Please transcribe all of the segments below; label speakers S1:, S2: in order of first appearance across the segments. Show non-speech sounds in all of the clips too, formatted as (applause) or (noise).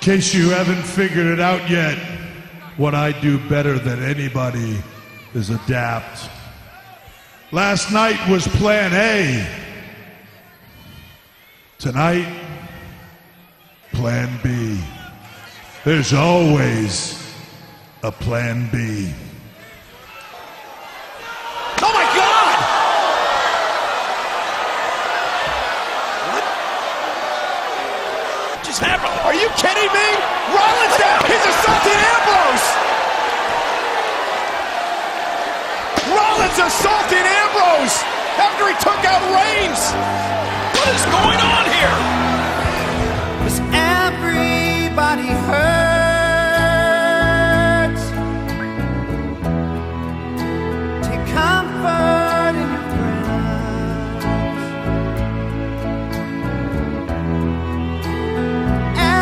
S1: case you haven't figured it out yet, what I do better than anybody is adapt. Last night was plan A. Tonight, plan B. There's always a plan B.
S2: Oh my God! What? Just happened? Are you kidding me? Rollins down. He's assaulting Ambrose. Rollins assaulting Ambrose after he took out Reigns. What is going on here?
S3: Was everybody hurt? Take comfort in your friends.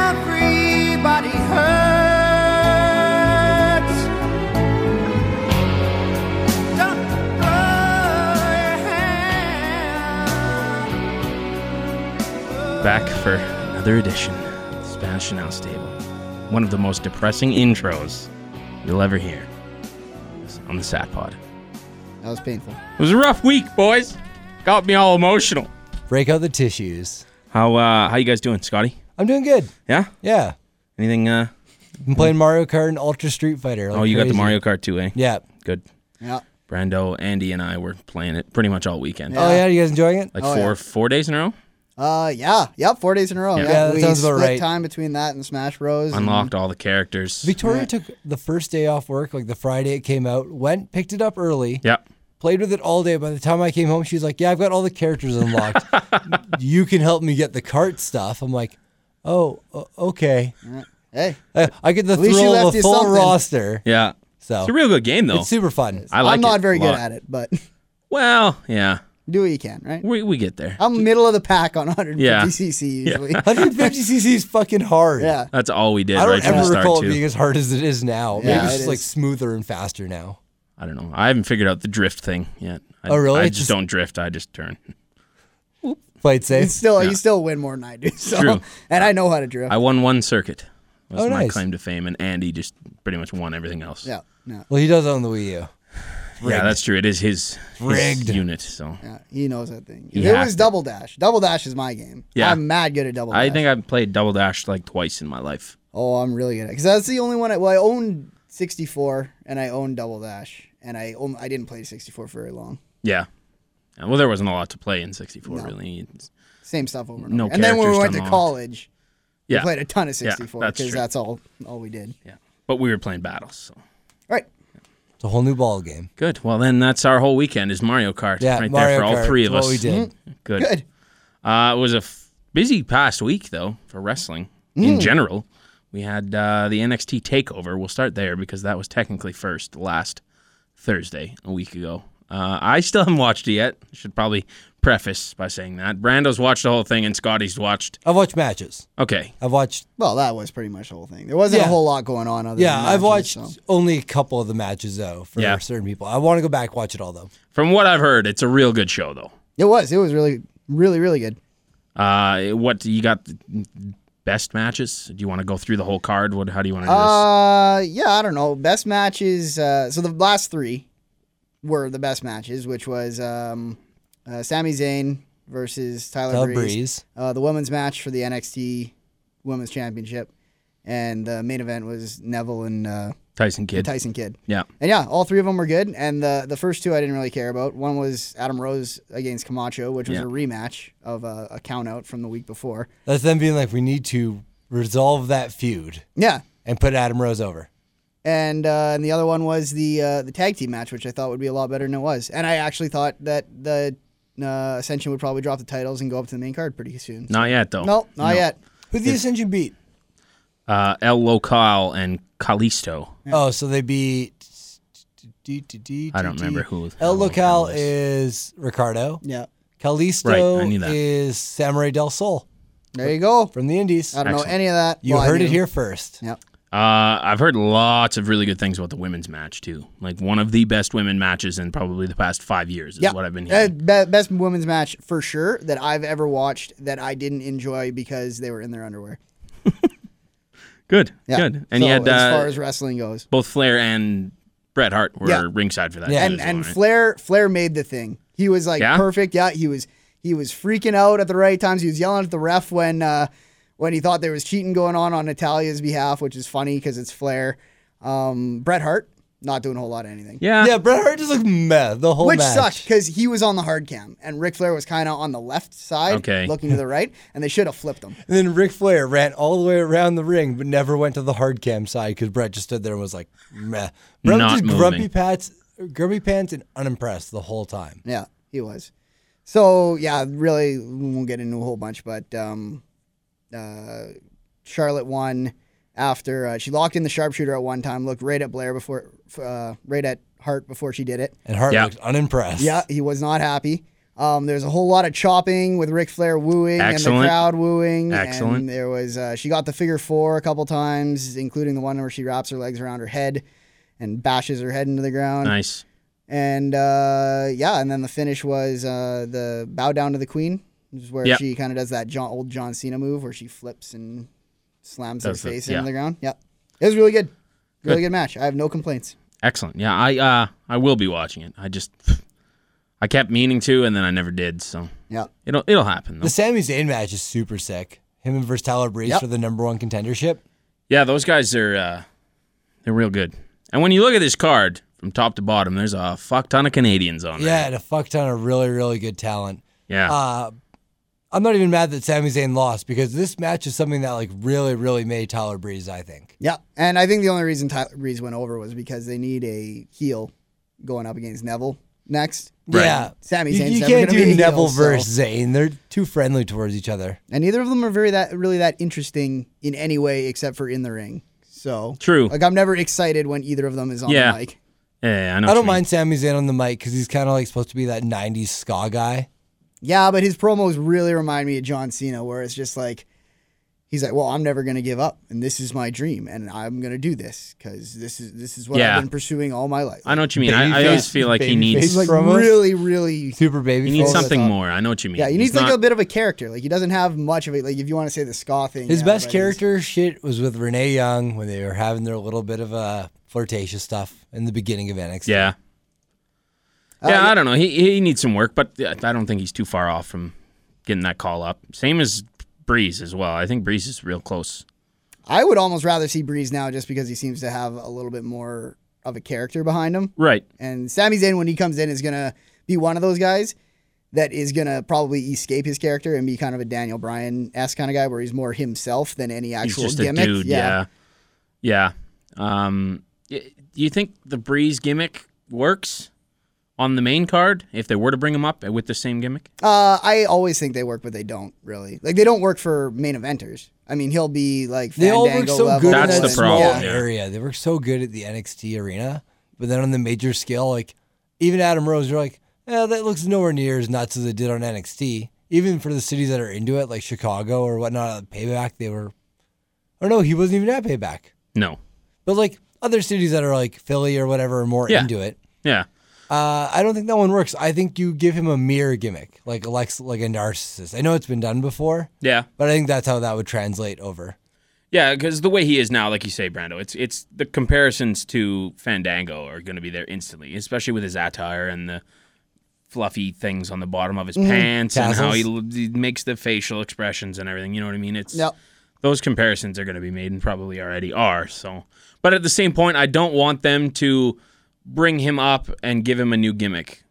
S3: Everybody hurts. Don't throw your hands.
S4: Back for another edition of the Spanish Announce Table. One of the most depressing intros you'll ever hear on the Sat Pod.
S5: That was painful.
S4: It was a rough week, boys. Got me all emotional.
S6: Break out the tissues.
S4: How uh how you guys doing, Scotty?
S6: I'm doing good.
S4: Yeah?
S6: Yeah.
S4: Anything uh
S6: I'm playing Mario Kart and Ultra Street Fighter. like
S4: Oh, you got the
S6: crazy.
S4: Mario Kart too, eh?
S6: Yeah.
S4: Good.
S5: Yeah.
S4: Brando, Andy and I were playing it pretty much all weekend.
S6: Oh yeah, Mm-hmm. you guys enjoying it?
S4: Like
S5: Oh,
S4: four
S5: yeah.
S4: four days in a row.
S5: Uh, yeah. Yep. Four days in a row.
S4: Yeah.
S6: Yeah, that
S5: we
S6: sounds about
S5: split
S6: right.
S5: time between that and Smash Bros. and-
S4: Unlocked all the characters.
S6: Victoria took the first day off work, like the Friday it came out, went, picked it up early,
S4: Yep.
S6: played with it all day. By the time I came home, she's like, Yeah, I've got all the
S4: (laughs)
S6: characters unlocked. you can help me get the cart stuff. I'm like, Oh, o- okay.
S5: hey,
S6: I, I get the
S5: At least she
S6: thrill of
S5: left
S6: a
S5: you
S6: full
S5: something.
S6: roster.
S4: Yeah.
S6: So
S4: It's a real good game though.
S6: it's super fun.
S4: I like
S5: I'm
S4: it
S5: not very
S4: a
S5: good
S4: lot.
S5: at it, but (laughs)
S4: Well, yeah.
S5: do what you can, right?
S4: We we get there.
S5: I'm middle of the pack on 150
S4: Yeah.
S5: cc
S4: (laughs)
S5: usually.
S6: (laughs)
S5: Yeah.
S6: 150cc is fucking hard.
S4: That's all we did
S6: I don't
S4: right from the
S6: ever
S4: start
S6: recall it
S4: too.
S6: being as hard as it is now.
S5: Yeah,
S6: Maybe it's
S5: it
S6: just like
S5: is.
S6: smoother and faster now.
S4: I don't know. I haven't figured out the drift thing yet. I,
S6: Oh, really?
S4: I
S6: It's
S4: just,
S6: just-
S4: don't drift. I just turn.
S6: Play it
S5: It's
S6: safe.
S5: still you still win more than I do. (laughs) So
S4: True.
S5: and I know how to drift.
S4: I won one circuit. That was
S6: Oh,
S4: my
S6: nice.
S4: claim to fame, and Andy just pretty much won everything else.
S5: yeah. No.
S6: Well, he does own the Wii U.
S4: yeah, that's true. It is his, his
S6: Rigged. Oh,
S4: unit. So
S5: Yeah, he knows that thing.
S4: He
S5: it
S4: has
S5: was
S4: to.
S5: double dash. Double dash is my game.
S4: Yeah.
S5: I'm mad good at double dash.
S4: I think I've played double dash like twice in my life.
S5: Oh, I'm really good at because that's the only one. I, well, I own 64 and I own double dash, and I own, I didn't play 64 for very long.
S4: Yeah. Uh, Well, there wasn't a lot to play in '64, really. It's-
S5: Same stuff over and
S4: No
S5: over. And then when we
S4: characters
S5: went to
S4: unlocked.
S5: college,
S4: Yeah,
S5: we played a ton of
S4: Yeah,
S5: 64
S4: that's
S5: because
S4: true.
S5: that's all all we did.
S4: yeah. But we were playing battles. So
S5: Right.
S6: It's a whole new ball game.
S4: good. Well, then that's our whole weekend is Mario Kart.
S6: Yeah,
S4: right
S6: Mario
S4: there for all
S6: Kart
S4: three
S6: is
S4: of
S6: what
S4: us.
S6: we did.
S5: Hmm?
S4: Good.
S5: Good.
S4: Uh, it was a f- busy past week, though, for wrestling
S5: Hmm.
S4: in general. We had uh, the NXT Takeover. We'll start there because that was technically first last Thursday a week ago. Uh, I still (laughs) haven't watched it yet. Should probably preface by saying that Brando's watched the whole thing and Scotty's watched.
S6: I've watched matches.
S4: Okay,
S6: I've watched.
S5: Well, that was pretty much the whole thing. There wasn't
S6: Yeah.
S5: a whole lot going on. Other
S6: Yeah,
S5: than
S6: I've
S5: matches,
S6: watched
S5: so.
S6: only a couple of the matches though for
S4: Yeah.
S6: certain people. I want to go back watch it all though.
S4: from what I've heard, it's a real good show though.
S5: It was. It was really, really, really good.
S4: Uh, what you got? the Best matches? Do you want to go through the whole card? What? How do you want to do this?
S5: Uh, yeah, I don't know. Best matches. Uh, so the last three were the best matches, which was um, uh, Sami Zayn versus Tyler,
S6: Tyler
S5: Breeze,
S6: Breeze.
S5: Uh, the women's match for the NXT Women's Championship, and the main event was Neville and uh,
S4: Tyson Kidd.
S5: Tyson Kidd.
S4: Yeah.
S5: And yeah, all three of them were good. And the the first two I didn't really care about. One was Adam Rose against Camacho, which was
S4: Yeah.
S5: a rematch of a, a count out from the week before.
S6: That's them being like, we need to resolve that feud
S5: Yeah.
S6: and put Adam Rose over.
S5: And uh, and the other one was the uh, the tag team match, which I thought would be a lot better than it was. And I actually thought that the uh, Ascension would probably drop the titles and go up to the main card pretty soon.
S4: Not yet though.
S5: Nope, not yet.
S6: Who the Ascension beat?
S4: uh, El Local and Kalisto.
S6: Oh, so they beat.
S4: I don't remember who- who
S6: El
S4: that
S6: Local
S4: was.
S6: is Ricardo.
S5: Yeah.
S6: Calisto
S4: Right, I knew that.
S6: is Samurai del Sol
S5: There you go.
S6: from the Indies.
S5: I don't know
S4: Excellent.
S5: any of that.
S6: You
S5: Well, I
S6: heard it
S5: do.
S6: here first.
S5: Yep.
S4: Uh, I've heard lots of really good things about the women's match too. Like one of the best women matches in probably the past five years is
S5: Yeah.
S4: what I've been
S5: Uh,
S4: hearing.
S5: be- best women's match for sure that I've ever watched that I didn't enjoy because they were in their underwear.
S4: Good,
S5: Yeah.
S4: good. And
S5: so
S4: you had
S5: as
S4: uh,
S5: far as wrestling goes,
S4: both Flair and Bret Hart were
S5: Yeah.
S4: ringside for that.
S6: Yeah.
S5: and
S4: too, as
S5: and
S4: well, right?
S5: Flair Flair made the thing. He was like
S4: Yeah?
S5: perfect. Yeah, he was he was freaking out at the right times. He was yelling at the ref when uh, when he thought there was cheating going on on Natalia's behalf, which is funny because it's Flair. Um, Bret Hart not doing a whole lot of anything.
S4: yeah,
S6: Yeah, Bret Hart just looked meh the whole
S5: Which
S6: match.
S5: sucked because he was on the hard cam and Ric Flair was kind of on the left side,
S4: Okay.
S5: looking to the right, and they should have flipped him.
S6: And then Ric Flair ran all the way around the ring, but never went to the hard cam side because Brett just stood there and was like, meh. Brett
S4: Not
S6: was just
S4: moving.
S6: grumpy pants, grumpy pants, and unimpressed the whole time.
S5: Yeah, he was. So yeah, really, we won't get into a whole bunch, but um, uh, Charlotte won after uh, she locked in the sharpshooter at one time, looked right at Blair before, uh, right at Hart before she did it.
S6: And Hart
S4: Yeah.
S6: looked unimpressed.
S5: Yeah, he was not happy. Um, there's a whole lot of chopping with Ric Flair wooing and
S4: Excellent.
S5: the crowd wooing.
S4: Excellent.
S5: And there was uh, she got the figure four a couple times, including the one where she wraps her legs around her head and bashes her head into the ground.
S4: nice.
S5: And uh, yeah, and then the finish was uh, the bow down to the queen, which is where
S4: Yep.
S5: she kind of does that John, old John Cena move where she flips and slams
S4: Does
S5: her
S4: the-
S5: face
S4: yeah.
S5: into the ground. Yeah, it was really good, really good match. I have no complaints.
S4: Excellent. Yeah, I uh I will be watching it. I just I kept meaning to and then I never did, so
S5: Yeah,
S4: it'll it'll happen though.
S6: The Sami Zayn match is super sick. Him and versus Tyler Breeze
S5: Yep.
S6: for the number one contendership.
S4: Yeah, those guys are uh they're real good. And when you look at this card from top to bottom, there's a fuck ton of Canadians on
S6: Yeah,
S4: there.
S6: and a fuck ton of really, really good talent.
S4: Yeah.
S6: Uh, I'm not even mad that Sami Zayn lost because this match is something that like really, really made Tyler Breeze, I think.
S5: yeah. And I think the only reason Tyler Breeze went over was because they need a heel going up against Neville next.
S4: Right.
S6: Yeah.
S5: Sami
S6: You-
S5: Zayn's
S6: You
S5: never
S6: can't
S5: gonna be
S6: do
S5: a
S6: Neville
S5: heel, so-
S6: versus Zayn. They're too friendly towards each other.
S5: And neither of them are very that really that interesting in any way except for in the ring. So
S4: True.
S5: Like I'm never excited when either of them is on
S4: Yeah.
S5: the mic.
S4: yeah, yeah, I know.
S6: I
S4: what
S6: don't
S4: you mean.
S6: mind Sami Zayn on the mic because he's kind of like supposed to be that '90s ska guy.
S5: Yeah, but his promos really remind me of John Cena, where it's just like, he's like, "Well, I'm never gonna give up, and this is my dream, and I'm gonna do this because this is this is what
S4: Yeah.
S5: I've been pursuing all my life."
S4: I know what you mean. I, I
S6: Babyface-
S4: always feel like he needs
S5: He's like
S6: Promos?
S5: really, really.
S6: Super baby.
S4: he needs
S6: face.
S5: over the
S4: something
S5: top.
S4: more. I know what you mean.
S5: Yeah, he
S4: He's
S5: needs like
S4: not-
S5: a bit of a character. Like he doesn't have much of it. Like if you want to say the ska thing,
S6: His
S5: yeah,
S6: best
S5: but
S6: character shit was with Renee Young when they were having their little bit of uh, flirtatious stuff in the beginning of NXT.
S4: Yeah.
S5: Uh,
S4: yeah, I don't know. He he needs some work, but I don't think he's too far off from getting that call up. Same as Breeze as well. I think Breeze is real close.
S5: he's- I would almost rather see Breeze now, just because he seems to have a little bit more of a character behind him.
S4: Right.
S5: And Sami Zayn, when he comes in, is gonna be one of those guys that is gonna probably escape his character and be kind of a Daniel Bryan esque kind of guy, where he's more himself than any
S4: He's
S5: actual
S4: just
S5: gimmick.
S4: a dude. Yeah. Yeah. Um, y- do you think the Breeze gimmick works on the main card if they were to bring him up with the same gimmick?
S5: Uh, I always think they work, but they don't really. Like they don't work for main eventers. I mean, he'll be like
S6: They all work
S5: Fandango
S6: so
S5: level
S6: good
S4: That's
S6: in
S5: and
S6: that
S4: the
S5: then-
S6: small
S4: problem, yeah.
S6: area. They work so good at the NXT arena, but then on the major scale, like even Adam Rose, you're like, yeah, that looks nowhere near as nuts as it did on NXT. Even for the cities that are into it, like Chicago or whatnot, at Payback, they were. Or no, he wasn't even at Payback.
S4: No.
S6: But like other cities that are like Philly or whatever are more
S4: Yeah.
S6: into it.
S4: Yeah.
S6: Uh, I don't think that one works. I think you give him a mirror gimmick, like Alex, like a narcissist. I know it's been done before,
S4: Yeah.
S6: but I think that's how that would translate over.
S4: Yeah, because the way he is now, like you say, Brando, it's it's the comparisons to Fandango are going to be there instantly, especially with his attire and the fluffy things on the bottom of his
S5: Mm-hmm.
S4: pants and how he, l- he makes the facial expressions and everything. You know what I mean? It's
S5: Yep.
S4: those comparisons are going to be made and probably already are. So, but at the same point, I don't want them to bring him up and give him a new gimmick.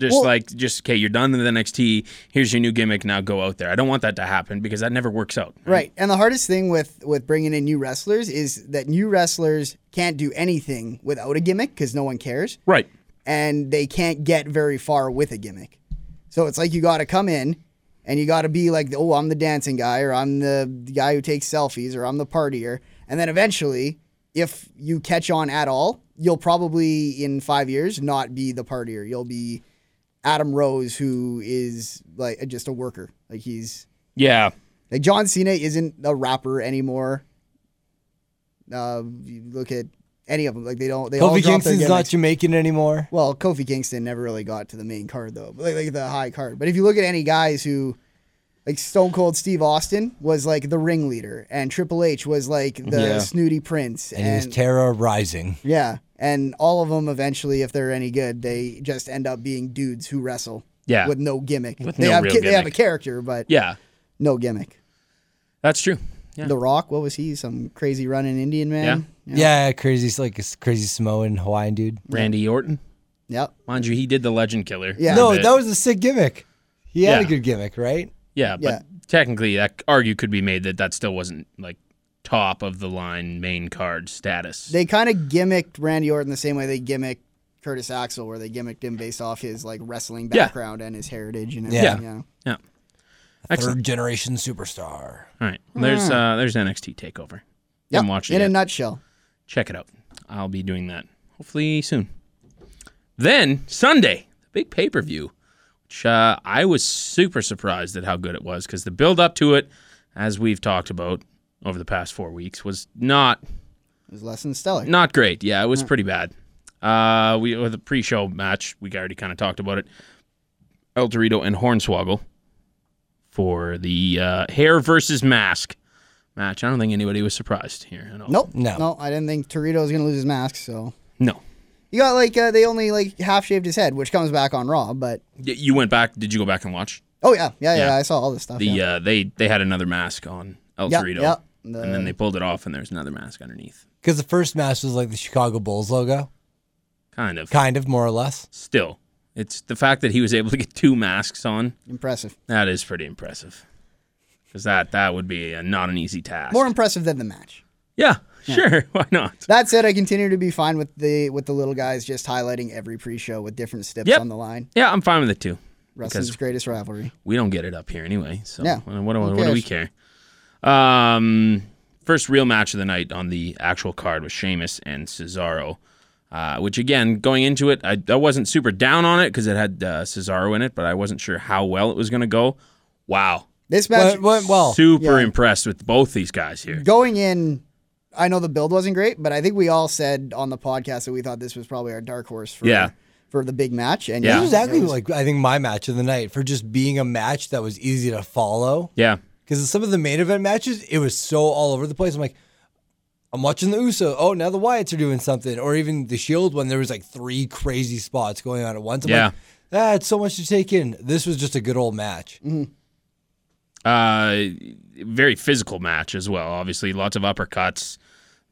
S4: Just
S5: Well-
S4: like, just okay, you're done with NXT. Here's your new gimmick. Now go out there. I don't want that to happen because that never works out.
S5: Right. And the hardest thing with with bringing in new wrestlers is that new wrestlers can't do anything without a gimmick because no one cares.
S4: Right.
S5: and they can't get very far with a gimmick. So it's like you got to come in and you got to be like, oh, I'm the dancing guy, or I'm the guy who takes selfies, or I'm the partier. And then eventually, if you catch on at all, you'll probably in five years not be the partier. You'll be Adam Rose, who is like just a worker. Like he's
S4: Yeah.
S5: like John Cena isn't a rapper anymore. Uh, you look at any of them, like they don't. They all drop
S6: Kofi
S5: their
S6: Kingston's not
S5: gimmicks.
S6: Jamaican anymore.
S5: Well, Kofi Kingston never really got to the main card though, like, like the high card. But if you look at any guys who, Like Stone Cold Steve Austin was like the ringleader, and Triple H was like the
S7: Yeah.
S5: snooty prince,
S6: and he was terrorizing.
S5: yeah, and all of them eventually, if they're any good, they just end up being dudes who wrestle.
S4: Yeah.
S5: with no gimmick.
S4: With
S5: they
S4: no
S5: have
S4: real
S5: ki- they have a
S4: gimmick.
S5: character, but
S4: Yeah,
S5: no gimmick.
S4: that's true. Yeah.
S5: The Rock, what was he? Some crazy running Indian man.
S6: Yeah, crazy like s- crazy Samoan Hawaiian dude.
S4: Randy Orton.
S5: Yep.
S4: Mind you, he did the Legend Killer.
S5: Yeah.
S4: a
S6: No,
S4: bit.
S6: that was a sick gimmick. He had
S4: Yeah.
S6: a good gimmick, right?
S4: Yeah, but
S5: Yeah.
S4: technically, that argue could be made that that still wasn't like top of the line main card status.
S5: They kind of gimmicked Randy Orton the same way they gimmicked Curtis Axel, where they gimmicked him based off his like wrestling
S4: Yeah.
S5: background and his heritage and
S6: Yeah.
S5: everything. Yeah.
S4: yeah.
S6: Third
S4: Excellent.
S6: generation superstar.
S4: All right. There's uh, there's NXT Takeover.
S5: Yep.
S4: I'm watching
S5: In
S4: it.
S5: a nutshell.
S4: Check it out. I'll be doing that hopefully soon. Then Sunday, the big pay per view, which uh, I was super surprised at how good it was because the build up to it, as we've talked about over the past four weeks, was not
S5: It was less than stellar.
S4: Not great. Yeah, it was pretty bad. Uh, we with the pre-show match, we already kind of talked about it. El Dorito and Hornswoggle for the uh, hair versus mask match. I don't think anybody was surprised here at all.
S5: Nope.
S6: No.
S5: No, I didn't think Torito was gonna lose his mask, so
S4: No.
S5: you got like uh, they only like half shaved his head, which comes back on Raw, but
S4: Y- You went back. Did you go back and watch
S5: oh yeah, yeah, yeah,
S4: Yeah.
S5: I saw all this stuff.
S4: the?
S5: yeah.
S4: Uh, they they had another mask on El
S5: Yep,
S4: Dorito,
S5: yep.
S4: and then they pulled it off, and there's another mask underneath.
S6: Because the first mask was like the Chicago Bulls logo,
S4: Kind of.
S6: kind of more or less.
S4: Still, it's the fact that he was able to get two masks on.
S5: impressive.
S4: That is pretty impressive. Because that that would be a, not an easy task.
S5: More impressive than the match.
S4: yeah, sure. (laughs) Why not?
S5: That said, I continue to be fine with the with the little guys just highlighting every pre-show with different steps
S4: Yep.
S5: on the line.
S4: Yeah, I'm fine with it too.
S5: Wrestling's
S4: Because-
S5: greatest rivalry.
S4: We don't get it up here anyway. So
S5: Yeah,
S4: what, what, do-
S5: who
S4: what do we care? Um, first real match of the night on the actual card was Sheamus and Cesaro. Uh, which again, going into it, I, I wasn't super down on it because it had uh, Cesaro in it, but I wasn't sure how well it was going to go. Wow,
S5: This match
S6: Went, went well.
S4: super
S5: Oh, yeah.
S4: impressed with both these guys here.
S5: going in, I know the build wasn't great, but I think we all said on the podcast that we thought this was probably our dark horse for
S4: Yeah.
S5: for the big match. And
S4: Yeah.
S5: yeah,
S6: This was actually
S5: it was-
S6: like I think my match of the night for just being a match that was easy to follow.
S4: Yeah,
S6: Because some of the main event matches, it was so all over the place. I'm like, I'm watching the Uso. Oh, now the Wyatts are doing something, or even the Shield one. There was like three crazy spots going on at once. I'm
S4: Yeah.
S6: like, ah, it's so much to take in. This was just a good old match.
S5: Mm-hmm.
S4: Uh, very physical match as well. Obviously, lots of uppercuts.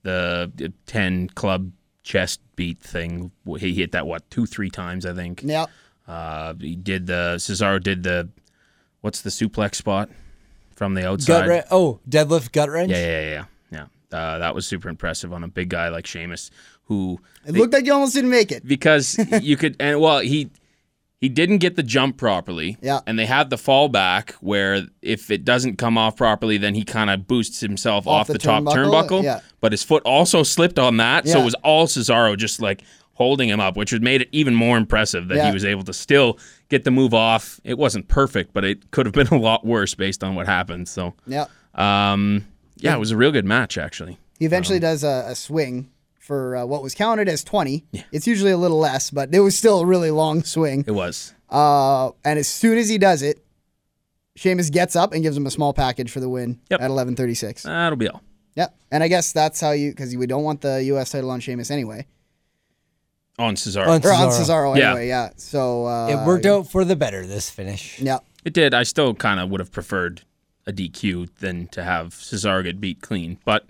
S4: The ten club chest beat thing. He hit that what two three times I think.
S5: yeah,
S4: Uh, he did the Cesaro did the what's the suplex spot from the outside.
S6: Gut wren- Oh, deadlift gut wrench.
S4: Yeah, yeah, yeah, yeah. yeah. Uh, that was super impressive on a big guy like Sheamus, who
S5: it looked like you almost didn't make it. (laughs)
S4: because you could and well he he didn't get the jump properly
S5: Yeah.
S4: and they have the fallback where if it doesn't come off properly then he kind of boosts himself off,
S5: the
S4: the, top
S5: turnbuckle,
S4: turnbuckle,
S5: yeah.
S4: but his foot also slipped on that so
S5: Yeah.
S4: it was all cesaro just like holding him up which would made it even more impressive that
S5: Yeah.
S4: he was able to still get the move off it wasn't perfect but it could have been (laughs) a lot worse based on what happened so
S5: Yeah,
S4: um yeah it was a real good match actually
S5: he
S4: Um,
S5: eventually does a, a swing for uh, what was counted as twenty. It's usually a little less, but it was still a really long swing.
S4: it was
S5: Uh, and as soon as he does it, Sheamus gets up and gives him a small package for the win
S4: Yep.
S5: at 11:36.
S4: that'll be all
S5: Yep. And I guess that's how you because we don't want the U.S. title on Sheamus anyway,
S4: on cesaro
S6: On
S5: or on
S6: Cesaro.
S5: Cesaro
S4: Yeah.
S5: anyway. Yeah. So uh,
S6: It worked out for the better. This finish.
S5: Yeah.
S4: It did. I still kind of would have preferred a DQ than to have Cesaro get beat clean. But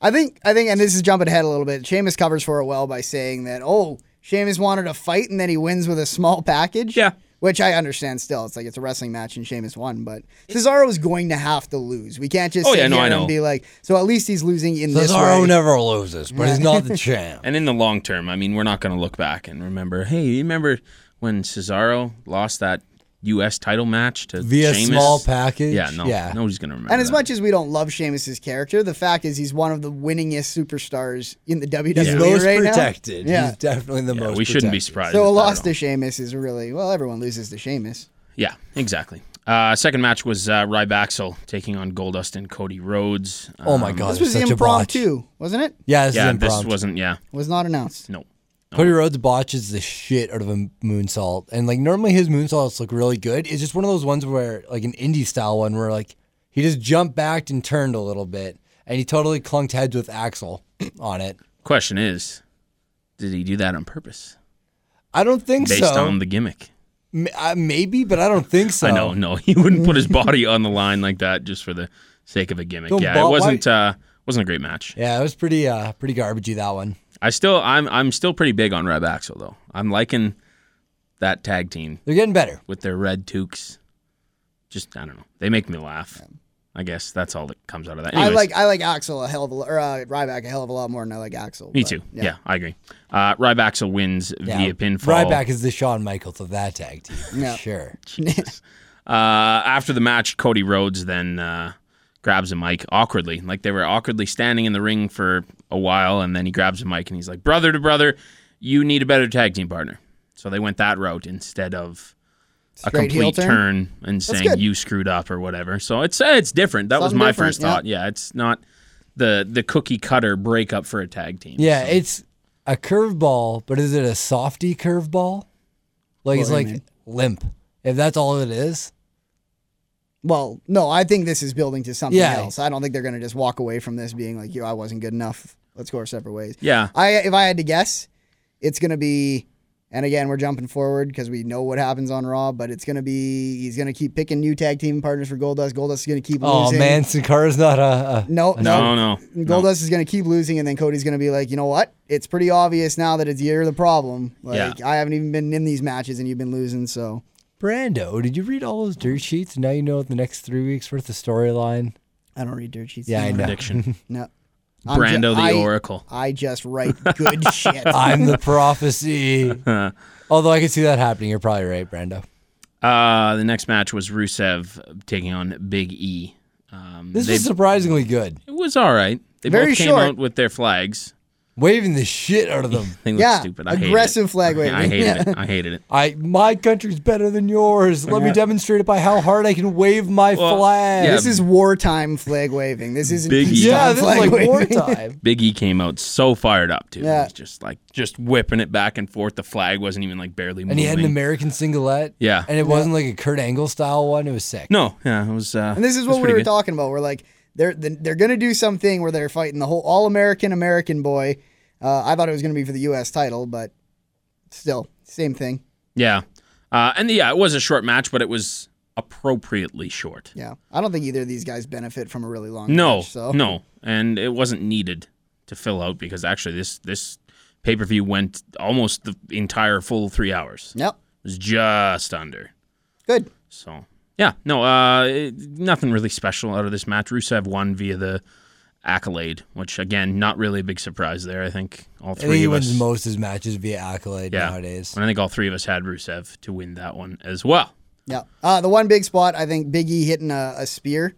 S5: I think I think, and this is jumping ahead a little bit. Sheamus covers for it well by saying that oh, Sheamus wanted a fight and then he wins with a small package.
S4: Yeah.
S5: Which I understand still. It's like it's a wrestling match and Sheamus won, but Cesaro's going to have to lose. We can't just
S4: Oh,
S5: sit
S4: yeah, no,
S5: here
S4: I know.
S5: and be like, so at least he's losing in this
S6: Cesaro
S5: way.
S6: never loses, but he's
S5: (laughs)
S6: not the champ.
S4: and in the long term, I mean, we're not going to look back and remember. Hey, you remember when Cesaro lost that U.S. title match to
S6: Via
S4: Sheamus?
S6: small package.
S4: Yeah, no,
S6: Yeah.
S4: nobody's going to remember.
S5: And as
S4: that.
S5: much as we don't love Sheamus's character, the fact is he's one of the winningest superstars in the WWE
S6: He's most
S5: right
S6: protected.
S5: now. Yeah.
S6: He's definitely the
S4: yeah,
S6: most.
S4: we shouldn't be
S6: protected.
S4: surprised.
S5: So
S4: if
S5: a
S4: that
S5: loss
S4: at all.
S5: to Sheamus is really well. Everyone loses to Sheamus.
S4: Yeah, exactly. Uh, second match was uh, Rybacksel taking on Goldust and Cody Rhodes.
S6: Oh my
S4: Um,
S6: god,
S5: This was
S6: such a botch.
S5: impromptu, wasn't it?
S6: Yeah, this
S4: Yeah,
S6: is impromptu.
S4: this wasn't. Yeah,
S5: Was not announced.
S4: no.
S6: Cody Rhodes botches the shit out of a moonsault, and like normally his moonsaults look really good. It's just one of those ones where like an indie style one where like he just jumped back and turned a little bit, and he totally clunked heads with Axel (clears throat) on it.
S4: Question is, did he do that on purpose?
S6: I don't think
S4: Based
S6: so.
S4: on the gimmick.
S6: M- uh, maybe, but I don't think so.
S4: (laughs) I
S5: Oh.
S4: know, no, he wouldn't
S5: (laughs)
S4: put his body on the line like that just for the sake of a gimmick.
S6: Don't
S4: yeah,
S6: bo-
S4: it
S6: why-
S4: wasn't uh, wasn't a great match.
S6: Yeah, it was pretty uh pretty garbagey that one.
S4: I still, I'm I'm still pretty big on Reb Axel though. I'm liking that tag team
S6: They're getting better.
S4: with their red toques. Just I don't know, they make me laugh. I guess that's all that comes out of that.
S5: I
S4: Anyways,
S5: like I like Axel a hell of a lo- or uh, Ryback a hell of a lot more than I like Axel.
S4: me
S5: but,
S4: too. Yeah. I agree. Uh, Reb Axel wins via pinfall.
S6: Ryback is the Shawn Michaels of that tag team. for
S5: Yeah.
S6: Sure.
S4: Uh, after the match, Cody Rhodes then uh, grabs a mic awkwardly. Like they were awkwardly standing in the ring for a while, and then he grabs a mic and he's like, brother to brother, you need a better tag team partner. So they went that route instead of a
S5: Straight heel
S4: complete turn?
S5: turn?
S4: and saying
S5: good.
S4: you screwed up or whatever. So it's uh, it's different. That was
S5: Something
S4: my
S5: different,
S4: first
S5: yeah.
S4: thought. Yeah, it's not the the cookie cutter breakup for a tag team.
S6: Yeah, it's a curveball, but is it a softy curveball? Like it's
S5: do you
S6: like
S5: mean?
S6: limp. If that's all it is,
S5: Well, no, I think this is building to something
S6: Yeah.
S5: else. I don't think they're going to just walk away from this being like, "Yo, I wasn't good enough. Let's go our separate ways."
S4: Yeah.
S5: I if I had to guess, it's going to be and again, we're jumping forward because we know what happens on Raw, but it's going to be he's going to keep picking new tag team partners for Goldust. Goldust is going to keep
S6: oh
S5: losing.
S6: man, Sin Cara's not a, a
S5: No,
S4: No,
S5: no,
S4: no.
S5: Goldust is going to keep losing, and then Cody's going to be like, you know what? It's pretty obvious now that it's you're the problem. Like,
S4: Yeah.
S5: I haven't even been in these matches, and you've been losing. So
S6: Brando. Did you read all those dirt sheets? Now you know the next three weeks worth of storyline.
S5: I don't read dirt sheets.
S6: Yeah, I
S5: anymore.
S6: know.
S4: Prediction.
S5: No. I'm ju-
S4: Brando the
S5: I-
S4: Oracle.
S5: I just write good
S6: (laughs)
S5: shit.
S6: I'm the (laughs) prophecy. Although I could see that happening. You're probably right, Brando.
S4: Uh, the next match was Rusev taking on Big E. Um,
S6: This
S4: they-
S6: was surprisingly good.
S4: It was all right. They
S5: Very
S4: both came
S5: short.
S4: out with their flags.
S6: Waving the shit out of (laughs) them.
S4: Thing
S5: Yeah,
S4: looked stupid. I hated
S5: aggressive
S4: it. (laughs)
S5: flag
S4: I- I
S5: waving.
S4: hated
S5: (laughs)
S4: it. I hated it.
S6: I my country's better than yours. Let me demonstrate it by how hard I can wave my
S4: Well,
S6: flag.
S4: yeah,
S5: This is wartime flag waving. This isn't
S4: Big E.
S5: peacetime
S6: yeah, this is
S5: flag
S6: like
S5: waving.
S6: wartime.
S4: Big E came out so fired up too.
S5: Yeah.
S4: He was just like just whipping it back and forth. The flag wasn't even like barely moving.
S6: and he had an American singlet.
S4: Yeah.
S6: and it wasn't like a Kurt Angle style one. It was sick.
S4: no, yeah, it was. Uh,
S5: (laughs) And this is
S4: it was
S5: what we
S4: pretty
S5: were
S4: good.
S5: talking about. We're like, they're they're gonna do something where they're fighting the whole all American American boy. Uh, I thought it was gonna be for the U.S. title, but still, same thing.
S4: Yeah, uh, and yeah, it was a short match, but it was appropriately short.
S5: Yeah, I don't think either of these guys benefit from a really long
S4: No,
S5: match, so
S4: no, and it wasn't needed to fill out because actually this this pay per view went almost the entire full three hours.
S5: yep,
S4: It was just under.
S5: good.
S4: So yeah, no, uh, it- nothing really special out of this match. Rusev won via the accolade, which again, not really a big surprise there. I think all
S6: I think
S4: three
S6: he
S4: of
S6: wins
S4: us.
S6: most of his matches via accolade
S4: yeah,
S6: nowadays.
S4: and I think all three of us had Rusev to win that one as well.
S5: Yeah, uh, the one big spot I think Big E hitting a, a spear.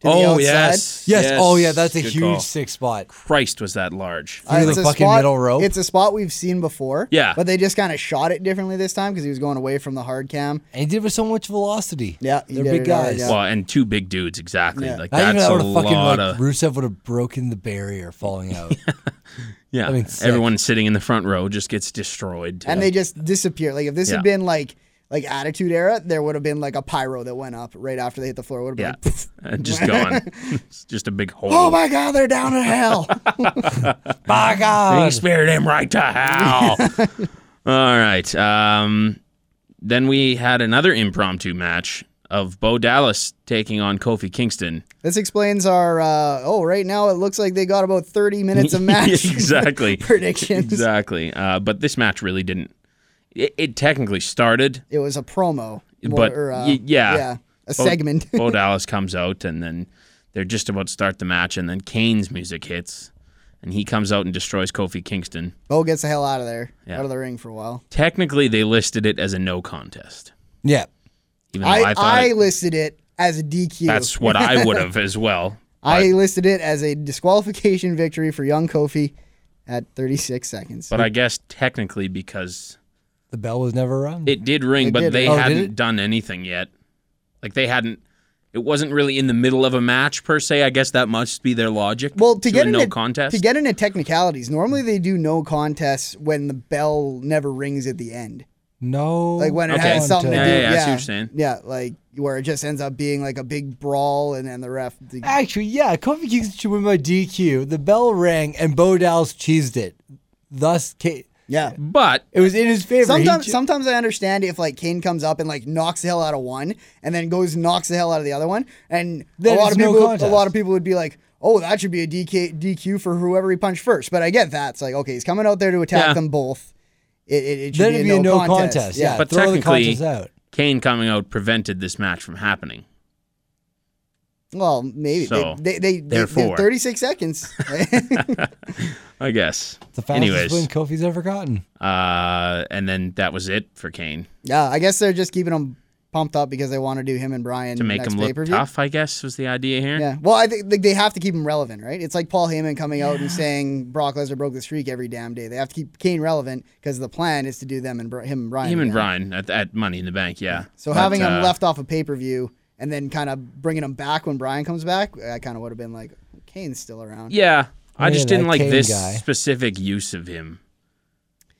S5: To
S4: Oh,
S5: the outside.
S6: Yes. Oh yeah, that's a
S4: Good
S6: huge
S4: call.
S6: sick spot.
S4: Christ, was that large?
S5: Uh,
S6: Through the
S5: it's a
S6: fucking
S5: spot-
S6: middle rope.
S5: It's a spot we've seen before.
S4: Yeah.
S5: But they just kind of shot it differently this time because he was going away from the hard cam.
S6: And he did it with so much velocity.
S5: Yeah, he
S6: they're
S5: did
S6: big
S5: it already,
S6: guys.
S5: yeah.
S4: Well, and two big dudes exactly.
S5: Yeah.
S4: Like
S6: I even
S4: that's
S6: that
S4: a
S6: would have fucking
S4: lot
S6: like
S4: of
S6: Rusev would have broken the barrier falling
S4: (laughs)
S6: out.
S4: yeah.
S6: mean, sick.
S4: everyone sitting in the front row just gets destroyed.
S5: And they just disappear. Like if this
S4: Yeah.
S5: had been like like Attitude Era, there would have been like a pyro that went up right after they hit the floor. Would have been
S4: yeah, (laughs)
S5: like,
S4: Uh,
S6: (laughs)
S4: just gone. (laughs) It's just a big hole.
S5: oh my god, they're down in
S4: (laughs)
S5: hell.
S6: By God,
S4: He spared him right to hell. (laughs) All right. Um, then we had another impromptu match of Bo Dallas taking on Kofi Kingston.
S5: this explains our uh, oh right now it looks like they got about thirty minutes
S4: (laughs)
S5: of match
S4: exactly.
S5: (laughs) predictions.
S4: Exactly. Uh, but this match really didn't. It, it technically started.
S5: It was a promo, more-
S4: But
S5: or, uh,
S4: y- yeah.
S5: yeah, a
S4: Bo-
S5: segment.
S4: Bo Dallas comes out, and then they're just about to start the match, and then Kane's music hits, and he comes out and destroys Kofi Kingston.
S5: (laughs) Bo gets the hell out of there,
S4: Yeah.
S5: out of the ring for a while.
S4: Technically, they listed it as a no contest.
S6: yeah.
S4: Even though I,
S5: I,
S4: thought
S5: I,
S4: it-
S5: listed it as a DQ.
S4: that's what I would have as well.
S5: I listed it as a disqualification victory for young Kofi at 36 seconds.
S4: But I guess technically because
S6: The bell was never rung.
S4: it did ring, but
S5: did
S4: they
S5: ring.
S6: Oh, did
S4: hadn't
S6: it?
S4: done anything yet. Like they hadn't it wasn't really in the middle of a match per se. I guess that must be their logic.
S5: Well, to get
S4: a
S5: into
S4: no contest.
S5: to get into technicalities, normally they do no contests when the bell never rings at the end.
S6: No.
S5: Like when it
S4: Okay.
S5: has something
S4: Yeah,
S5: to do.
S4: yeah,
S5: yeah,
S4: yeah, I see what you're saying.
S5: Yeah, like where it just ends up being like a big brawl, and then the ref. The,
S6: Actually, yeah, Kofi Kingston should win by DQ. The bell rang and Bo Dallas cheesed it. Thus, Kane,
S5: yeah.
S4: but
S6: it was in his favor. He
S5: Sometimes,
S6: che-
S5: sometimes I understand if like Kane comes up and like knocks the hell out of one, and then goes and knocks the hell out of the other one, and
S6: Then
S5: a lot
S6: it's
S5: of
S6: no
S5: people, a
S6: contest.
S5: lot of people would be like, "Oh, that should be a DK, DQ for whoever he punched first. But I get that. It's like okay, he's coming out there to attack
S4: Yeah.
S5: them both. It, it, it should
S6: then
S5: be,
S6: it'd
S5: a no, contest.
S6: Yeah,
S4: But
S6: throw the
S4: technically-
S6: contest out.
S4: Kane coming out prevented this match from happening.
S5: Well, maybe
S4: So,
S5: they, they, they, they, they
S4: therefore.
S5: have
S4: (laughs)
S5: 36 seconds. (laughs)
S4: I guess.
S6: The fastest
S4: Anyways,
S6: win Kofi's ever gotten.
S4: uh, and then that was it for Kane
S5: yeah, I guess they're just keeping him pumped up because they want to do him and Brian
S4: to make
S5: Mm, next
S4: him look
S5: pay-per-view.
S4: tough. I guess was the idea here.
S5: Yeah. Well, I think like, they have to keep him relevant, right? It's like Paul Heyman coming out and saying Brock Lesnar broke the streak every damn day. They have to keep Kane relevant because the plan is to do them and Br- him and Brian.
S4: Him and
S5: again.
S4: Brian at, at Money in the Bank. Yeah.
S5: So
S4: But,
S5: having him
S4: uh,
S5: left off a pay per view and then kind of bringing him back when Brian comes back, I kind of would have been like, Kane's still around.
S4: Yeah, I
S6: Yeah,
S4: just
S6: that
S4: didn't like
S6: Kane
S4: this
S6: guy.
S4: specific use of him.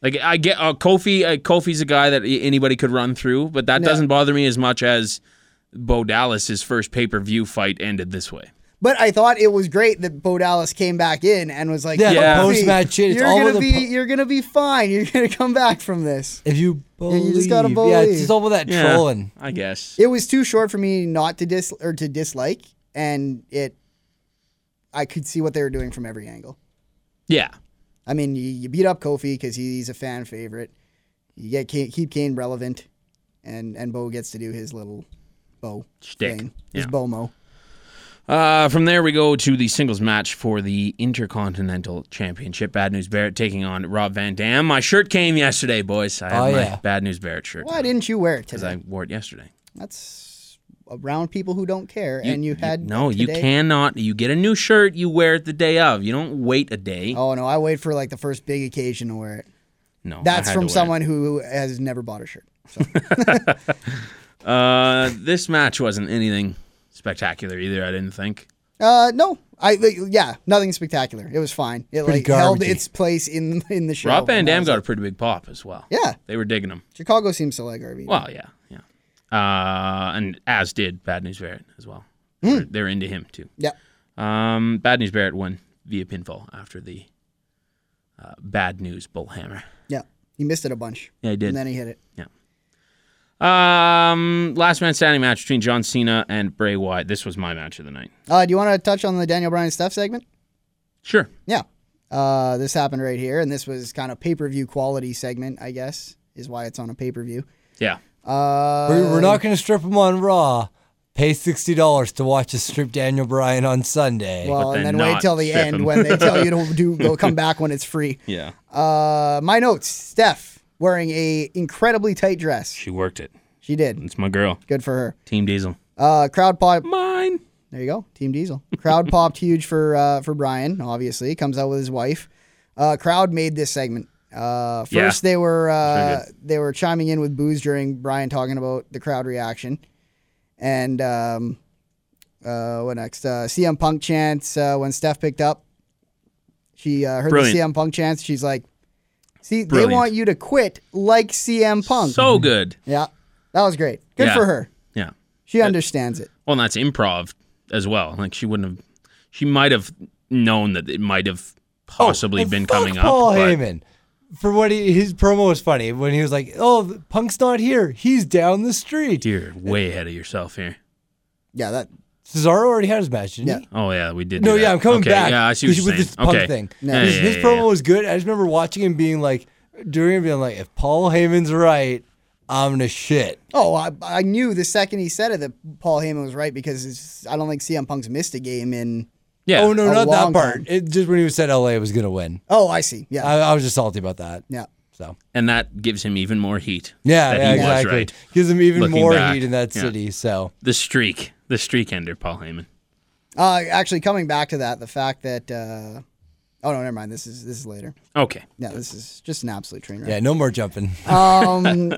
S4: Like I get uh, Kofi. Uh, Kofi's a guy that i- anybody could run through, but that doesn't bother me as much as Bo Dallas's first pay per view fight ended this way.
S5: But I thought it was great that Bo Dallas came back in and was like,
S6: Yeah, the
S5: "Kofi,
S6: post-match shit, it's
S5: You're
S6: all
S5: gonna
S6: over the
S5: be,
S6: po-
S5: you're gonna be fine. You're gonna come back from this.
S6: If you believe,
S5: you just gotta
S6: yeah, it's
S5: believe.
S6: just all about that
S4: Yeah,
S6: trolling.
S4: I guess.
S5: It was too short for me not to dis or to dislike, and it, I could see what they were doing from every angle.
S4: yeah,
S5: I mean, you, you beat up Kofi because he's a fan favorite. You get Kane, keep Kane relevant, and and Bo gets to do his little Bo
S4: Shtick.
S5: thing, his
S4: Yeah.
S5: Bomo.
S4: Uh, from there, we go to the singles match for the Intercontinental Championship. Bad News Barrett taking on Rob Van Dam. My shirt came yesterday, boys. I had
S6: Oh,
S4: my
S6: yeah.
S4: Bad News Barrett shirt
S5: Why didn't you wear it
S4: because
S5: today?
S4: I wore it yesterday.
S5: That's around people who don't care, and you had
S4: no. You
S5: today?
S4: cannot. You get a new shirt. You wear it the day of. You don't wait a day.
S5: Oh no, I wait for like the first big occasion to wear it.
S4: No, I
S5: That's
S4: had to
S5: from
S4: wear it.
S5: someone who has never bought a shirt.
S4: Uh, this match wasn't anything spectacular either. I didn't think.
S5: Uh, no, I like, yeah, nothing spectacular. It was fine. It
S6: Pretty
S5: like held
S6: garbagey.
S5: its place in in the show.
S4: Rob Van
S5: and that
S4: Dam
S5: was
S4: got a
S5: it.
S4: pretty big pop as well.
S5: Yeah,
S4: they were digging him.
S5: Chicago seems to like RVD.
S4: Well, yeah, yeah. Uh, and as did Bad News Barrett as well.
S5: Hmm.
S4: They're, they're into him too.
S5: yeah,
S4: Um, Bad News Barrett won via pinfall after the uh, Bad News Bullhammer.
S5: yeah, he missed it a bunch.
S4: Yeah, he did.
S5: And then he hit it.
S4: Um, last man standing match between John Cena and Bray Wyatt. This was my match of the night.
S5: Uh, do you want to touch on the Daniel Bryan stuff segment?
S4: Sure.
S5: Yeah. Uh, this happened right here, and this was kind of pay per view quality segment, I guess, is why it's on a pay per view.
S4: Yeah.
S5: Uh,
S6: We're, we're not going to strip him on Raw. Pay sixty dollars to watch us strip Daniel Bryan on Sunday.
S5: well, and
S4: then
S5: then wait
S4: not
S5: till the
S4: strip
S5: end
S4: him.
S5: when they tell you to
S4: (laughs)
S5: do go come back when it's free.
S4: Yeah.
S5: Uh, my notes: Steph wearing a incredibly tight dress.
S4: She worked it.
S5: She did.
S4: It's my girl.
S5: Good for her.
S4: Team Diesel.
S5: Uh, crowd pop.
S4: Mine.
S5: There you go. Team Diesel. Crowd popped huge for uh, for Brian. Obviously, comes out with his wife. Uh, crowd made this segment. Uh, first,
S4: Yeah.
S5: they were uh,
S4: Sure
S5: they were chiming in with booze during Brian talking about the crowd reaction, and um, uh, what next? Uh, CM Punk chants uh, when Steph picked up. She uh, heard
S4: Brilliant.
S5: the CM Punk chants. She's like, "See,
S4: Brilliant.
S5: they want you to quit like CM
S6: Oh,
S5: Punk."
S4: So good.
S5: yeah, that was great. Good
S4: Yeah.
S5: for her.
S4: Yeah.
S5: She understands it.
S4: Well, and that's improv as well. Like she wouldn't have. She might have known that it might have possibly
S6: And
S4: been
S6: Oh, fuck
S4: coming
S6: Paul
S4: up. but-
S6: Heyman. For what he, his promo was funny when he was like, "Oh, Punk's not here. He's down the street."
S4: You're way ahead of yourself here.
S5: Yeah, that
S6: Cesaro already had his match, didn't
S5: Yeah.
S6: he?
S4: Oh yeah, we did.
S6: No,
S4: do
S6: yeah,
S4: that.
S6: I'm coming
S4: okay,
S6: back.
S4: Yeah, I see what you're
S6: with
S4: saying.
S6: this Punk
S4: okay.
S6: thing.
S4: Yeah,
S6: his,
S4: yeah,
S6: his
S4: yeah,
S6: promo
S4: yeah.
S6: was good. I just remember watching him being like, during it, being like, "If Paul Heyman's right, I'm gonna shit."
S5: Oh, I, I knew the second he said it that Paul Heyman was right because it's, I don't think CM Punk's missed a game in.
S4: Yeah.
S6: Oh no,
S5: A
S6: not that
S5: long
S6: part.
S5: time.
S6: It, just when he was said LA was gonna win,
S5: Oh, I see. Yeah.
S6: I, I was just salty about that.
S5: yeah.
S6: So
S4: and that gives him even more heat.
S6: yeah,
S4: that
S6: yeah,
S4: he
S6: exactly.
S4: was right.
S6: Gives him even
S4: Looking
S6: more
S4: back,
S6: heat in that
S4: yeah.
S6: city. So
S4: The streak, the streak ender, Paul Heyman.
S5: Uh, actually, coming back to that, the fact that. Uh, oh no, never mind. This is this is later.
S4: Okay.
S5: (laughs) Yeah, this is just an absolute train wreck.
S6: yeah, no more jumping.
S5: Um,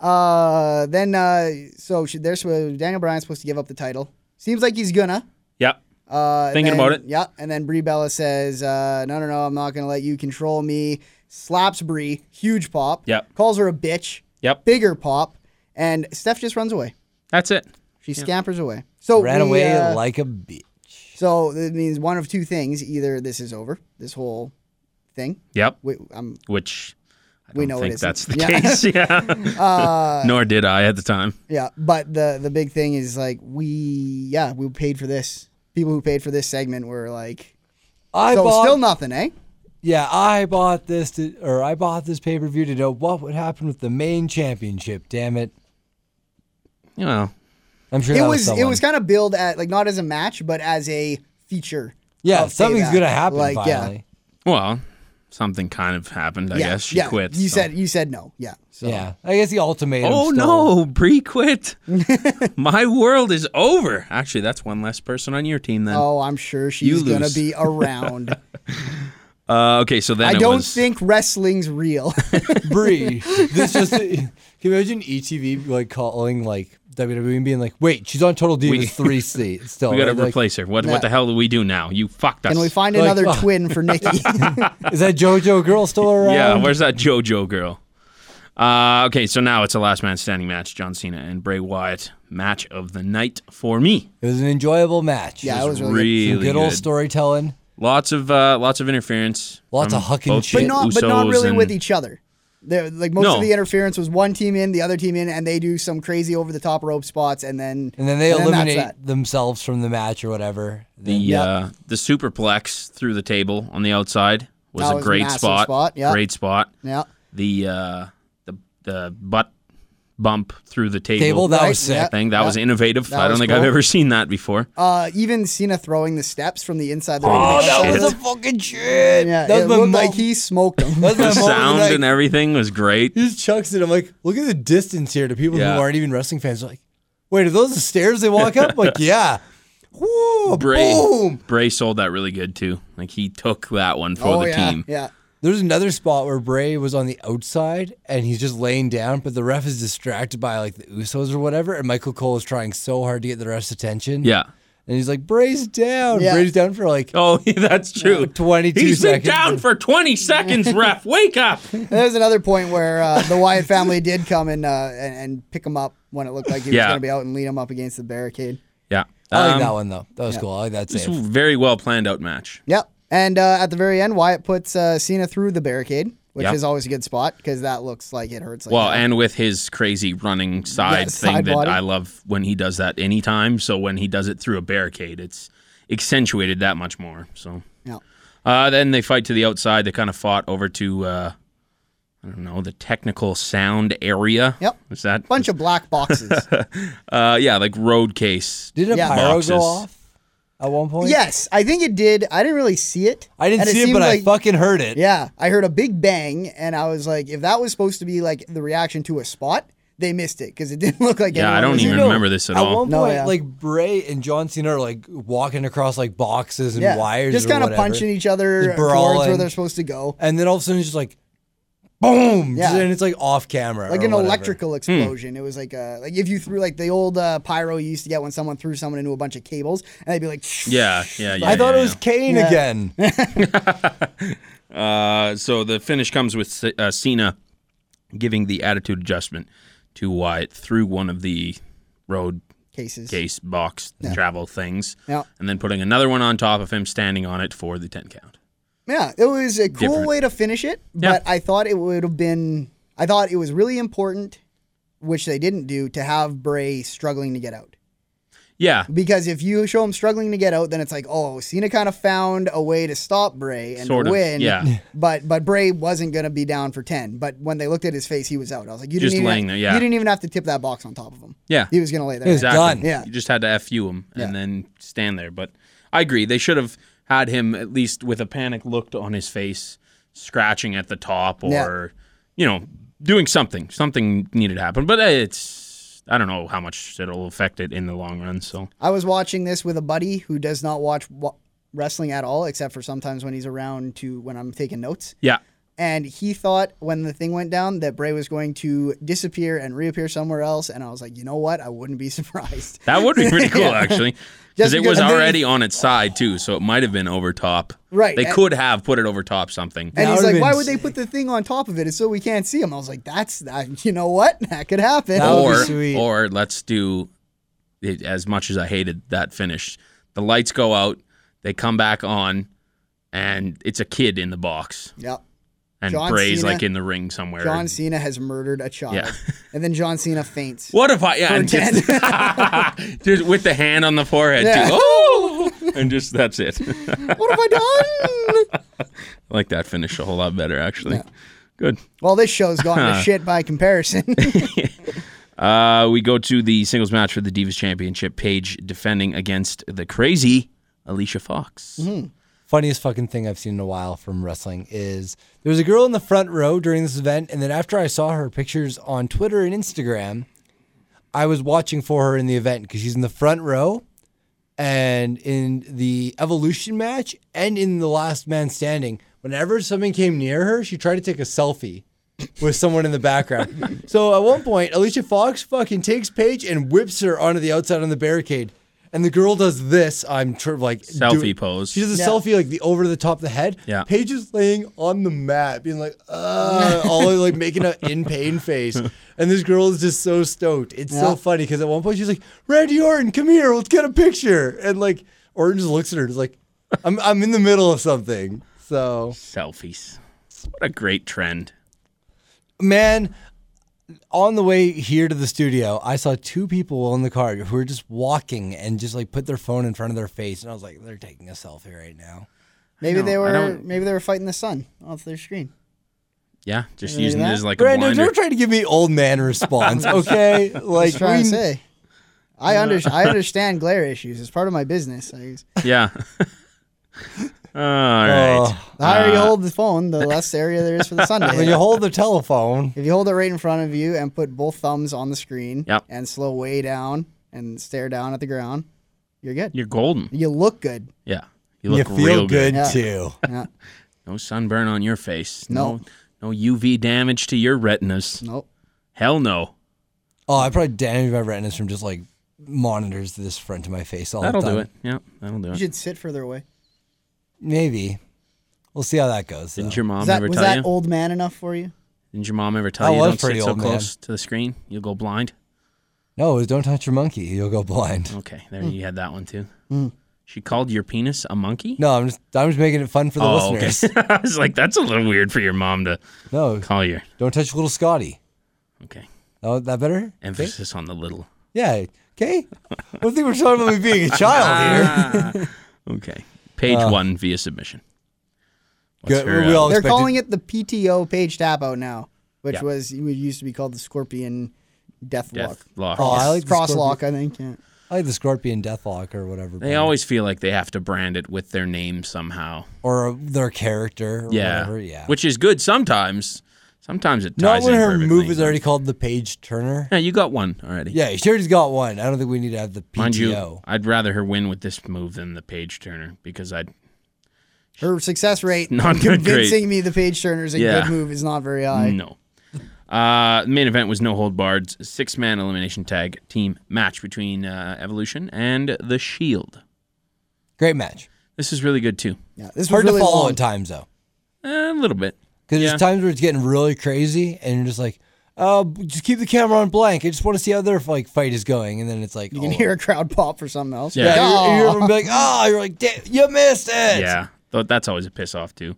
S5: Uh, then uh, so should there's so Daniel Bryan's supposed to give up the title. Seems like he's gonna.
S4: Yep.
S5: Uh, and
S4: Thinking
S5: then-
S4: about it.
S5: Yeah, and then Brie Bella says, uh, "No, no, no, I'm not gonna let you control me." Slaps Brie, huge pop.
S4: Yep.
S5: Calls her a bitch,
S4: Yep.
S5: bigger pop, and Steph just runs away.
S4: That's it.
S5: She scampers away. So
S6: Ran
S5: we,
S6: away
S5: uh,
S6: like a bitch.
S5: So that means one of two things: either this is over, this whole thing.
S4: Yep.
S5: We, I'm
S4: Which I don't
S5: We know it
S4: think
S5: isn't.
S4: that's the
S5: Yeah. Uh,
S4: case. Yeah. Nor did I at the time.
S5: (laughs) Yeah, but the the big thing is like we yeah we paid for this. People who paid for this segment were like
S6: I
S5: so
S6: bought,
S5: still nothing, eh?
S6: yeah, I bought this to, or I bought this pay per view to know what would happen with the main championship. Damn it!
S4: You know.
S6: I'm sure
S5: It
S6: that
S5: was it
S6: someone.
S5: was kind of billed at like not as a match but as a feature.
S6: yeah,
S5: of
S6: something's
S5: Payback.
S6: gonna happen
S5: Like
S6: finally.
S4: Well, something kind of happened, I
S5: yeah, yeah,
S4: guess. She
S5: yeah.
S4: quit.
S5: You
S4: so-
S5: said you said no. Yeah. So
S6: Yeah. I guess the ultimatum.
S4: Oh
S6: still- (laughs)
S4: no, Bree
S5: (laughs)
S4: quit. My world is over. Actually, that's one less person on your team then.
S5: oh, I'm sure she's gonna
S4: lose.
S5: be
S4: (laughs)
S5: around.
S4: Uh, okay, so then
S5: I
S4: it
S5: don't
S4: was-
S5: think
S4: (laughs)
S5: wrestling's real.
S6: Bree. This just can you imagine ETV like calling like WWE and being like, wait, she's on
S4: (laughs)
S6: Total Divas three C still.
S4: we got to
S6: right? Like,
S4: replace her. What what the hell do we do now? You fucked us.
S5: Can we find
S6: Like,
S5: another
S6: oh.
S5: twin
S4: (laughs)
S5: for Nikki? (laughs)
S6: Is that JoJo girl still around?
S4: yeah, where's that JoJo girl? Uh, okay, so now it's a last man standing match. John Cena and Bray Wyatt match of the night for me.
S6: It was an enjoyable match.
S5: yeah, it was really, good.
S4: Really
S6: Some good old
S4: good.
S6: storytelling.
S4: Lots of uh, lots of interference.
S6: Lots
S4: from
S6: of hucking
S4: both
S6: shit.
S5: but not but not
S4: Usos
S5: really
S4: and-
S5: with each other. They're, like most
S4: No.
S5: of the interference was one team in, the other team in, and they do some crazy over the top rope spots, and then
S6: And then they
S5: that's
S6: eliminate
S5: that.
S6: themselves from the match or whatever.
S4: The uh, the superplex through the table on the outside was
S5: That
S4: a
S5: was a
S4: great
S5: massive
S4: spot.
S5: spot, yeah.
S4: Great spot.
S5: Yeah,
S4: The uh, the the butt bump through the table,
S6: table, that
S5: Right,
S6: was sick.
S5: yeah.
S4: thing that was innovative.
S5: That
S4: I don't
S5: was
S4: think
S5: cool.
S4: I've ever seen that before.
S5: uh, even Cena throwing the steps from the inside. The ring.
S4: Oh,
S5: Like,
S4: that
S6: That
S4: was
S6: was a fucking shit.
S5: yeah,
S6: that was
S5: it
S6: my
S5: looked
S6: mo-
S5: like he smoked them.
S6: that was my
S4: The
S6: moment of
S4: sound
S6: night.
S4: and everything was great.
S6: He just chucks it. I'm like, look at the distance here to people
S4: Yeah.
S6: who aren't even wrestling fans. Like, wait, are those the stairs they walk
S4: (laughs)
S6: up? Like, yeah. Woo,
S4: Bray
S6: boom.
S4: Bray sold that really good too. Like he took that one for
S5: oh
S4: the
S5: yeah,
S4: team.
S5: yeah.
S6: There's another spot where Bray was on the outside and he's just laying down, but the ref is distracted by like the Usos or whatever, and Michael Cole is trying so hard to get the ref's attention.
S4: Yeah.
S6: And he's like, Bray's down.
S5: Yeah.
S6: Bray's down for like
S4: Oh, (laughs) that's true.
S6: 22
S4: He's
S6: seconds.
S4: been down for 20 seconds, ref. Wake
S5: (laughs)
S4: up.
S5: There was another point where uh, the Wyatt family did come and, uh, and and pick him up when it looked like he was
S4: Yeah.
S5: going to be out and lead him up against the barricade.
S4: Yeah.
S6: I like
S4: Um,
S6: that one though. That was cool. I like that
S4: It's a
S6: save.
S4: very well planned out match.
S5: Yep. And uh, at the very end, Wyatt puts uh, Cena through the barricade, which
S4: Yep.
S5: is always a good spot because that looks like it hurts. Like
S4: Well,
S5: hell.
S4: and with his crazy running side
S5: Yeah,
S4: thing
S5: side
S4: that
S5: body.
S4: I love when he does that anytime. So when he does it through a barricade, it's accentuated that much more. So
S5: Yeah.
S4: uh, then they fight to the outside. They kind of fought over to uh, I don't know the technical sound area.
S5: Yep.
S4: is that
S5: bunch of black
S4: (laughs)
S5: boxes.
S4: uh, yeah like road case?
S6: Did a
S5: Yeah.
S6: pyro
S4: Boxes.
S6: go off at one point?
S5: Yes, I think it did. I didn't really see it.
S6: I didn't
S5: And
S6: see it,
S5: seemed
S6: but I
S5: like-
S6: fucking heard it.
S5: Yeah, I heard a big bang, and I was like, if that was supposed to be like the reaction to a spot, they missed it because it didn't (laughs) look like.
S4: Yeah, I
S5: anyone
S4: don't
S5: was
S4: even
S5: in-
S6: No,
S4: remember this at all.
S6: one
S5: No,
S6: point,
S5: yeah.
S6: like Bray and John Cena are like walking across like boxes and
S5: Yeah,
S6: wires,
S5: just
S6: kind of
S5: punching each other
S6: Just
S5: towards where
S6: brawling.
S5: they're supposed to go,
S6: and then all of a sudden it's just like, boom,
S5: Yeah.
S6: and it's like off camera,
S5: like
S6: or
S5: an
S6: whatever. Hmm.
S5: electrical explosion. It was like a like if you threw like the old uh, pyro you used to get when someone threw someone into a bunch of cables, and they'd be like,
S4: Yeah, yeah, yeah.
S6: I thought
S4: yeah,
S6: it was Kane
S5: Yeah.
S6: again.
S4: Uh, so the finish comes with C- uh, Cena giving the attitude adjustment to Wyatt through one of the road
S5: cases.
S4: case box travel things,
S5: Yeah.
S4: and then putting another one on top of him, standing on it for the ten count.
S5: Yeah, it was a cool
S4: Different.
S5: way to finish it,
S4: Yeah.
S5: but I thought it would have been. I thought it was really important, which they didn't do, to have Bray struggling to get out.
S4: Yeah,
S5: Because if you show him struggling to get out, then it's like, oh, Cena kind of found a way to stop Bray and
S4: Sort
S5: to
S4: of,
S5: win.
S4: yeah.
S5: But but Bray wasn't gonna be down for ten. But when they looked at his face, he was out. I was like, you
S4: Just
S5: didn't even
S4: laying
S5: have,
S4: there, yeah.
S5: You didn't even have to tip that box on top of him.
S4: yeah,
S5: He was gonna lay there.
S6: Exactly. done.
S5: Yeah.
S4: You just had to fu him and then stand there. But I agree, they should have had him at least with a panic looked on his face, scratching at the top,
S5: Yeah.
S4: or you know, doing something. Something needed to happen. But uh, it's I don't know how much it'll affect it in the long run. So
S5: I was watching this with a buddy who does not watch wa- wrestling at all, except for sometimes when he's around to when I'm taking notes.
S4: yeah,
S5: And he thought when the thing went down that Bray was going to disappear and reappear somewhere else. And I was like, you know what? I wouldn't be (laughs) surprised.
S4: That would be
S5: (laughs)
S4: pretty cool, actually.
S5: Just
S4: Because it
S5: because-
S4: was
S5: and then-
S4: already on its side too, so it might have been over top.
S5: Right,
S4: They
S5: and-
S4: could have put it over top something.
S5: And
S6: That
S5: he's
S6: would've
S5: like,
S6: been
S5: why would they
S6: sick.
S5: put the thing on top of it? It's so we can't see him. I was like, that's, (laughs) that, you know what? That could happen.
S6: That would be
S4: or
S6: sweet.
S4: or let's do it as much as I hated that finish. The lights go out, they come back on, and it's a kid in the box.
S5: Yep.
S4: And
S5: John
S4: Bray's
S5: Cena-
S4: like in the ring somewhere.
S5: John Cena has murdered a child.
S4: Yeah.
S5: (laughs) And then John
S4: (laughs)
S5: Cena faints.
S4: What if I yeah, and
S5: Pretend.
S4: just, (laughs) just with the hand on the forehead
S5: Yeah.
S4: too? Oh, and just that's it. (laughs)
S5: what have I done?
S4: I like that finish a whole lot better actually. Good.
S5: well, this show's gone to shit
S4: (laughs)
S5: by comparison. (laughs)
S4: Uh, we go to the singles match for the Divas Championship. Paige defending against the crazy Alicia Fox.
S6: funniest fucking thing I've seen in a while from wrestling is there was a girl in the front row during this event, and then after I saw her pictures on Twitter and Instagram, I was watching for her in the event because she's in the front row and in the evolution match and in the last man standing. Whenever someone came near her, she tried to take a selfie (coughs) with someone in
S4: (laughs)
S6: the background. so at one point, Alicia Fox fucking takes Paige and whips her onto the outside on the barricade. And the girl does this. I'm tr- like do-
S4: Selfie pose.
S6: She does a selfie like the over the top of the head.
S4: Yeah.
S6: Paige is laying on the mat, being like, uh, all like making a in pain face. And this girl is just so stoked. It's so
S5: Yeah.
S6: funny because at one point she's like, Randy Orton, come here, let's get a picture. And like Orton just looks at her, and is like, I'm I'm in the middle of something. So
S4: Selfies. What a great trend.
S6: man, on the way here to the studio, I saw two people in the car who were just walking and just like put their phone in front of their face, and I was like, they're taking a selfie right now.
S5: Maybe they
S4: No, I
S5: were
S4: don't-
S5: maybe they were fighting the sun off their screen.
S4: Yeah, just
S5: Remember
S4: using it
S5: that?
S4: as like a
S6: Brandon,
S4: blinder.
S6: don't try to give me old man
S4: (laughs)
S6: response, okay? Like,
S5: That's what I'm trying
S6: we-
S5: to say. I under, I understand glare issues. It's part of my business. I,
S4: (laughs) Yeah. All right.
S6: Oh.
S5: the higher you hold the phone, the less area there is for the sun.
S6: (laughs)
S5: to
S6: when
S5: hit.
S6: you hold the telephone,
S5: if you hold it right in front of you and put both thumbs on the screen
S4: Yep.
S5: and slow way down and stare down at the ground, you're good.
S4: You're golden.
S5: You
S4: (laughs)
S5: look good.
S4: Yeah. You
S6: you
S4: look
S6: feel
S4: real good.
S6: good
S5: Yeah.
S6: too.
S4: No sunburn on your face.
S5: No.
S4: No UV damage to your retinas.
S5: Nope.
S4: Hell no.
S6: Oh, I probably damaged my retinas from just like monitors this front of my face all
S4: That'll
S6: the time.
S4: do it. Yeah, that'll do
S5: You
S4: it.
S5: should sit further away.
S6: Maybe. We'll see how that goes. though.
S4: Didn't your mom
S5: Was that,
S4: ever
S5: was
S4: tell
S5: that
S4: you?
S5: old man enough for you?
S4: Didn't your mom ever tell
S6: I
S4: you
S6: was
S4: don't
S6: pretty
S4: sit so
S6: old, man.
S4: close to the screen? You'll go blind.
S6: No, it was don't touch your monkey. You'll go blind.
S4: Okay, there
S6: Mm.
S4: you had that one too. She called your penis a monkey.
S6: No, I'm just I'm just making it fun for the
S4: oh, okay. (laughs)
S6: listeners.
S4: I was like, that's a little weird for your mom to
S6: No,
S4: call your.
S6: don't touch little Scotty.
S4: Okay,
S6: Oh, that better?
S4: emphasis on the little.
S6: Yeah. Okay. I don't think we're talking about me being a
S4: Ah,
S6: child here.
S4: Okay, page
S6: Uh,
S4: one via submission.
S6: Good, we all
S5: They're
S6: expected-
S5: calling it the PTO page tap out now, which
S4: Yeah.
S5: was it used to be called the Scorpion Death, Walk.
S4: death lock?
S6: Oh, I like the
S5: Cross
S6: Scorpion-
S5: lock, I think. Yeah.
S6: I like the Scorpion Deathlock or whatever.
S4: They always feel like they have to brand it with their name somehow.
S6: or their character. Or
S4: Yeah,
S6: Whatever. Yeah.
S4: Which is good sometimes. Sometimes it
S6: Not
S4: ties
S6: when
S4: in
S6: her
S4: perfectly.
S6: move is already called the Page Turner.
S4: (laughs) Yeah, you got one already.
S6: Yeah, she already's got one. I don't think we need to have the PTO.
S4: Mind you, I'd rather her win with this move than the page turner because I'd
S5: Her success
S4: (laughs)
S5: rate
S4: Not that great.
S5: convincing me the page turner is a
S4: Yeah.
S5: good move is not very high.
S4: No. (laughs) Uh, main event was no hold barred, six man elimination tag team match between uh, Evolution and The Shield.
S6: Great match.
S4: This is really good too.
S5: Yeah, this was
S6: Hard
S5: really
S6: to follow
S5: long.
S6: at times though,
S4: Eh, a little bit.
S6: because
S4: Yeah.
S6: there's times where it's getting really crazy, and you're just like, "Uh, b- just keep the camera on blank. I just want to see how their like fight is going." And then it's like,
S5: You can
S6: all-
S5: hear a crowd pop for something else.
S4: Yeah.
S6: Yeah,
S5: Aw. (laughs)
S6: you're, you're gonna be like, "Oh, you're like, "Damn, you missed it."
S4: Yeah, Though that's always a piss off too.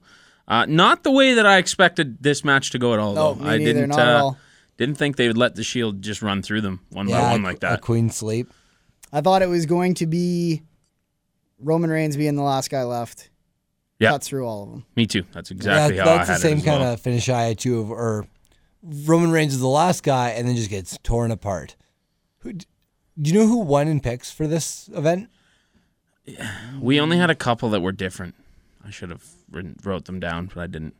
S4: Uh, not the way that I expected this match to go at all.
S5: No,
S4: though.
S5: me
S4: I
S5: neither,
S4: didn't.
S5: not at
S4: uh,
S5: all.
S4: Didn't think they would let the Shield just run through them one
S6: Yeah,
S4: by one
S6: a-
S4: like
S6: A
S4: that.
S6: queen sleep.
S5: I thought it was going to be Roman Reigns being the last guy left.
S4: Yeah.
S5: Cut through all of them.
S4: Me too. That's exactly
S6: yeah,
S4: how
S6: that's
S4: I
S6: the
S4: had
S6: same
S4: it. as
S6: kind
S4: well.
S6: of finish I had too. Of, or Roman Reigns is the last guy, and then just gets torn apart. Who, d- do you know who won in picks for this event?
S4: We only had a couple that were different. I should have written, wrote them down, but I didn't.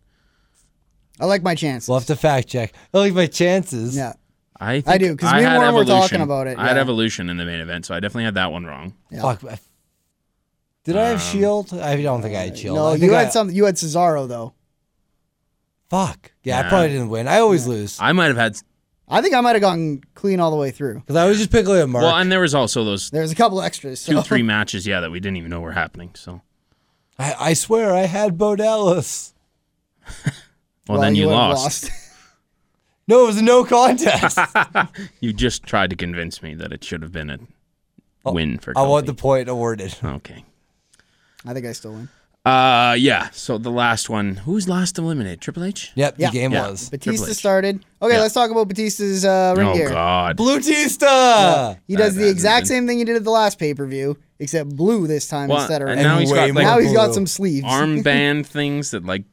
S5: I like my chance.
S6: We'll have to fact check. I like my chances.
S5: yeah.
S4: I think
S5: I do, 'cause me and
S4: had
S5: Warren were
S4: Evolution.
S5: talking about it,
S4: I had
S5: yeah.
S4: Evolution in the main event, so I definitely had that one wrong.
S6: Fuck. I-
S4: Um,
S6: Did E I have Shield? I don't think I had Shield.
S5: No,
S6: I think
S5: you
S6: I-
S5: had some. You had Cesaro though.
S6: Fuck. Yeah, I probably didn't win. I always lose
S4: I might have had.
S5: I think I might have gone clean all the way through.
S6: because I was just picking a mark.
S4: Well, and there was also
S5: (laughs)
S4: those
S5: There's a couple extras. So.
S4: two, three matches, yeah, that we didn't even know were happening. So,
S6: I, I swear I had Bo Dallas.
S5: (laughs)
S4: well, then you,
S5: would have
S4: lost.
S6: No, it was a
S4: (laughs)
S6: no contest. I
S4: You just tried to convince me that it should have been a
S5: Oh,
S4: win for.
S6: want the
S4: Cody.
S6: point awarded.
S4: okay.
S5: (laughs) I think I still win.
S4: Uh, yeah. So the last one, who's last eliminated? Triple H.
S6: Yep,
S5: Yeah.
S6: the game
S4: Yeah.
S6: was.
S5: Batista
S4: H.
S5: started. Okay,
S4: Yeah.
S5: let's talk about Batista's uh, ring
S4: Oh
S5: gear. Uh,
S4: God.
S6: Blue Tista!
S5: He does
S4: That hasn't
S5: the exact
S4: been-
S5: same thing he did at the last pay per view, except blue this time
S4: Well,
S5: instead of
S4: and
S5: red.
S4: now he's
S6: Way
S4: got
S6: more
S5: Now
S4: like
S5: he's (laughs) got
S6: blue.
S5: some sleeves
S4: armband things that like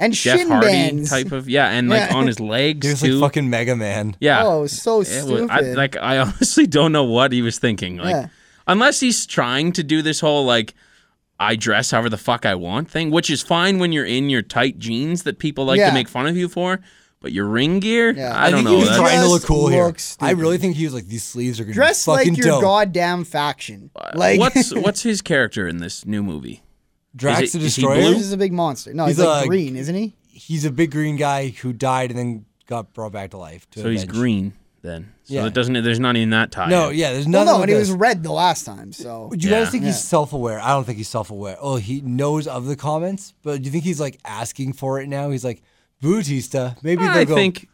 S5: and
S4: Jeff
S5: shin
S4: Hardy
S5: bands.
S4: type of yeah, and like
S5: Yeah.
S4: on his legs
S6: He was
S4: too.
S6: like fucking Mega Man.
S4: yeah.
S5: Oh, it was so
S4: It
S5: stupid.
S4: was, I, like I (laughs) honestly don't know what he was thinking. Like,
S5: Yeah.
S4: unless he's trying to do this whole like I dress however the fuck I want thing, which is fine when you're in your tight jeans that people like
S5: Yeah.
S4: to make fun of you for. But your ring gear,
S5: Yeah.
S4: I,
S5: I
S4: don't
S6: think
S4: know.
S6: he was
S5: that's-
S6: trying to look
S5: Just
S6: cool here.
S5: looks
S6: I
S5: stupid.
S6: really think he was like, these sleeves are going to be
S5: Dress like
S6: fucking
S5: your
S6: dope.
S5: goddamn faction. Like (laughs)
S4: what's what's his character in this new movie?
S6: Drax
S4: is it-
S6: the
S4: is he
S6: Destroyer.
S4: blue?
S5: This is a big monster. No, he's,
S6: He's
S5: like
S6: a-
S5: green, isn't he?
S6: He's a big green guy who died and then got brought back to life. To
S4: So he's
S6: avenge.
S4: green then. So
S6: Yeah.
S4: it doesn't. There's not even that tie.
S6: No,
S4: in.
S6: yeah, there's
S5: Well,
S6: nothing.
S5: no,
S6: with
S5: and he was
S6: this.
S5: red the last
S4: (laughs)
S5: time. So
S6: Do you
S4: Yeah.
S6: guys think
S5: Yeah.
S6: he's self-aware? I don't think he's self-aware. Oh, he knows of the comments, but do you think he's like asking for it now? He's like, Bautista, maybe
S4: I
S6: they'll go.
S4: think,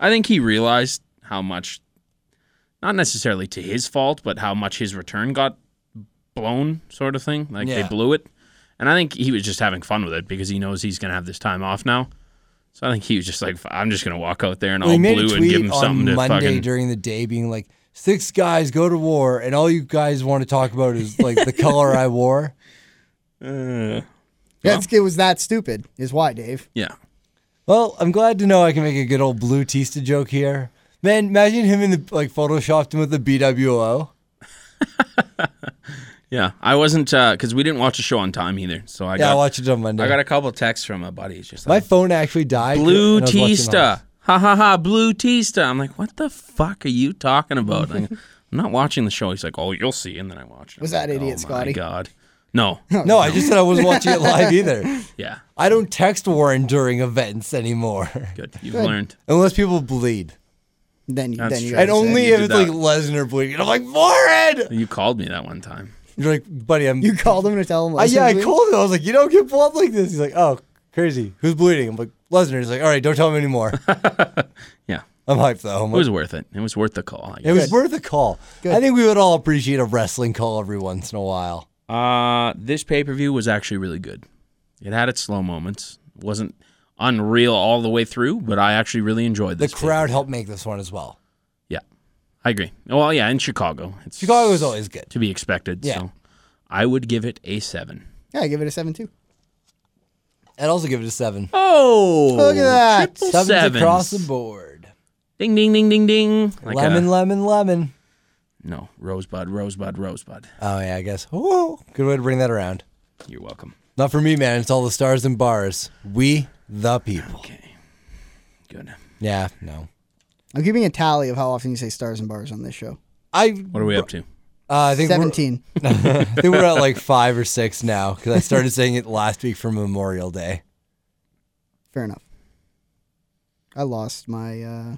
S4: I think he realized how much, not necessarily to his fault, but how much his return got blown, sort of thing. Like
S6: Yeah.
S4: they blew it, and I think he was just having fun with it because he knows he's gonna have this time off now. So I think he was just like, I'm just gonna walk out there and
S6: Well, he
S4: all
S6: made a
S4: blue and give
S6: tweet
S4: him
S6: on
S4: something to
S6: Monday
S4: fucking.
S6: during the day, being like, six guys go to war, and all you guys want to talk about is like
S4: (laughs)
S6: the color I wore.
S5: that's, it was that stupid. Is why Dave.
S4: yeah,
S6: Well, I'm glad to know I can make a good old blue tista joke here. Man, imagine him in the like photoshopped him with the BWO.
S4: yeah. I wasn't because we didn't watch a show on time either. So I
S6: Yeah, I
S4: got
S6: watched it on Monday.
S4: I got a couple texts from my buddies just
S6: My
S4: like
S6: phone actually died.
S4: blue
S6: when I was watching
S4: tista.
S6: Hawks.
S4: Ha ha ha, blue tista. I'm like, what the fuck are you talking about?
S6: (laughs)
S4: I'm not watching the show. He's like, oh, you'll see. And then I watched it.
S5: Was
S4: I'm like,
S5: that idiot
S4: oh
S5: Scotty?"
S4: my God. No.
S6: No, I just said I wasn't watching it live either.
S4: yeah.
S6: I don't text Warren during events anymore. (laughs)
S4: Good. You've learned.
S6: Unless people bleed.
S5: Then
S4: That's
S5: then you.
S4: true.
S5: guys
S4: And
S5: said-
S6: And only
S4: you
S6: if
S4: did
S6: it's
S4: that.
S6: like Lesnar bleeding. And I'm like, Warren!
S4: You called me that one time.
S6: You're like, buddy, I'm.
S5: (laughs) you called him to tell him.
S6: I, Uh, yeah, I
S5: Lesnar-
S6: called him. I was like, you don't get blood like this. He's like, oh, crazy. Who's bleeding? I'm like, Lesnar. He's like, all right, don't tell him anymore.
S4: (laughs) Yeah.
S6: I'm hyped though. I'm
S4: It
S6: like,
S4: was worth it. It was worth the call. I
S6: It
S4: guess.
S6: was worth a call. I think we would all appreciate a wrestling call every once in a while.
S4: Uh, this pay per view was actually really good. It had its slow moments. It wasn't unreal all the way through, but I actually really enjoyed
S6: The
S4: this. pay-
S6: crowd helped make this one as well.
S4: Yeah. I agree. Well, yeah, in Chicago. It's
S6: Chicago is always good.
S4: to be expected.
S6: Yeah.
S4: So I would give it a seven.
S5: Yeah, I give it a seven two.
S6: I'd also give it a seven.
S4: Oh,
S5: Look at that.
S4: Triple
S6: Sevens
S4: sevens.
S6: across the board.
S4: Ding, ding, ding, ding, ding. Like
S6: lemon,
S4: a-
S6: lemon, lemon.
S4: no, rosebud, rosebud, rosebud.
S6: Oh yeah, I guess. Whoa, good way to bring that around.
S4: You're welcome.
S6: Not for me, man. It's all the stars and bars. We the people.
S4: Okay, good.
S6: Yeah, no.
S5: I'm keeping a tally of how often you say stars and bars on this show.
S6: I
S4: What are we up to?
S6: uh, I think we're- (laughs)
S5: Seventeen.
S6: I think we're at like five or six now because I started saying it last week for Memorial Day.
S5: Fair enough. I lost my uh,
S6: You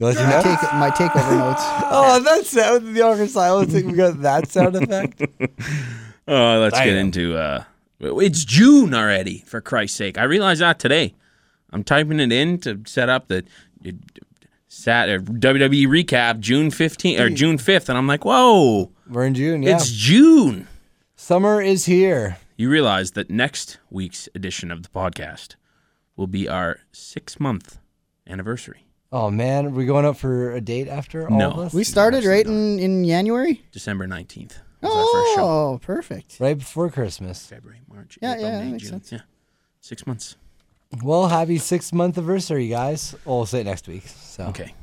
S6: wanna see
S5: my,
S6: that?
S5: take, my
S6: (laughs)
S5: takeover notes.
S6: Oh, that sound the awkward silence. We got that sound effect.
S4: Oh, let's get
S6: Damn.
S4: into. uh It's June already, for Christ's sake. I realized that today. I'm typing it in to set up the it- sat uh, or WWE E recap June 15th or June 5th, and I'm like, whoa,
S6: We're in June. Yeah,
S4: it's June.
S6: summer is here.
S4: you realize that next week's edition of the podcast will be our six month anniversary.
S6: Oh man, are we going up for a date after all
S4: No.
S6: of this?
S5: We started right in, in January.
S4: December 19th was our first show.
S5: Oh, perfect.
S6: right before Christmas.
S4: February, March,
S5: Yeah,
S4: April,
S5: yeah, that
S4: May,
S5: makes
S4: June.
S5: sense.
S4: Yeah. Six months.
S6: Well, happy six month anniversary, guys. Well, we'll say it next week. So,
S4: Okay.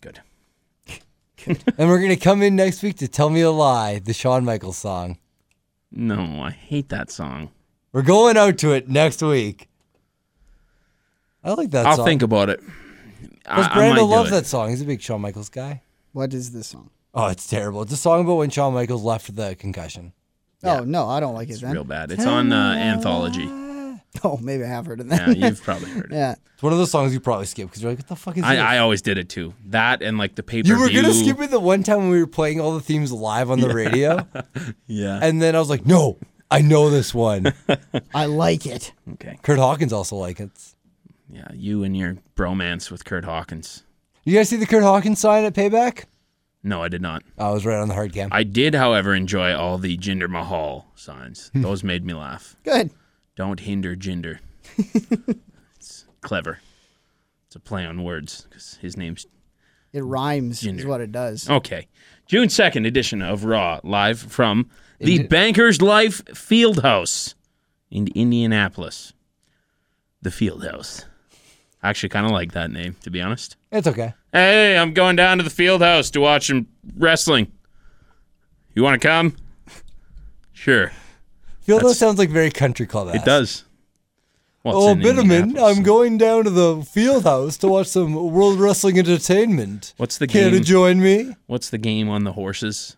S4: Good.
S6: and we're gonna come in next week to tell me a lie, the Shawn Michaels song.
S4: No, I hate that song.
S6: We're going out to it next week. I like that
S4: I'll
S6: song.
S4: think about it.
S6: Because
S4: I, I might
S6: Brandon
S4: do
S6: loves
S4: it.
S6: that song. He's a big Shawn Michaels guy.
S5: What is this song?
S6: Oh, it's terrible. It's a song about when Shawn Michaels left for the concussion.
S5: Oh no, I don't like it
S4: It's
S5: then.
S4: real bad. It's on uh, Anthology.
S5: (laughs) No, Oh, maybe I have heard of
S4: Yeah,
S5: that. (laughs)
S4: you've probably heard it.
S5: yeah.
S6: It's one of those songs you probably skip because you're like, what the fuck is this?
S4: I, I always did it too. That and like the paper.
S6: you were gonna skip it the one time when we were playing all the themes live on the radio,
S4: Yeah.
S6: and then I was like, no, I know
S4: (laughs)
S6: this one.
S5: I like it.
S4: okay.
S6: Kurt Hawkins also like it.
S4: Yeah, you and your bromance with Kurt Hawkins.
S6: You guys see the Kurt Hawkins sign at Payback?
S4: No, I did not.
S6: I was right on the hard cam.
S4: I did, however, enjoy all the Jinder Mahal
S5: (laughs)
S4: signs. Those made me laugh.
S5: Good.
S4: Don't hinder Jinder. (laughs) it's clever. It's a play on words because his name's
S5: It rhymes is
S4: Ginger.
S5: what it does.
S4: Okay. June 2nd edition of Raw, live from the Bankers Life Fieldhouse in Indianapolis. The Fieldhouse. I actually kind of like that name, to be honest.
S6: It's okay.
S4: Hey, I'm going down to the Fieldhouse to watch some wrestling. You want to come? (laughs) Sure.
S6: Fieldo
S4: That's-
S6: sounds like very country club.
S4: It does. Well, it's
S6: Oh,
S4: in
S6: Bitterman,
S4: Indianapolis,
S6: I'm
S4: so-
S6: going down to the Fieldhouse to watch some World Wrestling Entertainment.
S4: What's the
S6: Care to
S4: game?
S6: join me?
S4: What's the game on the horses?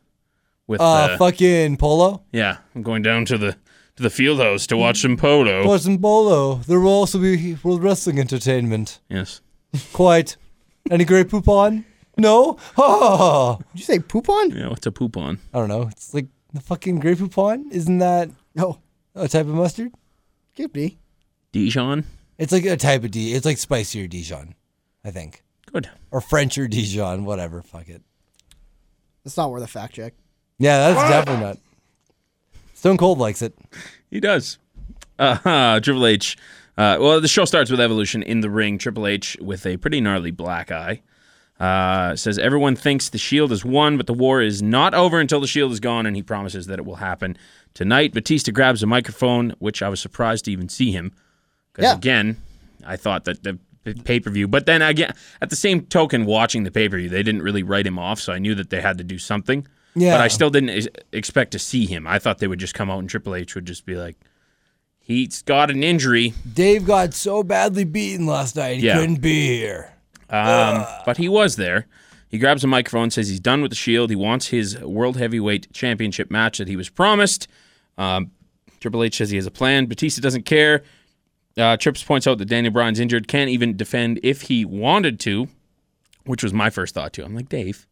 S4: With
S6: Uh,
S4: uh,
S6: fucking polo.
S4: yeah, I'm going down to the to the Fieldhouse to watch some polo.
S6: Watch some polo. There will also be World Wrestling Entertainment.
S4: Yes.
S6: Quite. Any great poupon? No? Oh,
S5: Did you say poop on?
S4: Yeah, what's a poop on?
S6: I don't know. It's like the fucking great poupon. Isn't that
S5: No.
S6: a type of mustard?
S5: Oh, Could be.
S4: Dijon?
S6: It's like a type of D. It's like spicier Dijon, I think.
S4: Good.
S6: Or French or Dijon, whatever. Fuck it.
S5: That's not worth a fact check.
S6: Yeah, that's definitely not. Stone Cold likes it.
S4: He does. Uh, Triple H. Uh, well, the show starts with Evolution in the ring. Triple H with a pretty gnarly black eye. Uh, says everyone thinks the Shield is won, but the war is not over until the Shield is gone, and he promises that it will happen tonight. Batista grabs a microphone, which I was surprised to even see him. Because
S5: Yeah.
S4: again, I thought that the pay per view, but then again, at the same token, watching the pay per view, they didn't really write him off, so I knew that they had to do something.
S6: Yeah.
S4: But I still didn't ex- expect to see him. I thought they would just come out and Triple H would just be like, he's got an injury,
S6: Dave got so badly beaten last night, he
S4: Yeah.
S6: couldn't be here.
S4: um, but he was there. He grabs a microphone, says he's done with the Shield. He wants his World Heavyweight Championship match that he was promised. Um, Triple H says he has a plan. Batista doesn't care. Uh, Trips points out that Daniel Bryan's injured, can't even defend if he wanted to, which was my first thought too. I'm like, Dave,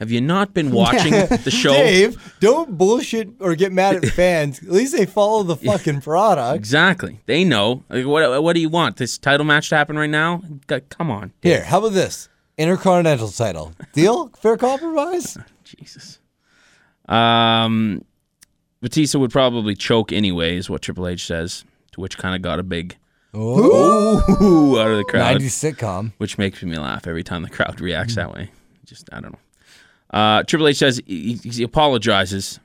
S4: have you not been watching the show?
S6: Dave, don't bullshit or get mad at fans. At least they follow the fucking product.
S4: Exactly. They know. Like, what, what do you want? This title match to happen right now? G- come on.
S6: Here, how about this? Intercontinental title. Deal? Fair compromise?
S4: Jesus. Um, Batista would probably choke anyway, is what Triple H says, to which kind of got a big ooh out of the crowd,
S6: 90s sitcom.
S4: which makes me laugh every time the crowd reacts
S5: Mm.
S4: that way. Just, I don't know. Uh, Triple H says he, he- he apologizes,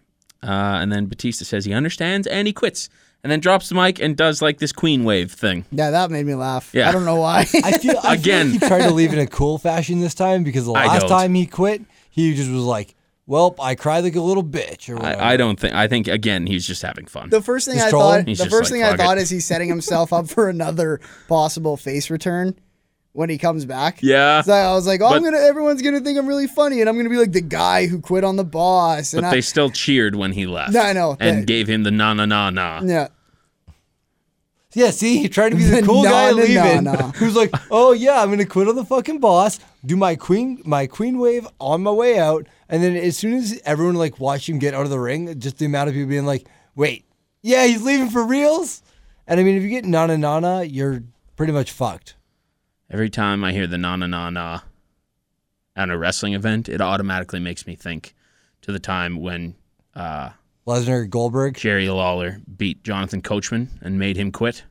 S4: uh, and then Batista says he understands and he quits, and then drops the mic and does like this Queen wave thing.
S5: Yeah, that made me laugh. I
S4: Yeah.
S5: don't
S4: (laughs)
S5: know why.
S6: I feel, I
S4: Again.
S6: feel like he tried to leave in a cool fashion this time because the
S4: I
S6: last
S4: don't.
S6: time he quit, he just was like, well, I cried like a little bitch or whatever.
S4: I, I don't think, I think, again, he's just having fun.
S5: the first thing
S6: He's
S5: I
S6: trolling?
S5: thought
S4: He's
S5: the
S4: just
S5: first
S4: like,
S5: thing I
S4: "Fuck it."
S5: thought is he's setting himself up for another possible face return when he comes back.
S4: Yeah.
S5: So I was like, oh, I'm
S4: But-
S5: gonna everyone's gonna think I'm really funny and I'm gonna be like the guy who quit on the boss. And
S4: but
S5: I,
S4: they still cheered when he left.
S5: No, I know.
S4: And
S5: They-
S4: gave him the na na na na.
S5: yeah.
S6: Yeah, see, he tried to be the
S5: The
S6: cool guy
S5: na-na-na-na.
S6: leaving, (laughs) who's like, "Oh yeah, I'm gonna quit on the fucking boss, do my queen, my queen wave on my way out." And then as soon as everyone like watched him get out of the ring, just the amount of people being like, "Wait, yeah, he's leaving for reals." And I mean, if you get Nana Nana, you're pretty much fucked.
S4: Every time I hear the na na na na at a wrestling event, it automatically makes me think to the time when uh,
S6: Lesnar Goldberg.
S4: Jerry Lawler beat Jonathan Coachman and made him quit.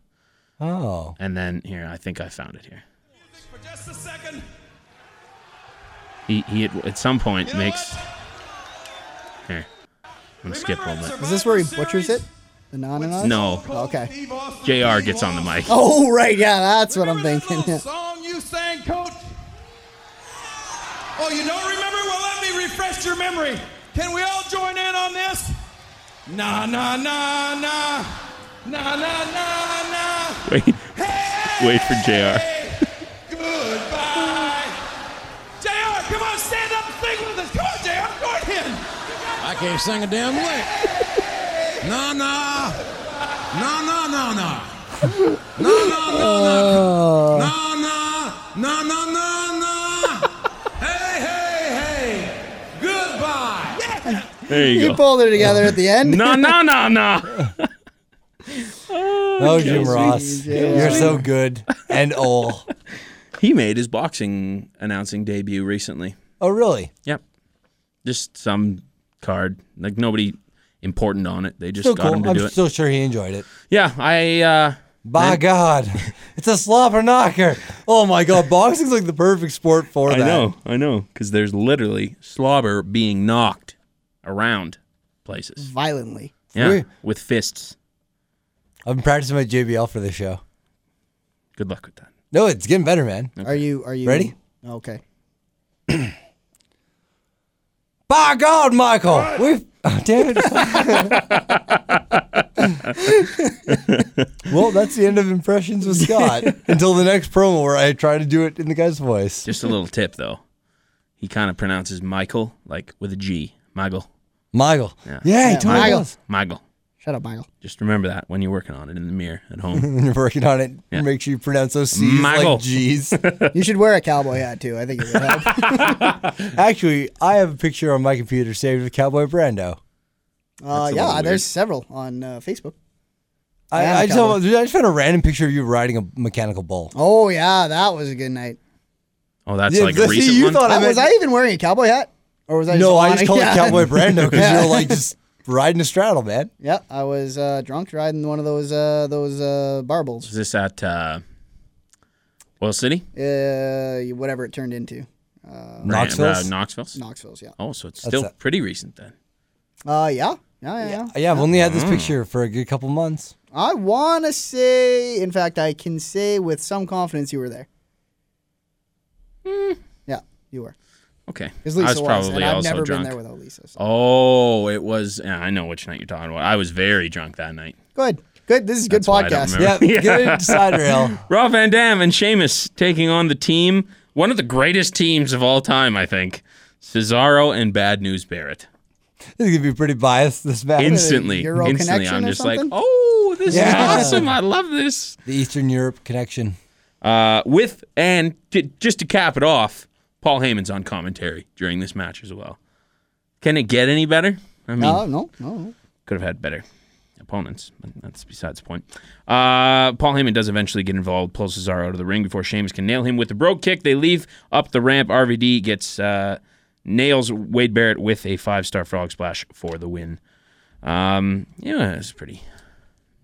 S6: Oh,
S4: And then here, I think I found it here.
S7: For just a second.
S4: He, he at, at some point makes here. I'm gonna skip a little bit.
S5: Is this where he butchers it? The non
S4: No,
S5: Okay.
S4: Jr. gets on the mic.
S5: Oh right, yeah, that's what I'm thinking.
S7: That little song you sang, coach. Oh, you don't remember? Well, let me refresh your memory. Can we all join in on this? Na na na na. Na na na na.
S4: (laughs) Wait,
S7: Hey!
S4: wait for Jr.
S7: Goodbye. JR, come on, stand up and sing with us. Come on, JR, go ahead.
S8: I can't sing a damn lick. No, no. No, no, no, no.
S7: No, no, no, no. No, no, no, no, no, no. Hey, hey, hey. Goodbye.
S4: There you
S5: You
S4: go.
S5: pulled it together
S6: (laughs)
S5: at the end.
S4: No, no, no, no.
S6: Oh, Jim Ross, you're so good and old.
S4: (laughs) He made his boxing announcing debut recently.
S6: Oh, really?
S4: Yep. Just some card. Like nobody important on it. They just
S6: Still
S4: got him
S6: cool.
S4: to do
S6: I'm
S4: it.
S6: still sure he enjoyed it.
S4: yeah, I uh
S6: By
S4: Then-
S6: God, (laughs) it's a slobber knocker. Oh my God, boxing's like the perfect sport for
S4: I
S6: that.
S4: know, I know. Because there's literally slobber being knocked around places.
S5: Violently.
S4: Yeah.
S6: Really?
S4: With fists.
S6: I've been practicing my JBL for this show.
S4: Good luck with that.
S6: No, it's getting better, man.
S5: Are you are you
S6: Ready?
S5: Okay.
S6: By God, Michael, we. (laughs) Oh,
S4: (laughs)
S6: damn it. well, that's the end of impressions with
S4: (laughs)
S6: Scott until the next promo where I try to do it in the guy's voice.
S4: Just a little tip though. He kind of pronounces Michael like with a G. Michael.
S6: Michael. Yeah, he totally
S5: Michael.
S6: does.
S4: Michael.
S5: Shut up, Michael.
S4: Just remember that when you're working on it in the mirror at home.
S6: (laughs) When you're working on it,
S4: Yeah.
S6: make sure you pronounce those C's
S4: Michael. (laughs)
S6: like G's.
S5: You should wear a cowboy hat too. I think it would
S6: (laughs)
S5: help. Uh,
S6: Actually, I have a picture on my computer saved of Cowboy Brando.
S4: That's
S5: Uh,
S4: a
S5: yeah,
S4: little weird.
S5: there's several on uh, Facebook. I am
S6: I,
S5: a
S6: I, just
S5: cowboy.
S6: I just found a random picture of you riding a mechanical bull.
S5: Oh yeah, that was a good night.
S4: Oh, that's
S6: Yeah,
S4: like a
S6: see,
S4: recent
S6: you
S4: one.
S6: thought I
S5: Uh, was
S6: meant-
S5: I even wearing a cowboy hat? Or was I
S6: no,
S5: just
S6: I
S5: on
S6: just
S5: (laughs)
S6: called
S5: yeah.
S6: it Cowboy Brando because
S5: Yeah.
S6: you're like just riding a straddle, man.
S5: Yeah, I was uh, drunk riding one of those uh, those uh, barbles,
S4: Is this at uh, Oil City?
S5: uh, whatever it turned into.
S6: Knoxville.
S4: Uh, Knoxville's?
S5: Knoxville's, yeah.
S4: Oh, so it's still
S6: it.
S4: pretty recent then.
S5: Uh, yeah, yeah, yeah. yeah.
S6: Yeah, I've only had
S4: Mm.
S6: this picture for a good couple months.
S5: I want to say, in fact, I can say with some confidence you were there. Yeah, you were.
S4: Okay. I
S5: Because Lisa
S4: was probably
S5: and I've
S4: also
S5: never
S4: drunk.
S5: been there without Lisa. So.
S4: oh, it was. yeah, I know which night you're talking about. I was very drunk that night.
S5: Good, good. This is good
S4: That's why I don't
S5: podcast.
S4: remember. (laughs)
S6: Yeah, good side rail.
S4: Rob Van Dam and Sheamus taking on the team, one of the greatest teams of all time, I think. Cesaro and Bad News Barrett.
S6: This is gonna be pretty biased. This match.
S4: Instantly,
S5: Euro
S4: instantly,
S5: connection
S4: I'm
S5: or
S4: just like,
S5: something?
S4: oh, this
S6: Yeah.
S4: is awesome. I love this.
S6: the Eastern Europe connection.
S4: Uh, with and j- just to cap it off, Paul Heyman's on commentary during this match as well. Can it get any better? I mean,
S5: No, no, no.
S4: could have had better opponents, but that's besides the point. Uh, Paul Heyman does eventually get involved, pulls Cesaro out of the ring before Sheamus can nail him with the broke kick. They leave up the ramp. RVD gets uh, nails Wade Barrett with a five star frog splash for the win. Um, yeah, it's pretty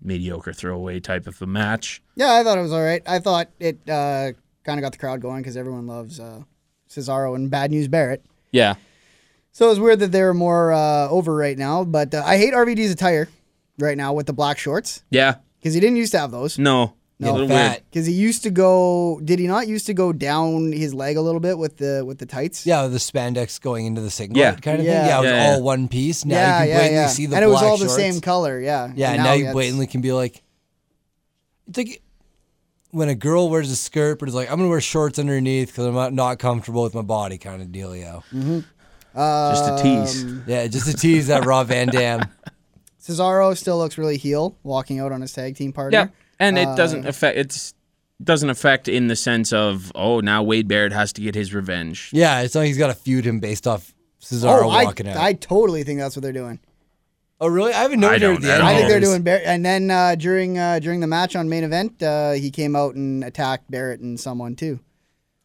S4: mediocre throwaway type of a match.
S5: Yeah, I thought it was all right. I thought it uh, kind of got the crowd going because everyone loves uh, Cesaro and Bad News Barrett.
S4: Yeah.
S5: So it's weird that they're more uh, over right now. But uh, I hate RVD's attire right now with the black shorts
S4: Yeah.
S5: because he didn't used to have those.
S4: No.
S5: No.
S4: a little
S6: Fat.
S4: weird.
S5: Because he used to go, did he not used to go down his leg a little bit with the with the tights?
S6: Yeah, the spandex going into the singlet
S4: Yeah.
S6: kind of
S5: Yeah.
S6: thing. Yeah, it was
S4: Yeah, yeah.
S6: all one piece. Now
S5: yeah,
S6: you can
S5: yeah,
S6: blatantly
S5: yeah.
S6: see the
S5: and it was
S6: black
S5: all the
S6: shorts.
S5: same color. Yeah,
S6: Yeah,
S5: And
S6: now, you
S5: it's-
S6: blatantly can be like, it's like when a girl wears a skirt, but it's like I'm gonna wear shorts underneath because I'm not, not comfortable with my body, kind of dealio.
S5: Mm.
S4: Just a tease.
S6: Yeah, just to tease that Rob
S5: (laughs)
S6: Van Dam.
S5: Cesaro still looks really heel walking out on his tag team partner.
S4: Yeah. And it doesn't affect it's doesn't affect in the sense of oh now Wade Barrett has to get his revenge.
S6: Yeah, it's like he's got to feud him based off Cesaro
S5: Oh, I,
S6: walking out.
S5: I totally think that's what they're doing.
S6: oh, really? I haven't noticed
S4: don't
S6: her at the
S4: at
S6: end.
S4: all.
S5: I think they're
S4: There's-
S5: doing Barrett. And then uh, during uh, during the match on main event, uh, he came out and attacked Barrett and someone too.
S6: (laughs)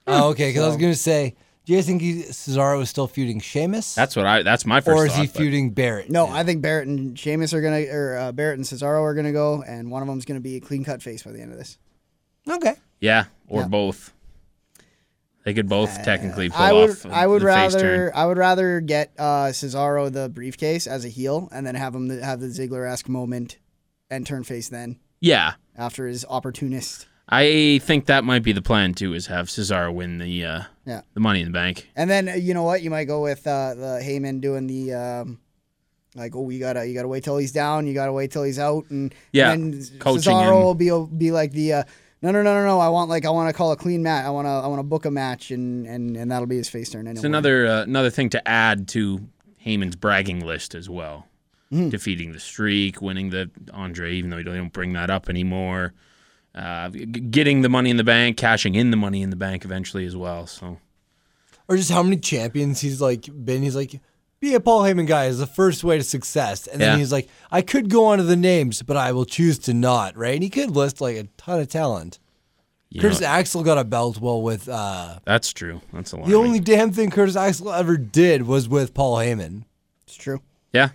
S6: Oh, okay. Because I was gonna say, do you guys think he, Cesaro is still feuding Sheamus?
S4: That's what I. That's my first.
S6: or is he
S4: thought, but-
S6: feuding Barrett?
S5: No,
S6: now?
S5: I think Barrett and Sheamus are gonna, or uh, Barrett and Cesaro are gonna go, and one of them's gonna be a clean cut face by the end of this.
S6: okay.
S4: Yeah, or both. They could both technically pull
S5: I would,
S4: off.
S5: I would
S4: the face turn.
S5: rather, I would rather get uh, Cesaro the briefcase as a heel, and then have him th- have the Ziggler esque moment, and turn face then
S4: Yeah,
S5: after his opportunist.
S4: I think that might be the plan too. Is have Cesaro win the uh,
S5: Yeah.
S4: the Money in the Bank.
S5: And then uh, you know what? You might go with uh, the Heyman doing the um, like, oh, you gotta you gotta wait till he's down, you gotta wait till he's out, and
S4: Yeah,
S5: and then
S4: coaching
S5: Cesaro
S4: him.
S5: will be be like the uh, no no no no no. I want like I want to call a clean match. I want to I want to book a match, and and and that'll be his face turn. Anyway.
S4: It's another uh, another thing to add to Heyman's bragging list as well. Defeating the streak, winning the Andre, even though they don't bring that up anymore. uh, g- getting the money in the bank, cashing in the money in the bank eventually as well. So
S6: Or just how many champions he's like been. He's like, be a Paul Heyman guy is the first way to success. And then
S4: Yeah.
S6: he's like, I could go on to the names, but I will choose to not, right? And he could list like a ton of talent.
S4: you know,
S6: Curtis Axel got a belt well with uh
S4: that's true. That's a lot.
S6: the only damn thing Curtis Axel ever did was with Paul Heyman.
S5: It's true.
S4: yeah.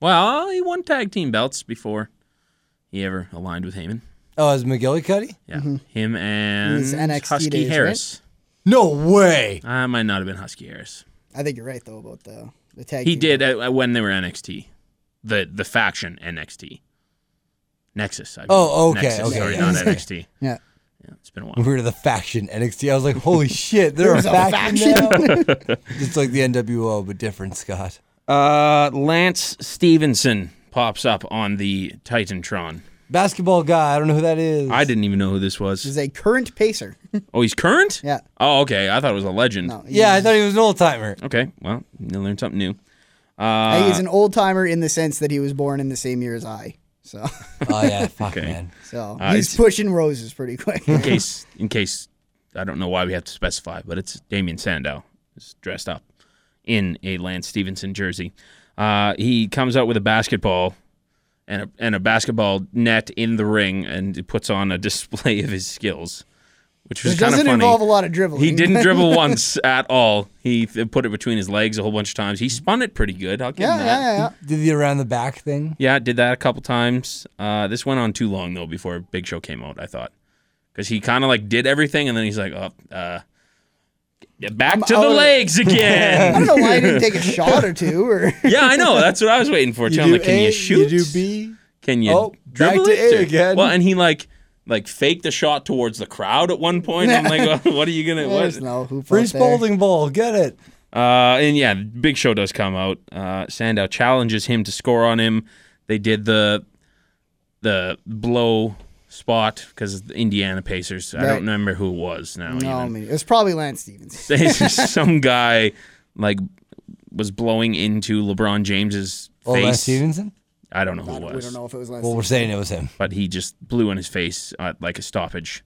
S4: Well, he won tag team belts before he ever aligned with Heyman.
S6: Oh, as McGillicuddy?
S4: Yeah,
S5: Mm-hmm.
S4: him and
S5: His NXT
S4: Husky
S5: days, right?
S4: Harris.
S6: No way.
S4: I might not have been Husky Harris.
S5: I think you're right though about the the tag.
S4: He
S5: team.
S4: did uh, uh, when they were NXT, the the faction NXT, Nexus. I believe.
S6: Oh, okay,
S4: Nexus,
S6: okay,
S4: Sorry,
S6: yeah.
S4: not
S5: (laughs)
S4: NXT.
S5: Yeah.
S4: Yeah, it's been a
S6: We
S4: while.
S6: were the faction NXT. I was like, holy shit, they're a faction, now. it's like the NWO, but different, Scott.
S4: Uh, Lance Stevenson pops up on the Titantron.
S6: Basketball guy. I don't know who that is.
S4: I didn't even know who this was.
S5: He's a current pacer.
S4: Oh, he's current?
S5: Yeah.
S4: Oh, okay. I thought it was a legend.
S5: No,
S6: Yeah, I thought he was an old timer.
S4: Okay. Well, you learned something new. Uh,
S5: he's an old timer in the sense that he was born in the same year as I. So,
S6: Oh yeah, fuck man.
S5: so
S4: Uh,
S5: he's
S4: it's-
S5: pushing roses pretty quick.
S4: In case, in case, I don't know why we have to specify, but it's Damien Sandow is dressed up in a Lance Stevenson jersey. Uh, he comes out with a basketball and a, and a basketball net in the ring, and it puts on a display of his skills, which was
S5: It
S4: kind of
S5: doesn't
S4: funny.
S5: involve a lot of dribbling.
S4: He
S5: (laughs)
S4: didn't dribble once at all. He th- put it between his legs a whole bunch of times. He spun it pretty good. I'll give
S5: Yeah,
S4: him
S5: yeah,
S4: that.
S5: yeah, yeah.
S6: Did the around the back thing?
S4: Yeah, did that a couple times. Uh, this went on too long though before Big Show came out. I thought because he kind of like did everything and then he's like, oh, uh, yeah, back to the
S5: out.
S4: legs
S5: I
S6: (laughs)
S5: don't
S4: again.
S5: know why he
S4: (laughs)
S5: didn't take a shot or two. Or
S4: yeah, I know. That's what I was waiting for. Too. I'm like, can you shoot?
S6: You do B.
S4: Can you
S6: Oh, back
S4: dribble
S6: to
S4: it?
S6: A
S4: Or-
S6: again.
S4: Well, and he like like faked a shot towards the crowd at one point. I'm
S6: (laughs)
S4: like, well, what are you gonna?
S5: (laughs) there's
S4: What?
S5: no hoop
S6: Free
S5: out there.
S6: Spalding ball. Get it.
S4: Uh, and yeah, Big Show does come out. Uh, Sandow challenges him to score on him. They did the the blow spot because the Indiana Pacers. I
S5: Right.
S4: don't remember who it was now. (laughs)
S5: No, I
S4: even.
S5: mean, it was probably Lance Stevens.
S4: some guy like was blowing into LeBron James's
S6: Oh,
S4: face.
S6: Lance Stevenson.
S4: I don't know who it
S5: We
S4: was,
S5: don't know if it was Lance.
S6: Well, we're
S5: Stevens.
S6: saying it was him.
S4: but he just blew in his face at like a stoppage,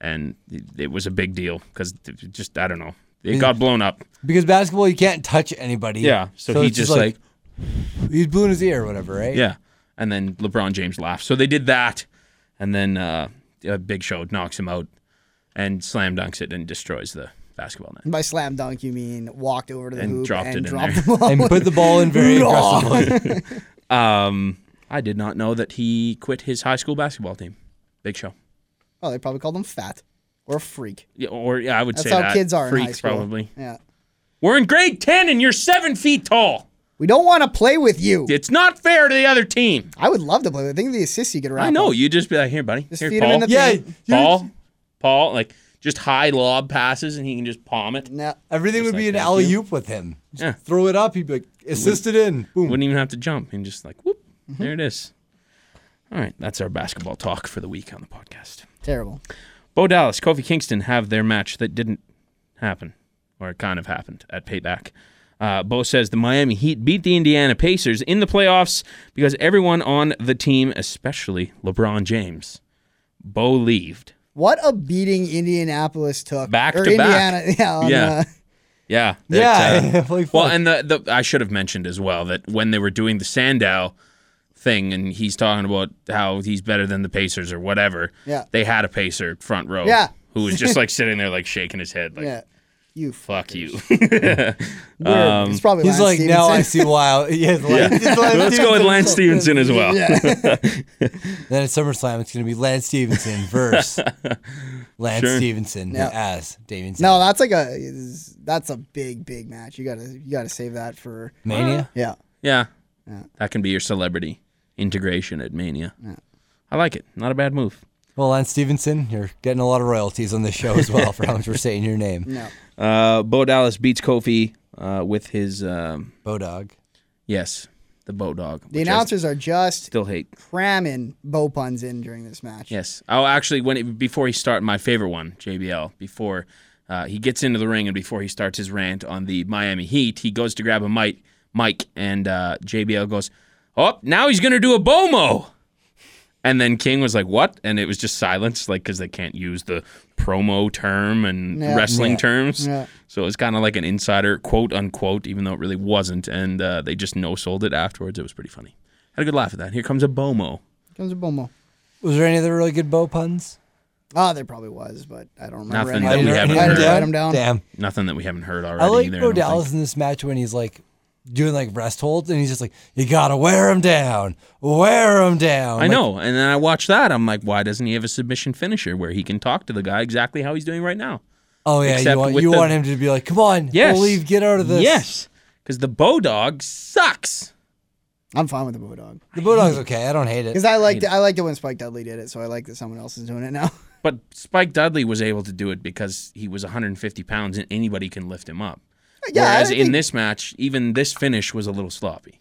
S4: and it, it was a big deal because just I don't know. It got blown up.
S6: Because basketball, you can't touch anybody.
S4: Yeah, so, he
S6: it's
S4: just like
S6: he's blew in his ear or whatever, right?
S4: Yeah. And then LeBron James laughed. So they did that. And then uh, uh, Big Show knocks him out and slam dunks it and destroys the basketball net.
S5: By slam dunk, you mean walked over to the
S4: And
S5: hoop
S4: dropped
S5: and
S4: it in
S5: dropped
S4: there.
S5: the ball.
S4: (laughs)
S6: And put the ball in very
S5: Raw.
S6: aggressively.
S4: I did not know that he quit his high school basketball team. Big Show.
S5: Oh, they probably called him fat or a freak.
S4: Yeah, or yeah, I would
S5: That's
S4: say
S5: how
S4: that.
S5: kids are in high
S4: Freak,
S5: school.
S4: probably.
S5: Yeah,
S4: We're in grade 10 and you're seven feet tall.
S5: we don't want to play with you.
S4: It's not fair to the other team.
S5: I would love to play. with you. Think of the assists you could wrap.
S4: I know.
S5: up.
S4: You just be like, here, buddy.
S5: Just
S4: here,
S5: feed him
S4: Paul.
S5: in the
S6: yeah,
S5: paint.
S6: dude,
S4: Paul. Paul. Like, just high lob passes and he can just palm it.
S5: No.
S6: Everything would
S4: like,
S6: be an
S4: thank
S6: alley oop with him. Just
S4: Yeah.
S6: Throw it up. He'd be like, assist it in. Boom.
S4: Wouldn't even have to jump and just like whoop, there it is. All right, that's our basketball talk for the week on the podcast.
S5: Terrible.
S4: Bo Dallas, Kofi Kingston have their match that didn't happen, or it kind of happened at Payback. Uh, Bo says the Miami Heat beat the Indiana Pacers in the playoffs because everyone on the team, especially LeBron James, Bo leaved.
S5: What a beating Indianapolis took.
S4: Back
S5: or
S4: to back.
S5: Indiana, (laughs) Yeah. on,
S4: Yeah.
S5: uh,
S4: Yeah, it's, uh,
S6: Yeah. (laughs) like,
S4: Well,
S6: fuck.
S4: and the, the I should have mentioned as well that when they were doing the Sandow thing, and he's talking about how he's better than the Pacers or whatever.
S5: Yeah.
S4: they had a Pacer front row.
S5: Yeah.
S4: who was
S5: (laughs)
S4: just like sitting there, like shaking his head, like
S5: yeah. You
S4: "fuck
S5: (laughs)
S4: Um, you."
S5: Weird. it's probably
S6: He's
S5: Lance
S6: like, now
S5: (laughs)
S6: I
S5: Stevenson.
S6: see why. (laughs) I, yeah, Lance-
S4: (laughs)
S6: it's Lance
S4: Let's go with
S6: Stevenson.
S4: Lance Stevenson as well.
S5: (laughs)
S6: Then at SummerSlam, it's going to be Lance Stevenson
S4: (laughs)
S6: versus Lance Stevenson
S5: Yeah.
S6: as Damien.
S5: No,
S6: Sandow.
S5: that's like a is- that's a big big match. You gotta you gotta save that for
S6: Mania.
S5: yeah.
S4: (laughs) Yeah. that can be your celebrity integration at Mania. I like it. Not a bad move.
S6: Well, Lance Stevenson, you're getting a lot of royalties on this show as well for how much we're saying your name.
S5: (laughs) No,
S4: Uh, Bo Dallas beats Kofi uh, with his um,
S6: Bodog. yes.
S4: yes, the Bo Dog.
S5: the
S4: which I
S5: announcers are just
S4: still hate.
S5: cramming bow puns in during this match.
S4: Yes. Oh, actually, when it, before he start my favorite one, JBL, before uh, he gets into the ring and before he starts his rant on the Miami Heat, he goes to grab a mic, mic, and uh, JBL goes, "Oh, now he's gonna do a bomo," And then King was like, "What?" And it was just silence, like because they can't use the promo term and
S5: Yeah.
S4: wrestling
S5: Yeah.
S4: terms.
S5: Yeah.
S4: So it's kind of like an insider quote unquote, even though it really wasn't. And uh, they just no sold it afterwards. It was pretty funny. Had a good laugh at that. Here comes a bomo.
S5: Comes a bomo.
S6: Was there any other really good bow puns?
S5: Ah, there probably was, but I don't remember.
S4: Nothing
S5: any.
S4: that
S5: I
S4: we
S5: didn't-
S4: haven't
S5: I
S4: heard.
S5: didn't write 'em down.
S6: Damn.
S4: Nothing that we haven't heard already.
S6: I like
S4: either,
S6: Bo
S4: don't think.
S6: Dallas in this match when he's like doing like rest holds and he's just like, you gotta wear him down, wear him down.
S4: I
S6: Like,
S4: know. And then I watched that. I'm like, why doesn't he have a submission finisher where he can talk to the guy exactly how he's doing right now?
S6: Oh yeah,
S4: Except
S6: you want
S4: with
S6: you
S4: the-
S6: want him to be like, come on,
S4: Yes.
S6: believe, get out of this.
S4: Yes. Because the Bodog sucks.
S5: I'm fine with the bulldog
S6: the Bulldog's okay. I don't hate it.
S5: because I liked it. I liked it when Spike Dudley did it, so I like that someone else is doing it now. (laughs)
S4: But Spike Dudley was able to do it because he was 150 pounds and anybody can lift him up.
S5: Yeah, I
S4: Whereas in
S5: think-
S4: this match, even this finish was a little sloppy.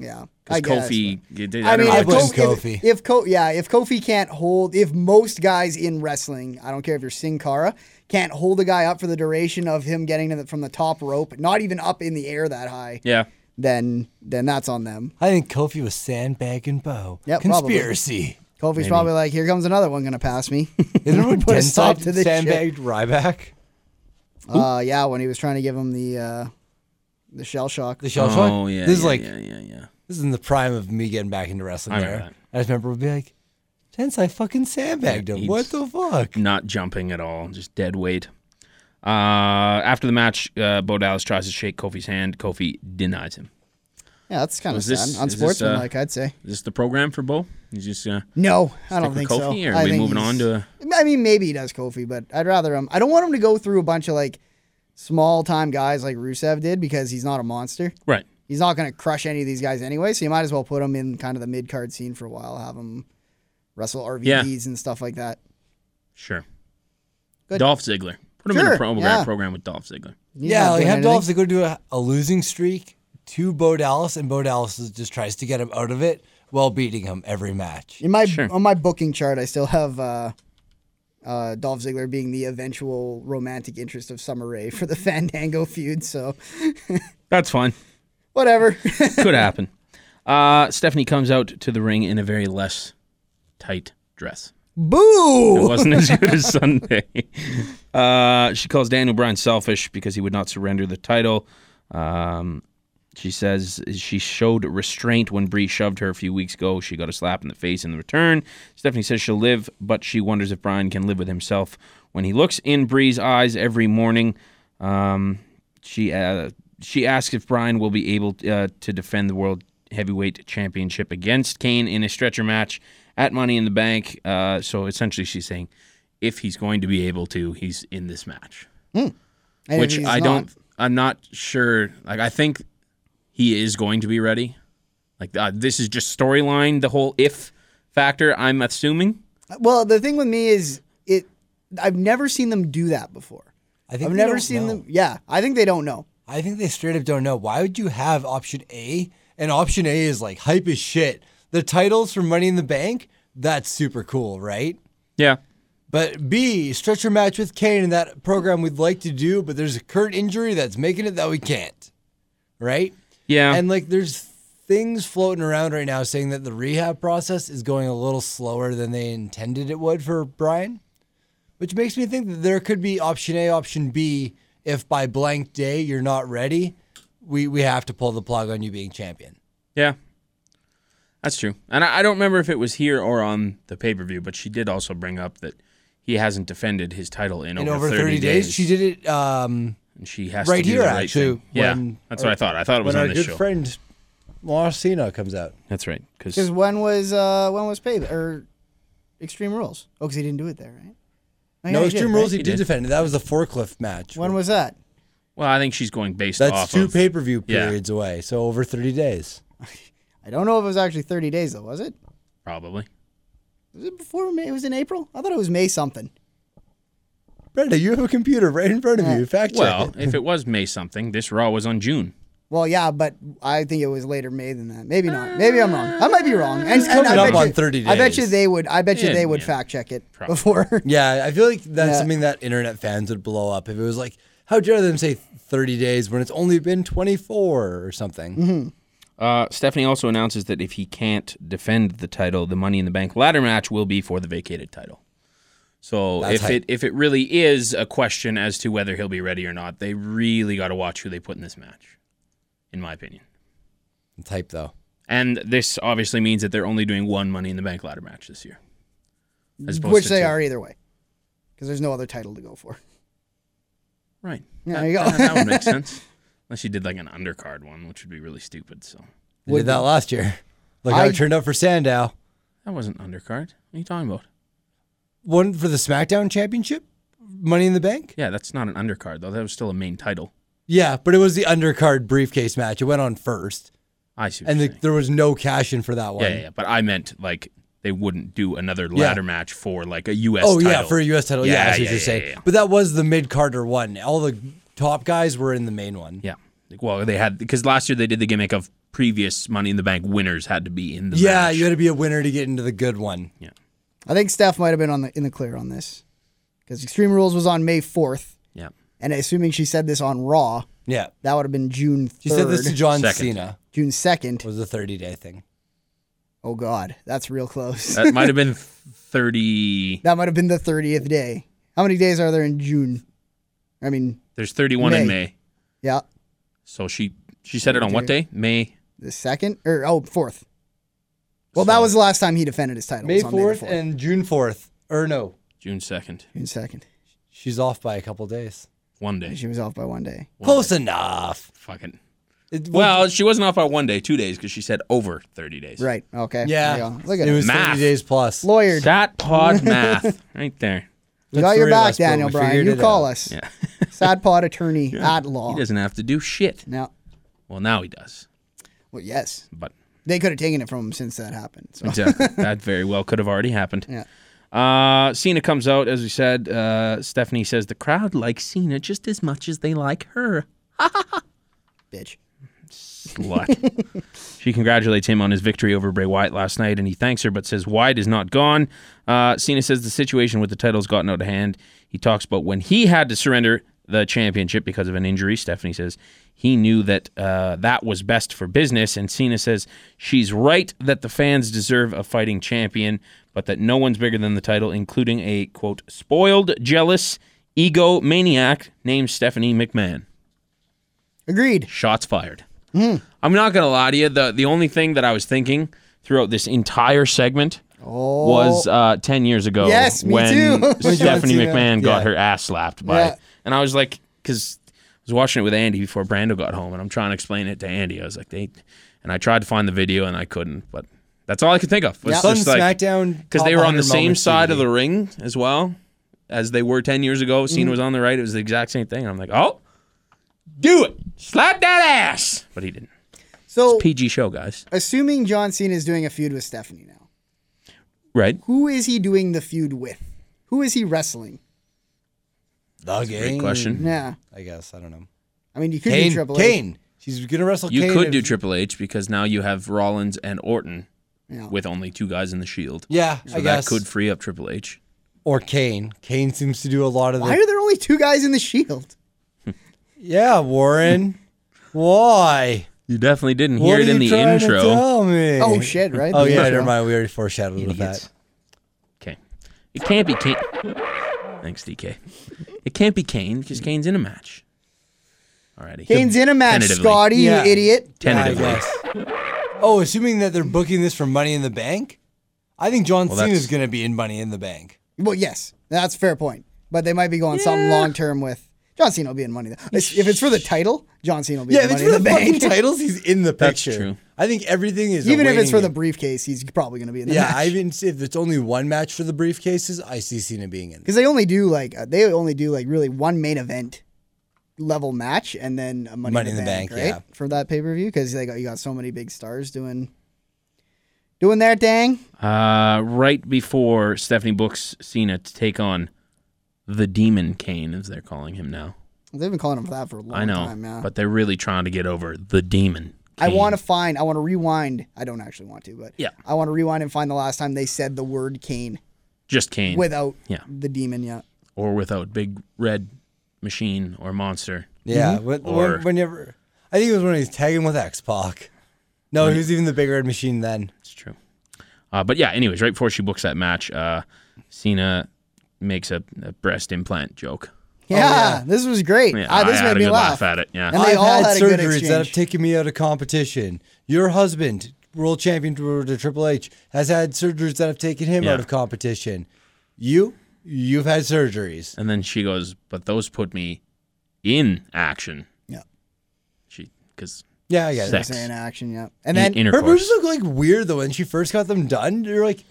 S5: yeah, I
S4: Because
S5: guess.
S4: Kofi, it did- I,
S5: I
S4: don't
S5: mean,
S4: know.
S5: if
S6: I blame
S5: Kofi,
S6: Kofi.
S5: If, if Ko- yeah, if Kofi can't hold, if most guys in wrestling, I don't care if you're Sin Cara, can't hold a guy up for the duration of him getting to the, from the top rope, not even up in the air that high,
S4: yeah.
S5: then then that's on them.
S6: I think Kofi was sandbagging Bo.
S5: Yeah, probably.
S6: conspiracy.
S5: Kofi's probably like, here comes another one gonna pass me.
S6: Isn't it
S5: (laughs)
S6: when
S5: Put a stop
S6: Tensai
S5: to this shit.
S6: sandbagged Ryback?
S5: uh, yeah, when he was trying to give him the uh, the shell shock.
S6: The shell shock.
S4: Oh, yeah.
S6: This is
S4: yeah,
S6: like
S4: yeah, yeah, yeah.
S6: this is in the prime of me getting back into wrestling.
S4: I
S6: there,
S4: remember
S6: I just remember being like, Tensai fucking sandbagged him.
S4: he
S6: What
S4: just-
S6: the fuck?
S4: not jumping at all, just dead weight. Uh, after the match, uh, Bo Dallas tries to shake Kofi's hand. Kofi denies him.
S5: Yeah, that's kind of
S4: Was this- is
S5: sad.
S4: this, uh,
S5: Unsportsmanlike, I'd say.
S4: Is this the program for Bo? He's just uh,
S5: No, I don't
S4: with
S5: think so.
S4: Kofi, or are
S5: I
S4: we
S5: think
S4: moving
S5: he's-
S4: on to a-
S5: I mean, maybe he does Kofi, but I'd rather him. I don't want him to go through a bunch of like small time guys like Rusev did because he's not a monster.
S4: right.
S5: He's not going to crush any of these guys anyway, so you might as well put him in kind of the mid card scene for a while, have him wrestle RVDs and stuff like that.
S4: Sure.
S5: Good.
S4: Dolph Ziggler. Put him in a
S5: Sure,
S4: program
S5: yeah.
S4: program with Dolph Ziggler.
S5: He's
S6: Yeah,
S5: not
S6: like
S5: doing
S6: have
S5: anything.
S6: Dolph to go do a, a losing streak to Bo Dallas, and Bo Dallas is- just tries to get him out of it while beating him every match.
S5: In my
S4: Sure.
S5: on my booking chart, I still have uh, uh, Dolph Ziggler being the eventual romantic interest of Summer Rae for the (laughs) Fandango feud. So
S4: That's fine.
S5: whatever.
S4: Could happen. (laughs) Uh, Stephanie comes out to the ring in a very less tight dress. It
S5: Boo!
S4: wasn't as good as Sunday. (laughs) Uh, she calls Daniel Bryan selfish because he would not surrender the title. Um, she says she showed restraint when Bree shoved her a few weeks ago. She got a slap in the face in the return. Stephanie says she'll live, but she wonders if Bryan can live with himself when he looks in Bree's eyes every morning. Um, she uh, she asks if Bryan will be able uh, to defend the world heavyweight championship against Kane in a stretcher match at Money in the Bank. Uh, so essentially, she's saying if he's going to be able to, he's in this match,
S5: And if
S4: which
S5: he's
S4: I
S5: not-
S4: don't. I'm not sure. Like I think he is going to be ready. Like uh, this is just storyline. The whole if factor. I'm assuming.
S5: Well, the thing with me is it. I've never seen them do that before.
S6: I think
S5: I've
S6: they
S5: never
S6: don't
S5: seen
S6: know.
S5: them. Yeah, I think they don't know.
S6: I think they straight up don't know. Why would you have option A? And option A is like hype as shit. The titles for Money in the Bank, that's super cool, right?
S4: Yeah.
S6: But B, stretcher match with Kane in that program we'd like to do, but there's a current injury that's making it that we can't. Right?
S4: Yeah.
S6: And like there's things floating around right now saying that the rehab process is going a little slower than they intended it would for Brian, which makes me think that there could be option A, option B if by blank day you're not ready, we we have to pull the plug on you being champion.
S4: Yeah. That's true. And I, I don't remember if it was here or on the pay per view, but she did also bring up that he hasn't defended his title in,
S6: In over 30, days, she did it um
S4: and she has
S6: right
S4: to do
S6: here
S4: the right
S6: actually
S4: thing. Yeah.
S6: when
S4: That's what I thought. I thought it was
S6: when our
S4: on this
S6: good
S4: show.
S6: friend Laura Cena comes out.
S4: That's right. Because
S5: Because when was uh when was pay or Extreme Rules? Oh, because he didn't do it there, right? Oh, yeah,
S6: No,
S5: he did,
S6: Extreme
S5: right?
S6: Rules, he, did
S4: did.
S6: defend it. That was the forklift match.
S5: When was that?
S4: well, I think she's going based off
S6: That's two
S4: of
S6: pay per view
S4: Yeah.
S6: periods away, so over 30 days.
S5: I don't know if it was actually 30 days though. Was it?
S4: probably.
S5: Was it before May? It was in April. I thought it was May something.
S6: Brenda, you have a computer right in front of you. Fact check.
S4: Well,
S6: it.
S4: if it was May something, this Raw was on June.
S5: Well, yeah, but I think it was later May than that. Maybe not. Maybe I'm wrong. I might be wrong. And, and
S6: coming
S5: I
S6: up
S5: bet
S6: on
S5: you-
S6: 30
S5: I bet you
S6: days.
S5: they would. I bet you
S4: Yeah,
S5: they would
S4: yeah.
S5: fact check it
S4: Probably.
S5: (laughs)
S6: (laughs)
S5: before.
S6: Yeah, I feel like that's
S5: Yeah.
S6: something that internet fans would blow up if it
S5: Mm-hmm.
S6: was like, how dare them say 30 days when it's only been 24 or something?
S4: Uh, Stephanie also announces that if he can't defend the title, the Money in the Bank ladder match will be for the vacated title. So
S6: That's
S4: if
S6: hype.
S4: it if it really is a question as to whether he'll be ready or not, they really got to watch who they put in this match, in my opinion.
S6: Type though.
S4: And this obviously means that they're only doing one Money in the Bank ladder match this year, as opposed
S5: which
S4: to
S5: they
S4: two.
S5: are either way, because there's no other title to go for.
S4: Right.
S5: Yeah,
S4: that,
S5: there you go.
S4: that- that would
S5: (laughs)
S4: make sense. Unless you did like an undercard one, which would be really stupid. So
S6: They did that last year. (laughs) Like I,
S5: I-
S6: turned up for Sandow.
S4: that wasn't undercard. What are you talking about?
S6: One for the SmackDown Championship, Money in the Bank.
S4: Yeah, that's not an undercard though. That was still a main title.
S6: Yeah, but it was the undercard briefcase match. It went on first,
S4: I see. What
S6: and
S4: you're
S6: the,
S4: saying.
S6: there was no cash in for that one.
S4: yeah, yeah, yeah, but I meant like they wouldn't do another
S6: Yeah.
S4: ladder match for like a U.S.
S6: Oh yeah,
S4: title.
S6: for a U.S. title. Yeah,
S4: Yeah,
S6: that's what
S4: yeah,
S6: you're
S4: yeah,
S6: saying.
S4: yeah, yeah.
S6: But that was the mid Carter one. All the top guys were in the main one.
S4: Yeah. Like, Well, they had because last year they did the gimmick of previous Money in the Bank winners had to be in the
S6: Yeah,
S4: match.
S6: you had to be a winner to get into the good one.
S5: I think Steph might have been on the in the clear on this, because Extreme Rules was on May 4th,
S4: yeah.
S5: and assuming she said this on Raw,
S6: Yeah,
S5: that would have been June 3rd,
S6: she said this to John
S4: Second.
S6: Cena
S5: June 2nd.
S6: was a 30 day thing.
S5: Oh God, that's real close.
S4: That might have been thirty.
S5: (laughs) that might have been the 30th day. How many days are there in June? I mean,
S4: There's thirty-one in
S5: May.
S4: May.
S5: yeah,
S4: So she she said it on what day? May.
S5: the second or oh fourth. Well, that was the last time he defended his title.
S6: May
S5: was on
S6: fourth
S5: the
S6: and June fourth. Or no,
S4: June second.
S5: June second.
S6: she's off by a couple days.
S4: One day.
S5: She was off by one day.
S6: Close enough.
S4: Fucking.
S6: It,
S4: Well, she wasn't off by one day, two days, because she said over thirty days.
S5: Right. Okay. There
S6: yeah,
S5: you go. Look at
S6: it
S5: it.
S6: was
S4: Math.
S6: 30 days plus.
S5: Lawyered.
S4: That
S6: (laughs)
S4: pod math right there.
S5: We
S6: That's
S5: got your
S6: three of
S5: back,
S6: us, but
S5: Daniel
S6: we
S5: Bryan.
S6: figured
S5: You
S6: it
S5: call
S6: out.
S5: us.
S4: Yeah.
S5: Sad pod
S6: (laughs)
S5: attorney at law.
S4: He doesn't have to do shit.
S5: Now,
S4: Well, now he does,
S5: well, yes,
S4: but
S5: they could have taken it from him since that happened. (laughs) So.
S4: exactly. that very well could have already happened.
S5: Yeah.
S4: Uh, Cena comes out, as we said. Uh, Stephanie says the crowd likes Cena just as much as they like her.
S5: Bitch.
S4: Slut. she congratulates him on his victory over Bray Wyatt last night, and he thanks her, but says Wyatt is not gone. Uh, Cena says the situation with the title's gotten out of hand. He talks about when he had to surrender the championship because of an injury. Stephanie says he knew that uh, that was best for business, and Cena says she's right that the fans deserve a fighting champion, but that no one's bigger than the title, including a quote spoiled, jealous, ego maniac named Stephanie McMahon
S5: Agreed.
S4: shots fired.
S5: Hmm.
S4: I'm not gonna lie to you. The the only thing that I was thinking throughout this entire segment was uh, ten years ago.
S5: Oh. Yes, me
S4: when
S5: too. (laughs) When John
S4: Stephanie
S6: Cena-
S4: McMahon got
S6: yeah.
S4: her ass slapped by,
S5: Yeah.
S4: and I was like, because I was watching it with Andy before Brando got home, and I'm trying to explain it to Andy. I was like, they, and I tried to find the video and I couldn't, but. That's all I could think of.
S5: Yeah.
S6: Sun
S4: just like-
S6: SmackDown
S4: because
S6: top
S4: they were on the
S6: 100
S4: same
S6: moments
S4: side of
S6: TV.
S4: the ring as well as they were 10 years ago.
S6: Mm-hmm.
S4: Cena was on the right. It was the exact same thing. I'm like, oh, do it. Slap that ass. But he didn't.
S5: So,
S4: PG show, guys.
S5: assuming John Cena is doing a feud with Stephanie now,
S4: Right.
S5: who is he doing the feud with? Who is he wrestling?
S6: The game.
S4: Great question.
S5: Yeah.
S6: I guess I don't know.
S5: I mean, you could do
S6: Kane.
S5: Triple H.
S6: Kane. She's gonna wrestle.
S4: You
S6: Kane
S4: could
S6: if-
S4: do Triple H because now you have Rollins and Orton
S5: Yeah.
S4: with only two guys in the Shield.
S6: Yeah,
S4: So
S6: I
S4: that
S6: guess.
S4: could free up Triple H.
S6: or Kane. Kane seems to do a lot of
S5: Why
S6: the.
S5: are there only two guys in the Shield?
S6: Yeah, Warren. Why?
S4: You definitely didn't
S6: What
S4: hear
S6: are
S4: it
S6: you
S4: in the
S6: trying
S4: intro.
S6: To tell me.
S5: Oh shit! Right.
S6: Oh
S5: The
S6: yeah,
S5: intro.
S6: never mind. We already foreshadowed with
S4: Idiots.
S6: that.
S4: Okay. It can't be Kane. Thanks, DK. It can't be Kane because Kane's in a match. Alrighty.
S5: Kane's in a match,
S4: Tentatively.
S5: Scotty.
S6: Yeah.
S5: You idiot.
S4: Tentatively.
S6: I guess. Oh, assuming that they're booking this for Money in the Bank, I think John
S4: Well,
S6: Cena's
S4: that's-
S6: going to be in Money in the Bank.
S5: Well, yes, that's a fair point. But they might be going something long term with John Cena will be in money. Though. If it's for the title, John Cena will be
S6: Yeah,
S5: in
S6: if it's
S5: money
S6: for the,
S5: in the
S6: fucking
S5: bank. (laughs)
S6: titles, he's in the
S4: That's
S6: picture.
S4: true.
S6: I think everything is.
S5: Even if it's
S6: awaiting
S5: for the
S6: him.
S5: briefcase, he's probably going to be in the
S6: Yeah,
S5: match.
S6: I even see if it's only one match for the briefcases, I see Cena being in. there.
S5: because they only do like uh, they only do like really one main event level match and then a money,
S6: Money
S5: in the, bank, right? Yeah. For that pay per view, because they got you got so many big stars doing doing their thing.
S4: Uh, right before Stephanie books Cena to take on the Demon Kane, as they're calling him now.
S5: They've been calling him for that for a long
S4: I know,
S5: time. Yeah.
S4: but they're really trying to get over the Demon.
S5: I
S4: Kane.
S5: want to find. I want to rewind. I don't actually want to, but
S4: Yeah.
S5: I want to rewind and find the last time they said the word Kane
S4: just Kane
S5: without
S4: Yeah. Oh,
S5: the demon. Yeah.
S4: or without Big Red Machine or Monster.
S6: Yeah, when,
S5: Mm-hmm.
S4: Or-
S6: when, whenever I think it was when he was tagging with X Pac. No, he was even the bigger Red Machine then.
S4: It's true. Uh, but yeah, anyways, right before she books that match, uh, Cena makes a, a breast implant joke.
S5: Yeah, this was great.
S4: Yeah,
S5: Ah, this
S4: I
S5: made
S4: had a
S5: me
S4: good
S5: laugh.
S4: laugh. at it. Yeah.
S5: And they
S6: I've
S5: all
S6: had,
S5: had a good
S6: surgeries that have
S5: exchange.
S6: taken me out of competition. Your husband, world champion to to Triple H, has had surgeries that have taken him
S4: Yeah.
S6: out of competition. You, you've had surgeries.
S4: and then she goes, "But those put me in action."
S5: Yeah.
S4: She because
S6: Yeah, I get it.
S4: Sex.
S5: Saying action, yeah. And
S4: in,
S5: then
S6: Her
S4: intercourse.
S6: boobs look like weird though when she first got them done. You're like,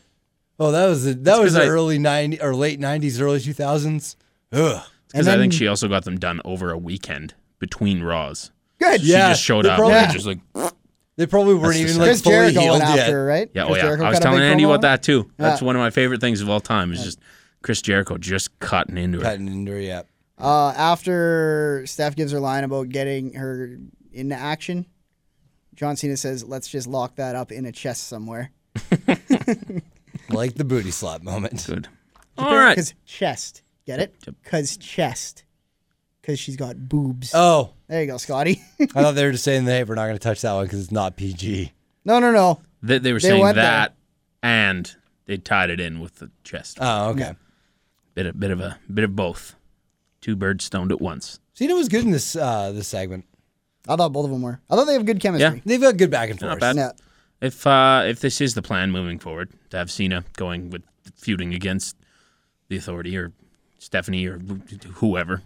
S6: oh, that was the, that
S4: It's
S6: was
S4: 'cause
S6: the
S4: I-
S6: early '90s or late '90s, early 2000s. Ugh.
S4: Because
S5: and
S4: I
S5: then-
S4: think she also got them done over a weekend between Raws.
S5: good.
S4: She
S6: Yeah,
S4: just showed
S6: they
S4: up
S6: probably-
S4: and just like,
S6: They probably weren't
S4: the
S6: even
S4: same.
S6: like
S5: Chris
S6: fully
S5: Jericho
S6: healed
S5: went after
S6: yet.
S5: her, right?
S4: yeah, oh
S5: Chris
S4: yeah.
S5: Jericho
S4: I was
S5: cut a
S4: telling
S5: big
S4: Andy
S5: promo
S4: about
S5: on it?
S4: that too. That's one of my favorite things of all time is just Chris Jericho just cutting into her.
S6: Cutting into her, yeah.
S5: Uh, after Steph gives her line about getting her into action, John Cena says, "Let's just lock that up in a chest somewhere."
S6: Like the booty slap moment.
S4: Good. All right.
S5: Because chest, get it? Because chest, because she's got boobs.
S6: Oh,
S5: There you go, Scotty. (laughs)
S6: I thought they were just saying, hey, we're not going to touch that one because it's not PG.
S5: no, no, no.
S4: They, they were saying
S5: went there.
S4: that, and they tied it in with the chest.
S5: Uh.
S6: Oh, okay.
S4: bit of bit of a bit of both. Two birds stoned at once.
S6: Cena was good in this uh, this segment.
S5: I thought both of them were. I thought they have good chemistry.
S6: They've got good back and forth.
S4: bad.
S5: Yeah.
S4: If uh, if this is the plan moving forward, to have Cena going with feuding against the Authority or Stephanie or whoever,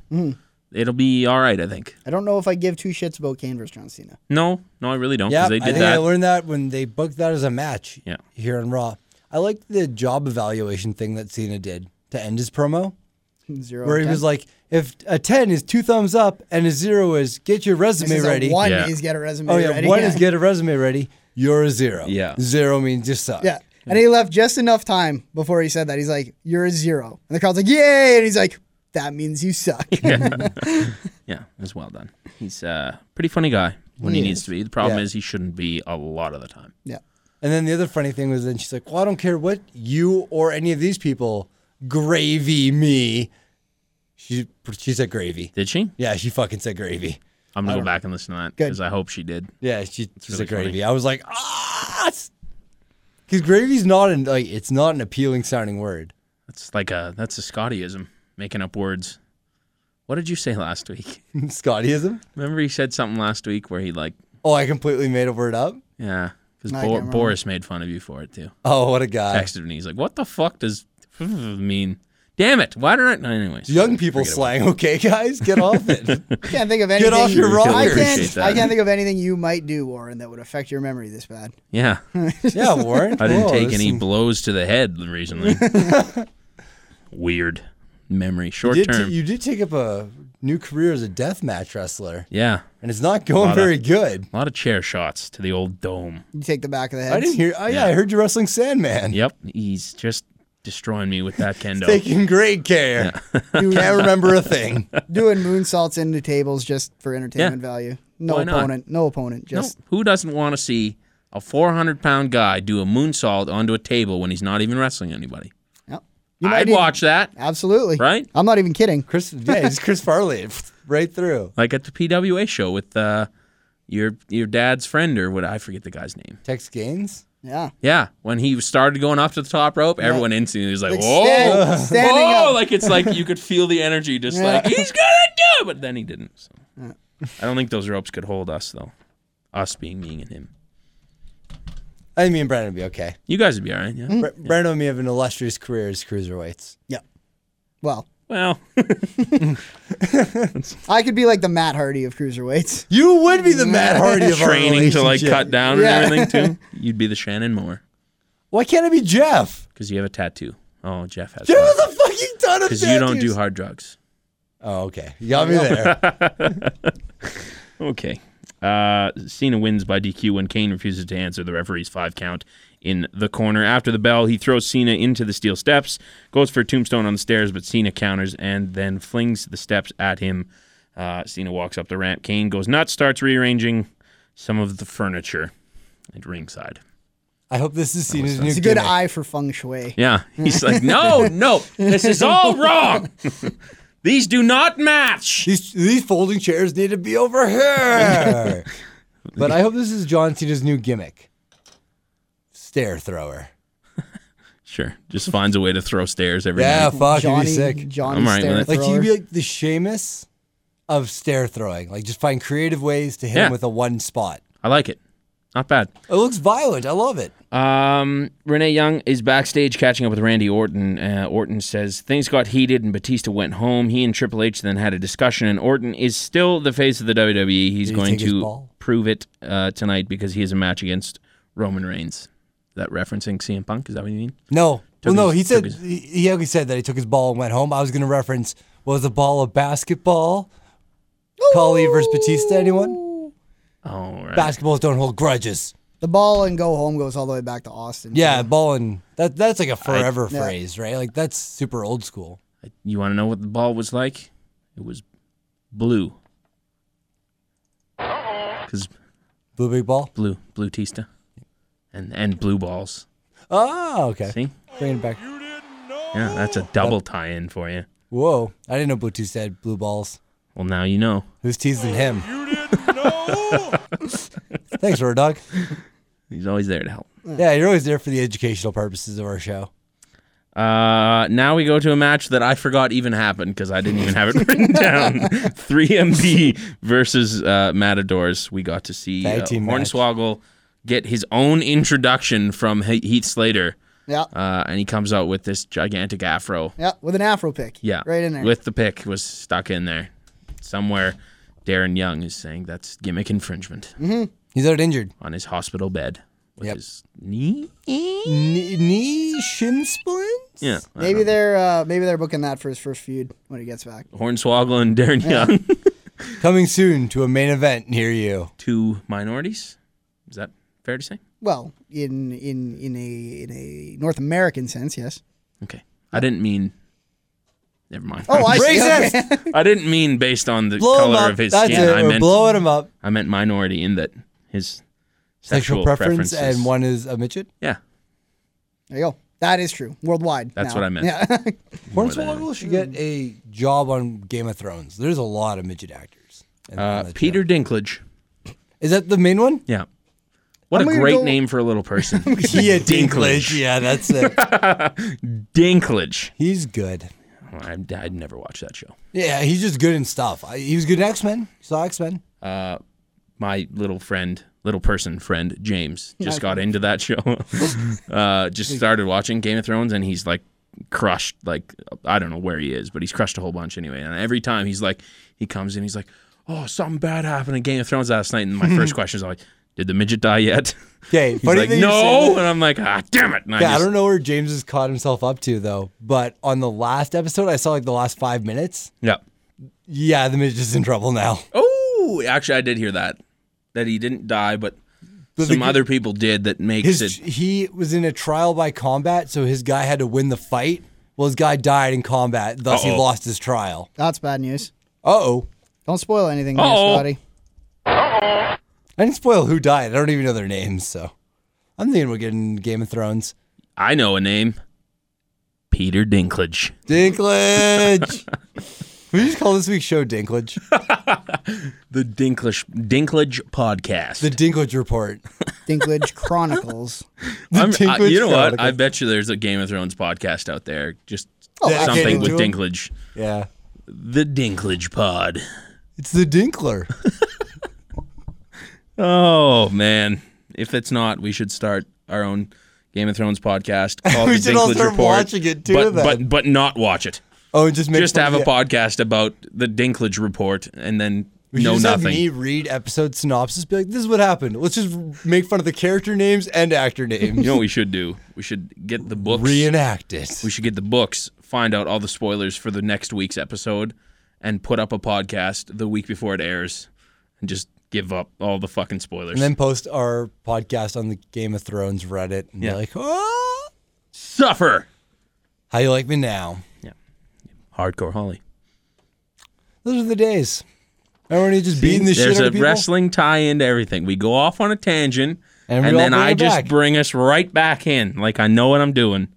S4: it'll be all right. I think.
S5: I don't know if I give two shits about Kane versus John Cena. (laughs)
S4: No, no, I really don't.
S6: Yeah,
S4: because they
S6: I think
S4: did
S6: I
S4: that.
S6: learned that when they booked that as a match
S4: Yeah.
S6: here on Raw. I liked the job evaluation thing that Cena did to end his promo,
S5: Zero.
S6: where
S5: out of
S6: he was
S5: 10.
S6: like, if a 10 is two thumbs up and a zero is get your
S5: This
S6: resume
S5: is a
S6: ready.
S5: one
S4: Yeah.
S5: is get a resume
S6: oh, yeah,
S5: ready.
S6: one is get a resume ready. You're a zero.
S4: Yeah.
S6: Zero means you suck.
S5: Yeah. And he left just enough time before he said that. He's like, You're a zero. And the crowd's like, Yay. And he's like, That means
S4: (laughs)
S5: you suck.
S4: yeah, it was well done. He's a pretty funny guy when he needs to be. The problem
S6: Yeah.
S4: is he shouldn't be a lot of the time.
S5: yeah.
S6: And then the other funny thing was then she's like, Well, I don't care what you or any of these people gravy me. She she said gravy.
S4: Did she?
S6: Yeah, she fucking said gravy.
S4: I'm gonna go back and listen to that
S5: Good.
S4: because I hope she did.
S6: Yeah, she, she
S4: really
S6: said
S4: funny.
S6: gravy. I was like, ah because gravy's not an like it's not an appealing sounding word. (laughs)
S4: That's like a that's a Scottyism, making up words. What did you say last week?
S6: Scottyism?
S4: Remember he said something last week where he like,
S6: Oh, I completely made a word up.
S4: yeah, because
S5: I can't remember.
S4: Boris made fun of you for it too.
S6: Oh, what a guy.
S4: Texted me, he's like, "What the fuck does mean?" Damn it! Why did I? Anyways,
S6: Young people slang, okay, guys? Get off
S4: (laughs)
S6: it.
S5: I can't think of anything.
S6: off your
S5: I
S6: rocker.
S5: can't-
S4: Appreciate that.
S5: I can't think of anything you might do, Warren, that would affect your memory this bad.
S4: yeah,
S6: (laughs) yeah, Warren.
S4: I didn't
S6: Whoa,
S4: take
S6: this
S4: any
S6: is-
S4: blows to the head
S6: (laughs)
S4: recently. Weird memory, short
S6: did
S4: term.
S6: t- you did take up a new career as a death match wrestler.
S4: yeah,
S6: and it's not going
S4: Lotta-
S6: very good.
S4: a lot of chair shots to the old dome.
S5: You take the back of the head.
S6: I didn't hear. Oh, yeah, I heard you wrestling Sandman.
S4: Yep, he's just destroying me with that kendo.
S6: Taking great care. (laughs) Can't remember a thing.
S5: (laughs) Doing moonsaults into tables just for entertainment
S4: Yeah.
S5: value. No
S4: Why not?
S5: opponent. No opponent.
S4: No,
S5: Just
S4: who doesn't want to see a 400 pound guy do a moonsault onto a table when he's not even wrestling anybody?
S5: Yep. You might
S4: I'd
S5: even-
S4: watch that.
S5: Absolutely.
S4: Right?
S5: I'm not even kidding.
S6: (laughs) Chris, yeah, it's Chris Farley (laughs) right through.
S4: Like at the PWA show with uh, your your dad's friend or what I forget the guy's name.
S6: Tex Gaines.
S5: Yeah.
S4: Yeah, when he started going off to the top rope, everyone instantly was like,
S5: Like
S4: "Whoa,
S5: stand- standing
S4: whoa!"
S5: up.
S4: Like it's like you could feel the energy, just
S5: Yeah.
S4: like he's gonna do it. But then he didn't. So. I don't think those ropes could hold us though. Us being me and him.
S6: I mean, Brandon would be okay.
S4: You guys would be all right. Yeah.
S6: Br- Brandon and me have an illustrious career as cruiserweights.
S5: Yep. Well,
S6: (laughs)
S4: Well,
S5: I could be like the Matt Hardy of cruiserweights.
S6: You would be the (laughs) Matt Hardy of our
S4: training to like
S6: relationship.
S4: cut down
S5: Yeah.
S4: and everything
S6: (laughs)
S4: too. You'd be the Shannon Moore
S6: Why can't it be Jeff?
S4: because you have a tattoo. Oh, Jeff has.
S6: Jeff has a fucking ton (laughs) of
S4: Because you don't do
S6: tattoos.
S4: hard drugs.
S6: Oh, okay. You (laughs) got me there.
S4: Okay. Uh, Cena wins by DQ when Kane refuses to answer the referee's five count in the corner. After the bell, he throws Cena into the steel steps, goes for a tombstone on the stairs, but Cena counters and then flings the steps at him. Uh, Cena walks up the ramp. Kane goes nuts, starts rearranging some of the furniture at ringside.
S6: I hope this is Cena's new
S5: It's a good
S6: gimmick.
S5: eye for feng shui.
S4: Yeah. He's like, no, no, this is all wrong. These do not match. (laughs)
S6: (laughs) These, these folding chairs need to be over here. But I hope this is John Cena's new gimmick. Stare thrower.
S4: Sure. Just finds a way to throw stairs every
S6: Yeah,
S4: night.
S6: fuck, it'd
S5: Johnny,
S6: be sick.
S5: Johnny
S4: I'm all right
S5: Stare
S4: with it.
S6: Like
S5: Thrower.
S6: he'd be like the Seamus of stare throwing. Like just find creative ways to hit
S4: Yeah.
S6: him with a one spot.
S4: I like it. Not bad.
S6: It looks violent. I love it.
S4: Um, Renee Young is backstage catching up with Randy Orton. Uh, Orton says things got heated and Batista went home. He and Triple H then had a discussion, and Orton is still the face of the WWE. He's
S6: he
S4: going
S6: take his
S4: to
S6: ball?
S4: prove it uh, tonight because he has a match against Roman Reigns. Is that referencing CM Punk? Is that what you mean?
S6: No. Well, no,
S4: his-
S6: he said
S4: took his-
S6: he, he always said that he took his ball and went home. I was going to reference was the ball a basketball? Kali versus Batista. Anyone?
S4: Oh, right.
S6: Basketballs don't hold grudges.
S5: the ball and go home goes all the way back to Austin.
S6: Yeah,
S5: too.
S6: ball and that that's like a forever
S5: Yeah.
S6: phrase, right? Like that's super old school.
S4: you want to know what the ball was like? It was blue. Because
S6: Blue big ball.
S4: blue, blue Tista, and and blue balls.
S6: Oh, okay.
S4: See,
S6: Bring it back.
S4: yeah, that's a double tie-in for you.
S6: Whoa, I didn't know Bluetooth said blue balls.
S4: Well, now you know.
S6: Who's
S4: Oh,
S6: teasing him? (laughs) Thanks, Road Dog.
S4: He's always there to help.
S6: Yeah, you're always there for the educational purposes of our show.
S4: Uh, now we go to a match that I forgot even happened because I didn't even have it (laughs) written down.
S6: (laughs)
S4: 3MB versus uh, Matadors. We got to see
S6: Tag
S4: uh,
S6: team match.
S4: Hornswoggle get his own introduction from He- Heath Slater,
S5: yeah,
S4: uh, and he comes out with this gigantic afro.
S5: yeah, with an afro pick.
S4: Yeah,
S5: right in there.
S4: With the pick was stuck in there somewhere. Darren Young is saying that's gimmick infringement
S6: He's out injured.
S4: on his hospital bed with
S6: Mm-hmm. Yep.
S4: his knee.
S6: Knee, knee shin splints?
S4: Yeah, I
S5: maybe
S4: don't know.
S5: they're uh, maybe they're booking that for his first feud when he gets back.
S4: Hornswoggle and Darren Young.
S6: Coming soon to a main event near you.
S4: two minorities. Is that fair to say?
S5: Well, in in in a in a North American sense, yes.
S4: Okay. I didn't mean. Never mind.
S5: Oh, I see.
S6: (laughs) Racist!
S5: Okay.
S4: (laughs) I didn't mean based on the
S6: Blow him
S4: color
S6: up.
S4: of his
S6: That's
S4: skin.
S6: it.
S4: I
S6: We're
S4: meant
S6: blowing him up.
S4: I meant minority in that his sexual,
S6: Sexual, preference
S4: preferences.
S6: and one is a midget.
S4: Yeah,
S5: There you go. That is true. Worldwide.
S4: That's
S5: now.
S4: what I meant.
S5: Yeah. (laughs)
S6: Hornswoggle should get a job on Game of Thrones. There's a lot of midget actors. in- on
S4: uh,
S6: that
S4: Peter
S6: show.
S4: Dinklage.
S6: Is that the main one?
S4: Yeah. What
S5: I'm
S4: a
S5: gonna
S4: great
S5: go-
S4: name for a little person.
S6: (laughs) Yeah,
S4: Dinklage.
S6: Yeah, that's it.
S4: Dinklage.
S6: (laughs)
S4: Oh,
S6: He's good.
S4: I, I'd never watch that show.
S6: Yeah, he's just good in stuff. I, he was good in X Men. Saw X Men.
S4: my little friend, little person friend, James, just got into that show. (laughs) uh, just started watching Game of Thrones, and he's like crushed. Like I don't know where he is, but he's crushed a whole bunch anyway. And every time he's like, he comes in, he's like, "Oh, something bad happened in Game of Thrones last night." And my
S6: (laughs)
S4: first question is like, "Did the midget die yet?"
S6: Okay,
S4: he's like, "No," and I'm like, "Ah, damn it!" And (laughs) I
S6: Yeah, I
S4: just-
S6: don't know where James has caught himself up to though. But on the last episode, I saw like the last five minutes.
S4: yeah.
S6: Yeah, the midget's in
S4: (laughs)
S6: trouble now.
S4: Oh, actually, I did hear that that he didn't die, but.
S6: the
S4: Some
S6: g-
S4: other people did that makes
S6: His
S4: it
S6: he was in a trial by combat, so his guy had to win the fight. Well, his guy died in combat, thus he
S4: Uh-oh.
S6: lost his trial.
S5: That's bad news.
S6: Uh oh.
S5: Don't spoil anything, there,
S4: Uh-oh.
S5: Scotty.
S6: I didn't spoil who died. I don't even know their names, so I'm thinking we're getting Game of Thrones.
S4: I know a name. Peter Dinklage. (laughs)
S6: Dinklage. we just call this week's show Dinklage.
S4: The Dinklage Dinklage podcast.
S6: The Dinklage Report.
S4: (laughs)
S5: Dinklage Chronicles.
S4: I'm-
S6: Dinklage
S4: I- you know what?
S6: Chronicles.
S4: I bet you there's a Game of Thrones podcast out there. Just
S6: Oh, I
S4: something
S6: can't
S4: with
S6: do 'em.
S4: Dinklage.
S6: Yeah.
S4: The Dinklage pod.
S6: It's the Dinkler.
S4: Oh man! If it's not, we should start our own Game of Thrones
S6: (laughs)
S4: podcast called
S6: We
S4: the
S6: should
S4: Dinklage
S6: all start
S4: Report.
S6: watching it too,
S4: But,
S6: then.
S4: but but not watch it.
S6: Oh, and just make
S4: Just
S6: fun
S4: have
S6: of
S4: a
S6: the-
S4: podcast about the Dinklage Report and then
S6: We should
S4: know
S6: just
S4: nothing.
S6: Have me read episode synopsis. Be like, this is what happened. Let's just make fun of the character names and actor
S4: You
S6: names.
S4: know what we should do? We should get the (laughs) books.
S6: Reenact it.
S4: We should get the books, find out all the spoilers for the next week's episode, and put up a podcast the week before it airs and just give up all the fucking spoilers.
S6: And then post our podcast on the Game of Thrones Reddit. And yeah.
S4: Yeah.
S6: like, oh,
S4: Suffer!
S6: how you like me now?
S4: Hardcore Holly.
S6: Those are the days. Everyone is just beating the shit
S4: There's
S6: out
S4: a
S6: of people.
S4: wrestling tie into everything. We go off on a tangent,
S6: And
S4: and,
S6: we all
S4: then
S6: bring
S4: I
S6: it
S4: just
S6: back.
S4: bring us right back in. Like I know what I'm doing.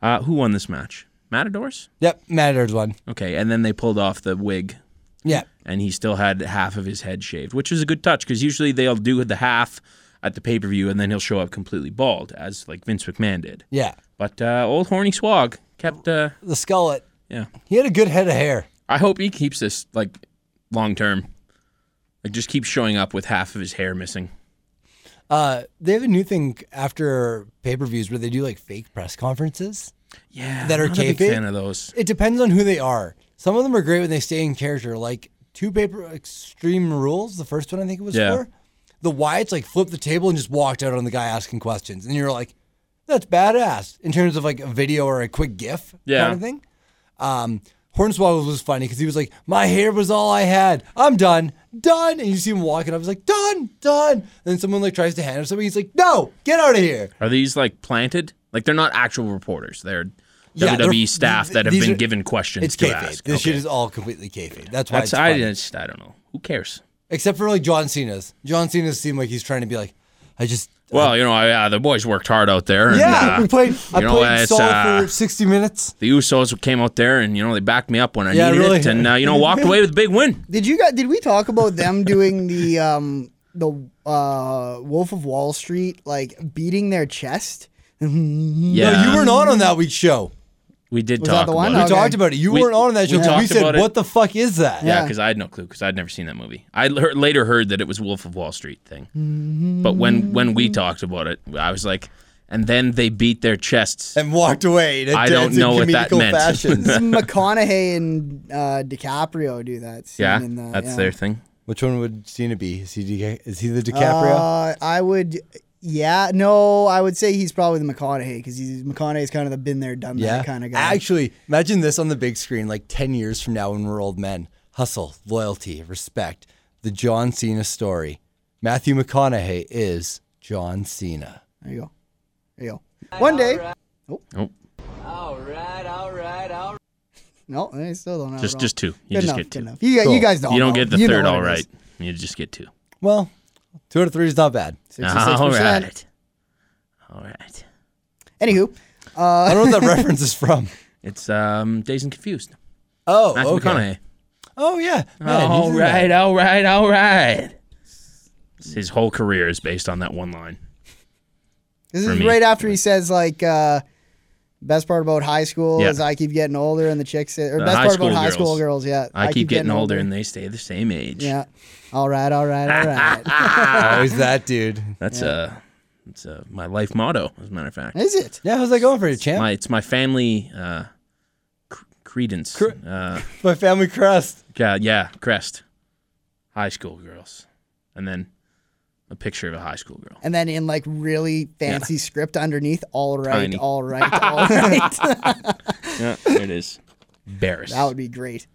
S4: Uh, who won this match? Matadors?
S6: Yep, Matadors won.
S4: Okay, and then they pulled off the wig
S6: Yeah.
S4: and he still had half of his head shaved, which is a good touch because usually they'll do the half at the pay per view and then he'll show up completely bald, as like Vince McMahon did.
S6: Yeah.
S4: But uh, old horny swag kept. Uh,
S6: The skullet.
S4: yeah,
S6: He had a good head of hair.
S4: I hope he keeps this like long term. Like just keeps showing up with half of his hair missing.
S6: Uh, they have a new thing after pay per views where they do like fake press conferences.
S4: Yeah,
S6: That are
S4: not a big
S6: kayfabe?
S4: fan of those.
S6: It depends on who they are. Some of them are great when they stay in character, like two paper extreme rules. The first one I think it was
S4: Yeah.
S6: for the Wyatts like flipped the table and just walked out on the guy asking questions, and you're like, that's badass in terms of like a video or a quick GIF
S4: Yeah.
S6: kind of thing. Um, Hornswoggle was funny because he was like, "My hair was all I had. I'm done, done." And you see him walking up, he's like, "Done, done." And then someone like tries to hand him something. He's like, "No, get out of here."
S4: Are these like planted? Like they're not actual reporters. They're
S6: Yeah, they're-
S4: WWE E staff that have
S6: these
S4: been
S6: are-
S4: given questions
S6: It's
S4: to
S6: kayfabe. This
S4: ask.
S6: shit
S4: Okay.
S6: is all completely kayfabe. That's why
S4: That's
S6: it's
S4: I
S6: funny.
S4: just I don't know. Who cares?
S6: except for like John Cena's. John Cena's seemed like he's trying to be like, I just
S4: Well, you know, I, uh, the boys worked hard out there. And,
S6: yeah,
S4: uh,
S6: we played. I
S4: you know,
S6: played
S4: it's,
S6: solo
S4: uh,
S6: for sixty minutes.
S4: the Usos came out there and you know they backed me up when I
S6: Yeah,
S4: needed
S6: really.
S4: it, and uh, you know walked away with a big win.
S5: Did you guys? Did we talk about them doing the um the uh Wolf of Wall Street like beating their chest?
S4: Yeah,
S6: (laughs) No, you weren't on on that week's show.
S4: we did
S5: Was that
S4: talk
S5: the one?
S4: about
S6: We
S4: it.
S5: Okay.
S6: talked about it. You
S4: We-
S6: weren't on on
S4: we
S6: that show. 'cause
S4: talked about
S6: said,
S4: it.
S6: "What the fuck is that?"
S4: Yeah, because I had no clue because I'd never seen that movie. I l- later heard that it was Wolf of Wall Street thing, but when when we talked about it, I was like, and then they beat their chests.
S6: And walked away. In a
S4: I don't
S6: dancing
S4: know what that
S6: comedical
S4: meant. (laughs)
S6: Fashion.
S5: McConaughey and uh, DiCaprio do that. Scene
S4: Yeah,
S5: in the,
S4: that's
S5: uh, yeah.
S4: their thing.
S6: Which one would Cena be? Is he DK is he the DiCaprio?
S5: Uh, I would. Yeah, no, I would say he's probably the McConaughey because he's McConaughey's kind of the been there, done
S6: yeah,
S5: that kind of guy.
S6: Actually, imagine this on the big screen, like ten years from now, when we're old men. Hustle, loyalty, respect. The John Cena story. Matthew McConaughey is John Cena.
S5: there you go. There you go. One day.
S4: Oh,
S5: No, I still don't know.
S4: just just two. You
S5: good
S4: just
S5: enough,
S4: get
S5: good
S4: two.
S5: enough. You, got- you
S6: Cool.
S5: guys don't.
S4: You don't
S5: know.
S4: get the
S5: You know
S4: third
S5: what it
S4: all
S5: is.
S4: right. You just get two.
S6: Well, two out of three is not bad.
S4: (laughs) All
S5: 66%.
S4: right, all right.
S5: Anywho,
S6: I don't know
S5: (laughs)
S6: what that reference is from.
S4: It's um Days and Confused.
S6: Oh,
S4: Matthew
S6: okay.
S4: McConaughey.
S6: Oh yeah. Man, he's
S4: all
S6: in that.
S4: right, all right, all right. His whole career is based on that one line.
S5: this
S4: For
S5: is
S4: me.
S5: right after he says like. uh Best part about high school
S4: Yeah.
S5: is I keep getting older and the chicks. Or
S4: The
S5: best
S4: high
S5: part
S4: school
S5: about high school
S4: girls.
S5: girls, yeah.
S4: I, keep, getting, older, and they stay the same age.
S5: yeah. All right, all
S4: (laughs)
S5: right, all right.
S6: Always Oh, that dude.
S4: That's uh that's uh my life motto, as a matter of fact.
S5: is it?
S6: Yeah, how's that going for you, champ?
S4: My it's my family uh cr- credence.
S6: Cre-
S4: uh
S6: My family crest.
S4: yeah, yeah, crest. High school girls. And then a picture of a high school girl.
S5: and then in like really fancy script underneath, all right,
S4: Tiny. (laughs)
S5: all right, all right. (laughs)
S4: Yeah, there it is. Barris.
S5: that would be great.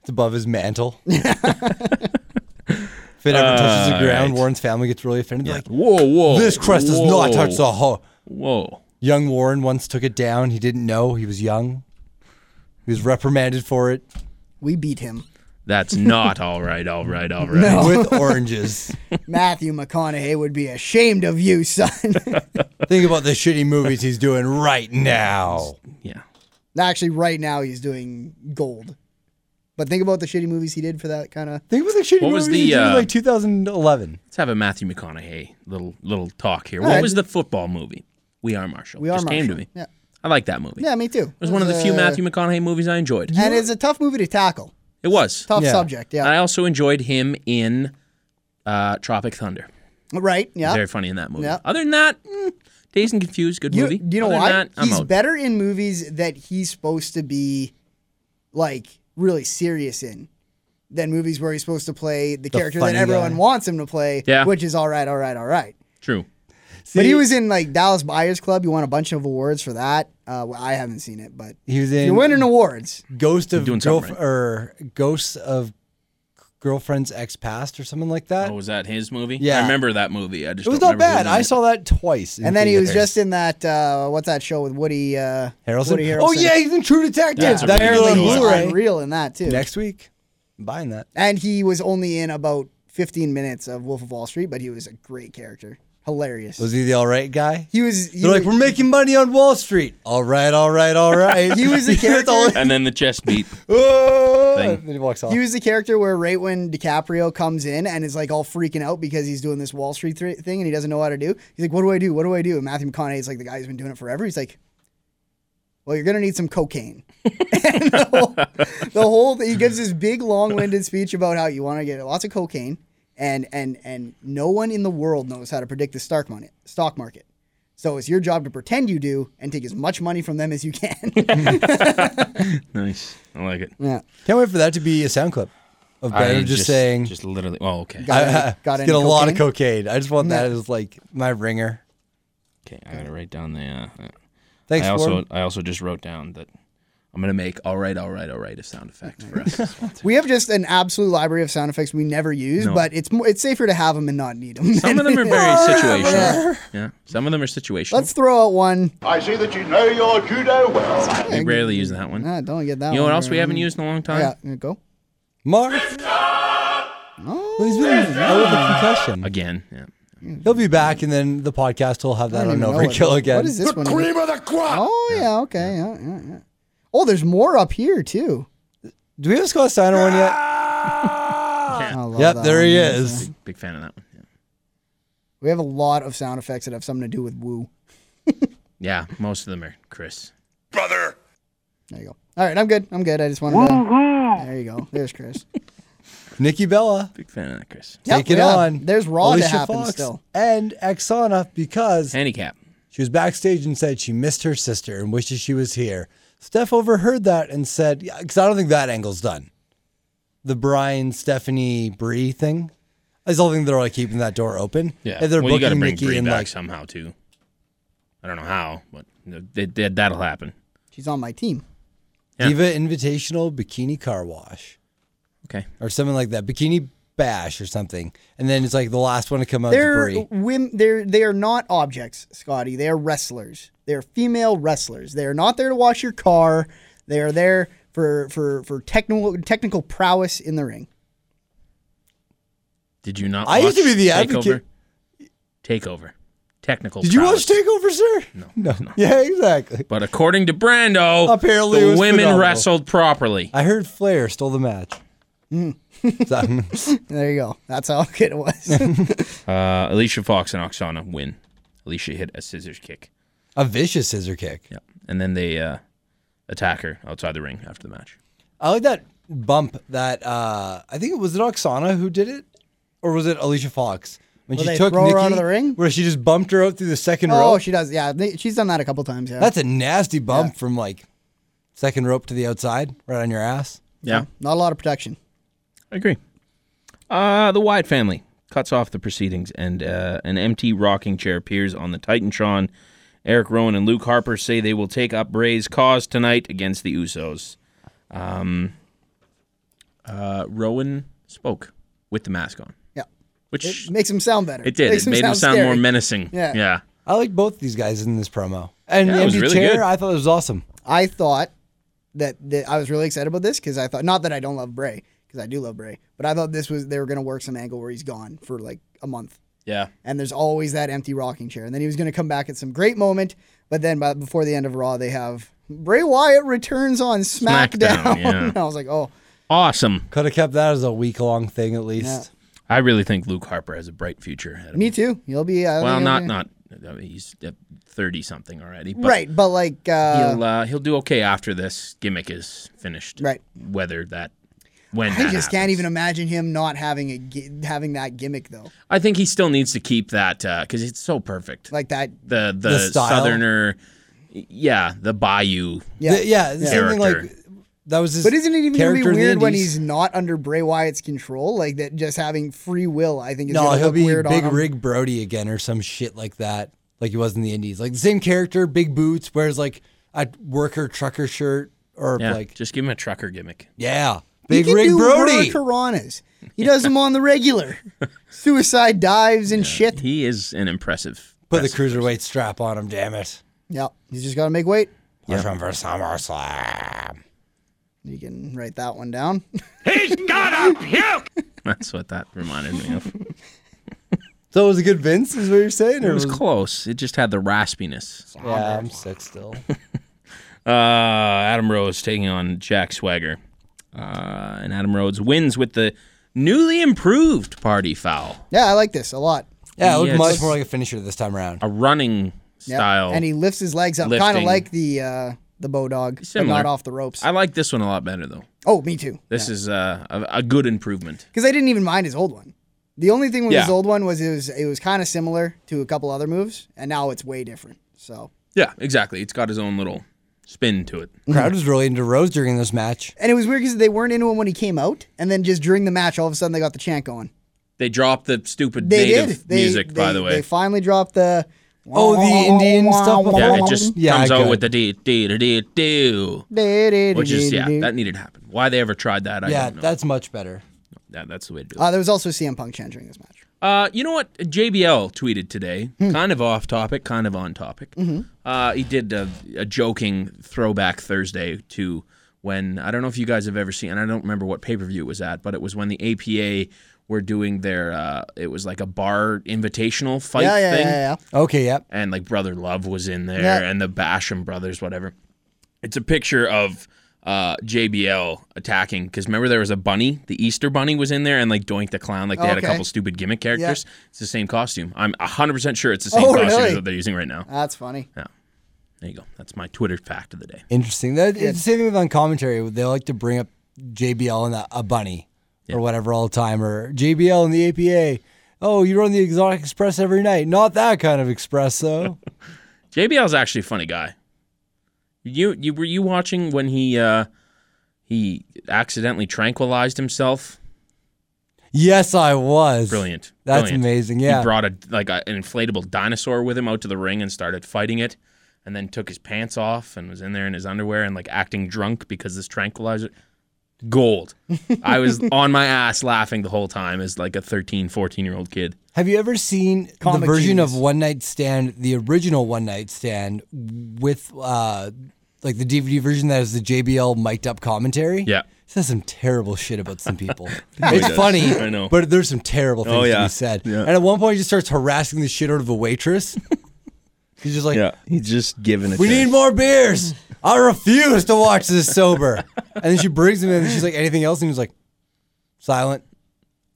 S6: It's above his
S5: (laughs)
S6: mantle. if it ever touches the ground,
S4: Alright.
S6: Warren's family gets really offended. They're Like
S4: whoa, whoa.
S6: this crest does not touch the whole.
S4: Whoa.
S6: Young Warren once took it down. He didn't know. He was young. He was reprimanded for
S5: (laughs)
S6: it
S5: We beat him.
S4: That's not all right, all right, all
S6: (laughs)
S4: right.
S6: with oranges.
S5: Matthew McConaughey would be ashamed of you, son. (laughs)
S6: Think about the shitty movies he's doing right now.
S4: Yeah.
S5: Actually, right now he's doing gold. But think about the shitty movies he did for that kind of.
S6: Think about the shitty
S4: What was
S6: movies he
S4: the,
S6: did in
S4: uh,
S6: like 2011.
S4: Let's have a Matthew McConaughey little little talk here.
S5: right.
S4: What was the football movie? We Are Marshall.
S5: We are
S4: Just came to
S5: Marshall.
S4: me.
S5: Yeah.
S4: I like that movie.
S5: Yeah, me too.
S4: It was one of the few
S5: Uh,
S4: Matthew McConaughey movies I enjoyed.
S5: And it's a tough movie to tackle.
S4: It was.
S5: Tough
S6: Yeah.
S5: subject.
S4: And I
S5: Yeah.
S4: also enjoyed him in uh, Tropic Thunder.
S5: right. Yeah.
S4: Very funny in that movie.
S5: Yeah.
S4: Other than that, mm, Dazed and Confused, good
S5: You,
S4: movie.
S5: do you know
S4: Other
S5: why?
S4: Than that, I'm
S5: he's
S4: out.
S5: better in movies that he's supposed to be like really serious in than movies where he's supposed to play the, character that
S6: funny
S5: everyone
S6: guy.
S5: wants him to play,
S4: Yeah.
S5: which is all right, all right, all right.
S4: True.
S5: but he
S6: See-
S5: was in like Dallas Buyers Club. You won a bunch of awards for that. Uh, well, I haven't seen it, but
S6: He was
S5: you're
S6: in
S5: winning awards.
S6: Ghost of
S4: doing
S6: Girlf-
S4: something right.
S6: or Ghosts of Girlfriend's Ex Past or something like that.
S4: Oh, was that his movie? I
S6: Yeah.
S4: remember that movie. I just
S6: it was
S4: don't
S6: not
S4: remember who
S6: bad.
S4: was in
S6: I
S4: it.
S6: saw that twice. in
S5: And then he was
S6: theaters.
S5: just in that uh, what's that show with Woody uh,
S6: Harrelson?
S5: Woody Harrelson?
S6: Oh yeah, he's in True Detective.
S4: That's a
S6: That's
S4: really
S6: on
S4: good
S5: he's
S4: one.
S6: Blu-ray.
S5: unreal in that too.
S6: Next week, I'm buying that.
S5: And he was only in about 15 minutes of Wolf of Wall Street, but he was a great character. Hilarious.
S6: Was he the all right guy?
S5: he was. He
S6: They're like,
S5: was-
S6: we're making money on Wall Street. All right, all right, all right.
S5: (laughs) He
S6: (laughs)
S5: was a
S6: That's all-
S5: (laughs) character-
S4: And then the chest beat.
S6: Oh,
S4: Thing.
S6: and then he walks off.
S5: He was the character where right when DiCaprio comes in and is like all freaking out because he's doing this Wall Street thr- thing and he doesn't know how to do. He's like, "What do I do? What do I do?" And Matthew McConaughey's like the guy who's been doing it forever. He's like, "Well, you're gonna need some cocaine." (laughs) and the whole, the whole thing- he gives this big long-winded speech about how you want to get lots of cocaine and and and no one in the world knows how to predict the stock market. Stock market. So it's your job to pretend you do and take as much money from them as you can.
S4: (laughs) Nice. I like it.
S5: yeah.
S6: Can't wait for that to be a sound clip of
S4: I
S6: Ben just, saying,
S4: Just literally. Oh, okay.
S5: Got any-
S6: (laughs) "I- I
S5: got
S6: just
S5: any
S6: get a lot of cocaine. I just want that
S5: Yeah.
S6: as like my ringer.
S4: Okay, I gotta write down the. Uh,
S6: Thanks,
S4: I
S6: Warren.
S4: also I also just wrote down that I'm gonna make all right, all right, all right a sound effect for
S6: (laughs)
S4: us. as well, too.
S5: We have just an absolute library of sound effects we never use,
S4: No.
S5: but it's more, it's safer to have them and not need them.
S4: Some of them are
S5: (laughs)
S6: (laughs)
S4: very situational. Yeah, some of them are situational.
S5: Let's throw out one.
S8: I see that you know your judo well.
S4: we rarely use that one.
S5: Nah, don't get that.
S4: you know
S5: one
S4: what else we
S5: right.
S4: haven't used in a long time?
S5: Yeah, yeah, go. Oh,
S6: Mark. Well, he's been out with a concussion.
S4: Again. Yeah.
S6: He'll be back, and then the podcast will have
S5: I
S6: that
S5: don't
S6: on
S5: even know what-
S6: overkill again.
S5: What is this one? again?
S7: of the crop.
S5: Oh yeah, okay, yeah, yeah, yeah. Oh, there's more up here too.
S6: Do we have a Scott Steiner one
S5: Ah.
S6: yet?
S5: I love
S6: Yep,
S5: that
S6: there
S5: one.
S6: he is.
S4: Big, big fan of that one. Yeah.
S5: We have a lot of sound effects that have something to do with woo.
S4: Yeah, most of them are Chris.
S5: There you go. All right, I'm good. I'm good. I just wanted to. There you go. There's Chris.
S6: Nikki Bella,
S4: Big fan of that Chris.
S5: Yep,
S6: take it
S5: yeah.
S6: on.
S5: There's Raw to
S6: Alicia
S5: happen
S6: Fox
S5: still.
S6: and Exana because
S4: Handicap.
S6: She was backstage and said she missed her sister and wishes she was here. Steph overheard that and said, because I don't think that angle's done. The Brian, Stephanie, Bree thing. I still think they're like keeping that door open.
S4: Yeah.
S6: If they're
S4: well, you gotta
S6: booking
S4: bring
S6: Nikki
S4: Brie
S6: and
S4: back
S6: like,
S4: somehow too. I don't know how, but you know, th- th- that'll happen.
S5: She's on my team.
S4: Yeah.
S6: Diva Invitational Bikini Car Wash
S4: Okay.
S6: or something like that. Bikini Bash or something. And then it's like the last one to come out
S5: They're
S6: is Bree.
S5: wim- they're they are not objects, Scotty. They are wrestlers. They are female wrestlers. They are not there to wash your car. They are there for for for technical technical prowess in the ring.
S4: Did you not?
S6: I used
S4: watch
S6: to be the
S4: takeover.
S6: advocate.
S4: Takeover. Technical.
S6: Did you watch
S4: prowess.
S6: TakeOver, sir? No. No. Yeah, exactly.
S4: But according to Brando,
S6: Apparently it
S4: the
S6: was
S4: women
S6: phenomenal.
S4: wrestled properly.
S6: I heard Flair stole the match. So-
S5: There you go. That's how (laughs) good
S4: (laughs)
S5: it was.
S4: Uh, Alicia Fox and Oksana win. Alicia hit a scissors kick.
S6: a vicious scissor kick.
S4: Yeah. And then they uh, attack her outside the ring after the match.
S6: I like that bump that uh I think it was it Oksana who did it? Or was it Alicia Fox? When
S5: Where they throw her out of the ring?
S6: Where she just bumped her out through the second
S5: oh,
S6: rope.
S5: she does. Yeah, they- she's done that a couple times. Yeah.
S6: That's a nasty bump from like second rope to the outside, right on your ass.
S4: Yeah.
S5: not a lot of protection.
S4: I agree. Uh, the Wyatt family cuts off the proceedings, and uh, an empty rocking chair appears on the Titantron. Eric Rowan and Luke Harper say they will take up Ray's cause tonight against the Usos. Um, uh, Rowan spoke with the mask on,
S5: Yeah,
S4: which it,
S5: makes him sound better.
S4: did.
S5: Makes
S4: it made him sound
S5: scary.
S4: more menacing.
S5: Yeah.
S4: Yeah.
S6: I like both these guys in this promo. And
S4: Yeah, it
S6: the
S4: was
S6: empty
S4: really
S6: chair,
S4: good.
S6: I thought it was awesome.
S5: I thought that, that I was really excited about this because I thought not that I don't love Bray because I do love Bray, but I thought this was they were gonna work some angle where he's gone for like a month.
S4: Yeah.
S5: and there's always that empty rocking chair. And then he was going to come back at some great moment, but then by, before the end of Raw, they have Bray Wyatt returns on SmackDown.
S4: SmackDown, yeah.
S5: And (laughs) I was like, oh,
S4: Awesome.
S6: Could have kept that as a week long thing at least.
S4: I really think Luke Harper has a bright future ahead of him.
S5: me too. He'll be I
S4: Well,
S5: think
S4: not
S5: he'll
S4: not. I mean, he's thirty something already.
S5: be-
S4: But
S5: right, but like uh,
S4: he'll uh, he'll do okay after this gimmick is finished.
S5: Right.
S4: Whether that when
S5: I
S4: that
S5: just can't
S4: happens.
S5: even imagine him not having a gi- having that gimmick though,
S4: I think he still needs to keep that because it's so perfect.
S5: like that.
S4: the the,
S6: The style.
S4: southerner, yeah, the bayou.
S5: Yeah.
S6: The- yeah, the same thing like
S4: Character.
S6: that was his
S5: But isn't it even going to
S6: character
S5: be
S6: in the
S5: weird when
S6: Indies.
S5: he's not under Bray Wyatt's control? Like that, just having free will. I think is
S6: No,
S5: gonna
S6: he'll
S5: look
S6: be
S5: weird
S6: Big
S5: on him.
S6: Rig Brody again or some shit like that, like he was in the Indies. Like the same character, big boots, wears like a worker trucker shirt or
S4: Yeah,
S6: like
S4: just give him a trucker gimmick.
S6: yeah,
S5: He
S6: Big
S5: can
S6: Rig
S5: do
S6: Brody.
S5: her piranhas. He does them on the regular.
S4: (laughs)
S5: Suicide dives and shit.
S4: He is an impressive. (laughs)
S6: Put the
S4: wrestler.
S6: cruiserweight strap on him, damn it.
S5: Yeah, he's just got to make weight.
S6: Push him for SummerSlam.
S5: You can write that one down. (laughs)
S4: That's what that reminded me of.
S6: So it was a good Vince, is what you're saying? Or
S4: It was close. It just had the raspiness.
S6: yeah, I'm
S4: (laughs)
S6: sick still.
S4: Uh, Adam Rose taking on Jack Swagger. Uh, and Adam Rhodes wins with the newly improved party foul.
S5: Yeah, I like this a lot.
S6: Yeah, it
S4: Yeah,
S6: looked
S4: it's-
S6: much more like a finisher this time
S4: (clears throat)
S6: around.
S4: A running
S5: Yeah.
S4: style.
S5: And he lifts his legs up, kind of
S4: Lifting.
S5: like the uh, the bow dog, but
S4: Similar.
S5: not off the ropes.
S4: I like this one a lot better, though.
S5: oh, me too.
S4: This is uh, a, a good improvement.
S5: because I didn't even mind his old one. The only thing with his
S4: Yeah.
S5: old one was it was it was kind of similar to a couple other moves, and now it's way different. So
S4: Yeah, exactly. It's got his own little spin to it.
S6: crowd was really into Rose during this match.
S5: and it was weird because they weren't into him when he came out, and then just during the match, all of a sudden they got the chant going.
S4: They dropped the stupid
S5: They
S4: native
S5: did. They,
S4: music, by
S5: they-
S4: the way.
S5: They finally dropped the
S6: Oh, the Indian stuff?
S4: yeah, it just
S6: Yeah,
S4: comes out
S6: good.
S4: with the dee dee dee dee dee, which is yeah, that needed to happen. Why they ever tried that, I
S6: yeah,
S4: don't know.
S6: that's much better.
S4: Yeah, that's the way to do it.
S5: Uh, there was also CM Punk chant during this match.
S4: Uh, you know what? JBL tweeted today,
S5: Hmm.
S4: kind of off topic, kind of on topic.
S5: Mm-hmm.
S4: Uh, he did a, a joking throwback Thursday to when I don't know if you guys have ever seen, and I don't remember what pay per view it was at, but it was when the APA were doing their, uh, it was like a bar invitational fight
S5: Yeah, yeah,
S4: thing
S5: yeah, yeah.
S6: Okay, yep.
S4: and like Brother Love was in there,
S5: Yeah.
S4: and the Basham brothers, whatever. It's a picture of uh, JBL attacking because remember there was a bunny, the Easter bunny was in there, and like Doink the Clown, like they had a
S5: Okay.
S4: couple stupid gimmick characters. It's the same costume. I'm hundred percent sure it's the same
S5: Oh,
S4: costume
S5: really?
S4: that they're using right now.
S5: That's funny.
S4: There you go. That's my Twitter fact of the day.
S6: Interesting. That, it's the same thing with on commentary. They like to bring up JBL and a, a bunny or whatever all the time, or JBL and the APA. Oh, you run the Exotic Express every night. Not that kind of express, though.
S4: JBL's actually a funny guy. You you were you watching when he uh, he accidentally tranquilized himself?
S6: yes, I was.
S4: Brilliant.
S6: That's
S4: Brilliant.
S6: amazing. Yeah.
S4: He brought a like a, an inflatable dinosaur with him out to the ring and started fighting it, and then took his pants off and was in there in his underwear and like acting drunk because this tranquilizer. Gold. I
S6: (laughs)
S4: was on my ass laughing the whole time as like a 13, 14 year old kid.
S6: Have you ever seen
S5: Comic
S6: the version of
S5: genius.
S6: One Night Stand, the original One Night Stand, with uh, like the DVD version that has the JBL mic'd up commentary?
S4: Yeah.
S6: says some terrible shit about
S4: (laughs)
S6: some people. it's funny,
S4: I know.
S6: but there's some terrible things
S4: Oh,
S6: to
S4: yeah.
S6: be said.
S4: Yeah.
S6: And at one point, he just starts harassing the shit out of a waitress. (laughs) He's just like,
S4: He's just giving it.
S6: "We need more beers. I refuse to watch this sober." and then she brings him in, and she's like, "Anything else?" And he's like, "Silent."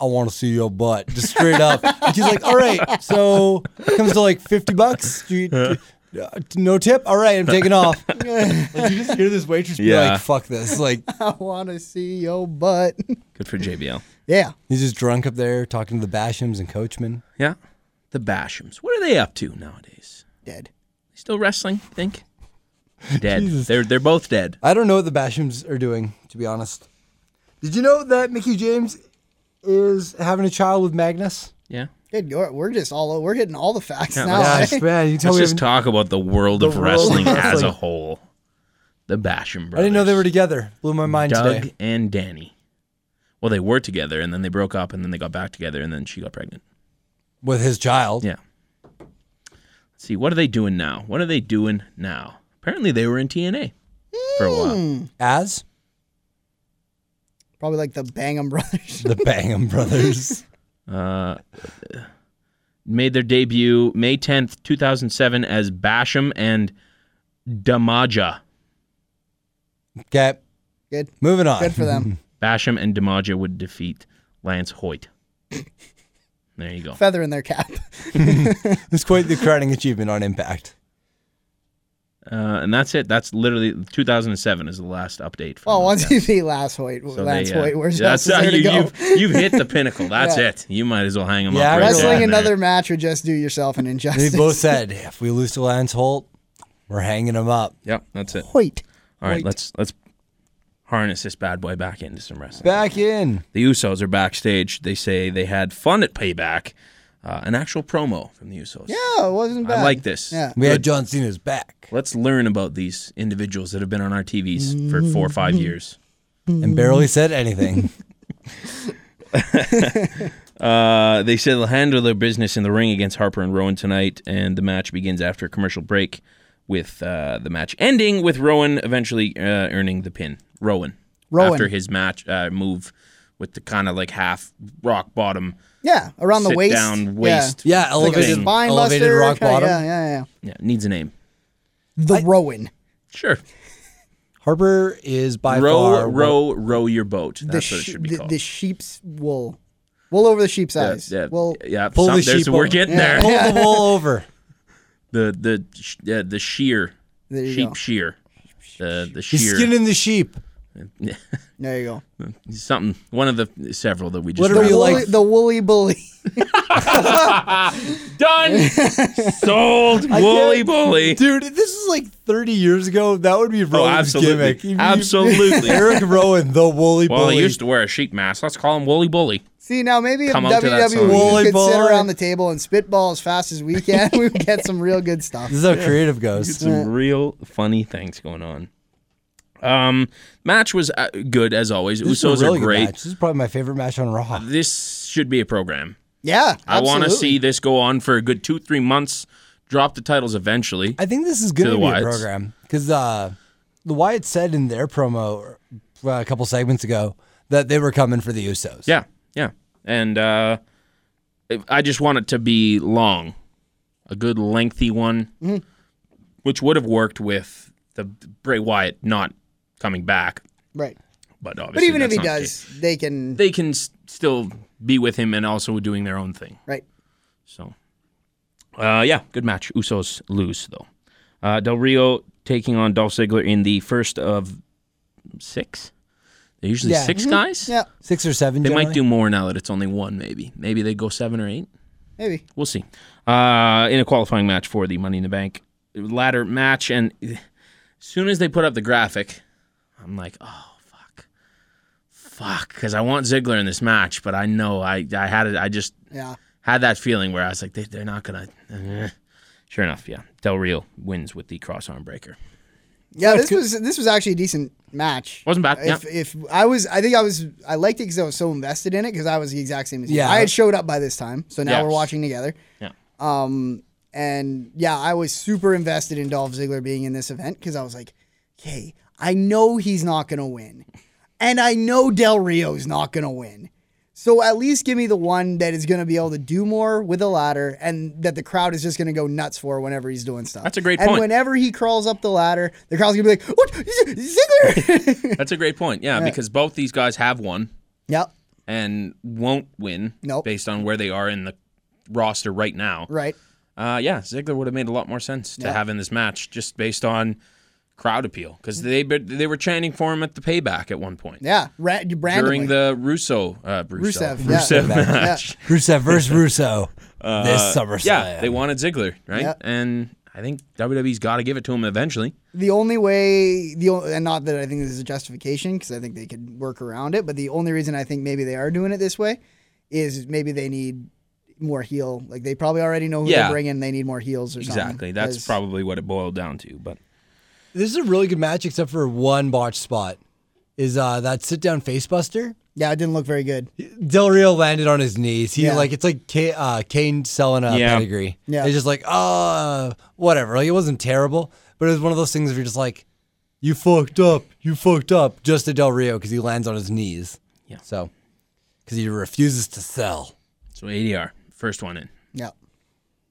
S6: I want to see your butt, just straight up. And she's like, "All right, so it comes to like fifty bucks. Do you, do- uh, no tip. All right, I'm taking off." (laughs) like you just hear this waitress be
S4: Yeah.
S6: like, "Fuck this!" Like
S5: (laughs) I want to see your butt. (laughs)
S4: Good for JBL.
S5: yeah.
S6: He's just drunk up there talking to the Bashams and Coachman.
S4: Yeah. The Bashams. What are they up to nowadays?
S5: Dead.
S4: Still wrestling, I think? Dead. They're they're both dead.
S6: I don't know what the Bashams are doing, to be honest. Did you know that Mickey James is having a child with Magnus?
S4: Yeah.
S5: Good. go- We're just all we're hitting all the facts now.
S6: Gosh, (laughs) man, you
S4: Let's
S6: told me.
S4: just talk about the world of
S6: world of
S4: wrestling as
S6: wrestling.
S4: a whole. The Basham brothers.
S6: I didn't know they were together. Blew my mind
S4: Doug
S6: today.
S4: and Danny. Well, they were together, and then they broke up, and then they got back together, and then she got pregnant.
S6: With his child.
S4: Yeah. Let's see. What are they doing now? What are they doing now? Apparently, they were in TNA for a
S6: Hmm.
S4: while.
S6: As
S5: (laughs) Probably like the Bangum (laughs) brothers.
S6: the
S4: (laughs)
S6: Bangham brothers.
S4: Made their debut May tenth, two thousand seven, as Basham and Damaja.
S6: Okay,
S5: Good.
S6: moving on.
S5: Good
S4: (laughs)
S5: for them.
S4: Basham and Damaja would defeat Lance Hoyt. There you go.
S5: Feather in their cap. (laughs)
S6: It's quite the crowning achievement on Impact.
S4: Uh, and that's it. That's literally 2007 is the last update. from
S5: Well,
S4: them.
S5: once you see Lance Hoyt,
S4: So
S5: (laughs) Lance
S4: they, uh,
S5: Hoyt, where's
S4: yeah,
S5: else is
S4: that's how
S5: there to
S4: you,
S5: go?
S4: You've, you've hit the pinnacle. That's
S5: Yeah.
S4: it. You might as well hang them
S6: Yeah,
S4: up. Right
S5: (laughs) Wrestling
S4: then and there.
S5: another match would just do yourself an
S6: They
S5: injustice. (laughs)
S6: both said, if we lose to Lance Holt, we're hanging him up.
S4: Yep, that's it. All
S5: Hoyt.
S4: right, let's let's harness this bad boy back into some wrestling.
S6: Back in.
S4: The Usos are backstage. They say they had fun at Payback. Uh, an actual promo from the Usos.
S5: Yeah, it wasn't bad.
S4: I like this.
S5: Yeah.
S6: We had John Cena's back.
S4: Let's learn about these individuals that have been on our TVs for four or five
S5: Mm-hmm.
S4: years.
S6: and barely
S4: (laughs)
S6: said anything.
S4: Uh, they said they'll handle their business in the ring against Harper and Rowan tonight, and the match begins after a commercial break, with uh, the match ending with Rowan eventually uh, earning the pin. Rowan,
S5: Rowan.
S4: after his match uh, move with the kind of like half rock bottom,
S5: Yeah, around the
S4: sit
S5: waist.
S4: down waist.
S6: Yeah,
S5: Like a
S6: elevated,
S5: spine
S6: elevated
S5: buster,
S6: rock
S5: kinda-
S6: bottom.
S5: Yeah, yeah, yeah.
S4: Yeah, needs a name.
S5: The Rowan.
S4: Sure.
S6: Harper is by
S4: row,
S6: far
S4: row, row your boat.
S5: The,
S4: That's what it
S5: she-
S4: should be
S5: the,
S4: called.
S5: the sheep's wool. Wool over the sheep's
S4: yeah,
S5: eyes.
S4: yeah,
S5: Well,
S4: yeah.
S6: pull
S4: some-
S6: the
S4: there's-
S6: sheep
S4: we're
S6: over.
S4: getting there.
S5: Yeah.
S6: pull
S4: (laughs)
S6: the wool over.
S4: The the sh- yeah, the shear,
S5: there you
S4: sheep
S5: go.
S4: shear, the the
S6: He's
S4: shear.
S6: skinning the sheep.
S5: There you go.
S4: (laughs) Something. One of the several that we just.
S6: What are
S4: read.
S5: The
S6: you
S5: woolly,
S6: like-
S5: the woolly bully. (laughs)
S4: (laughs) Done. Sold. Wooly bully.
S6: Dude, this is like 30 years ago. That would be
S4: Oh,
S6: Rowan's
S4: absolutely.
S6: gimmick. You- you-
S4: Absolutely.
S6: Eric Rowan, the
S4: (laughs)
S6: woolly
S4: Well,
S6: bully.
S4: he used to wear a sheep mask. Let's call him Wooly Bully.
S5: See now, maybe if
S4: Come out to that song.
S5: WWE
S6: Woolly
S5: could sit
S6: bully.
S5: around the table and spitball as fast
S4: (laughs)
S5: as we can, we would get some real good stuff.
S6: this is how creative goes.
S4: Some real funny things going on. Um, match was uh, good as always.
S6: This is a
S4: Usos
S6: really
S4: are
S6: good
S4: great.
S6: match. This is probably my favorite match on Raw.
S4: This should be a program.
S5: Yeah,
S4: I want to
S5: absolutely.
S4: see this go on for a good two, three months. Drop the titles eventually.
S6: I think this is good
S4: To
S6: to
S4: the
S6: be a
S4: Wyatts.
S6: program because uh, the Wyatt said in their promo uh, a couple segments ago that they were coming for the Usos.
S4: Yeah, yeah. And uh, if- I just want it to be long, a good lengthy one,
S5: Mm-hmm.
S4: which would have worked with the Bray Wyatt not coming back.
S5: right.
S4: But obviously,
S5: But even if
S4: that's
S5: he
S4: not the
S5: does, they can.
S4: they can s- still be with him and also doing their own thing.
S5: right.
S4: So, uh, yeah, good match. Usos lose though. Uh, Del Rio taking on Dolph Ziggler in the first of six. They're usually
S6: Yeah.
S4: 6 guys.
S5: Yeah.
S6: Six or seven.
S4: They might
S6: generally.
S4: do more now that it's only one. Maybe, maybe they go seven or eight.
S5: Maybe.
S4: We'll see. Uh, in a qualifying match for the Money in the Bank ladder match, and as soon as they put up the graphic, I'm like, oh fuck, fuck, because I want Ziggler in this match, but I know I I had it. I just
S5: Yeah.
S4: had that feeling where I was like, they, they're not gonna. eh. Sure enough, yeah, Del Rio wins with the cross arm breaker.
S5: Yeah. This was this was actually a decent match.
S4: Wasn't bad,
S5: If, if I was, I think I was, I liked it because I was so invested in it because I was the exact same as you.
S6: Yeah.
S5: I had showed up by this time, so now
S4: Yeah.
S5: we're watching together. Um,
S4: Yeah,
S5: And yeah, I was super invested in Dolph Ziggler being in this event because I was like, okay, I know he's not going to win. And I know Del Rio's not going to win. So at least give me the one that is going to be able to do more with a ladder and that the crowd is just going to go nuts for whenever he's doing stuff.
S4: That's a great
S5: and
S4: point.
S5: whenever he crawls up the ladder, the crowd's going to be like,
S4: (laughs)
S5: what? Ziggler! (laughs)
S4: that's a great point. Yeah, because both these guys have won
S5: yep.
S4: and won't win
S5: Nope.
S4: based on where they are in the roster right now.
S5: Right.
S4: Uh, yeah, Ziggler would have made a lot more sense to have in this match just based on crowd appeal because they they were chanting for him at the payback at one point
S5: Mm-hmm. Yeah. Ra- randomly.
S4: during the Russo uh, Russo,
S5: Rusev, yeah.
S4: Rusev
S6: Rusev match.
S4: match. (laughs)
S6: Rusev versus Russo this (laughs) SummerSlam.
S4: Uh, Yeah, they wanted Ziggler, right?
S5: Yeah.
S4: And I think WWE's got to give it to him eventually.
S5: The only way, the o- and not that I think this is a justification because I think they could work around it, but the only reason I think maybe they are doing it this way is maybe they need more heel. Like they probably already know who
S4: Yeah.
S5: they're bringing. They need more heels or something.
S4: Exactly. That's
S5: 'cause-
S4: probably what it boiled down to. But
S6: This is a really good match, except for one botch spot. Is uh, that sit down face buster?
S5: yeah. It didn't look very good.
S6: Del Rio landed on his knees. He
S5: Yeah.
S6: like it's like K, uh, Kane selling a
S4: Yeah.
S6: pedigree.
S5: Yeah.
S6: it's just like uh whatever. Like it wasn't terrible, but it was one of those things where you're just like, you fucked up, you fucked up, just to Del Rio because he lands on his knees.
S4: Yeah.
S6: So, because he refuses to sell.
S4: so ADR first one in.
S5: Yeah.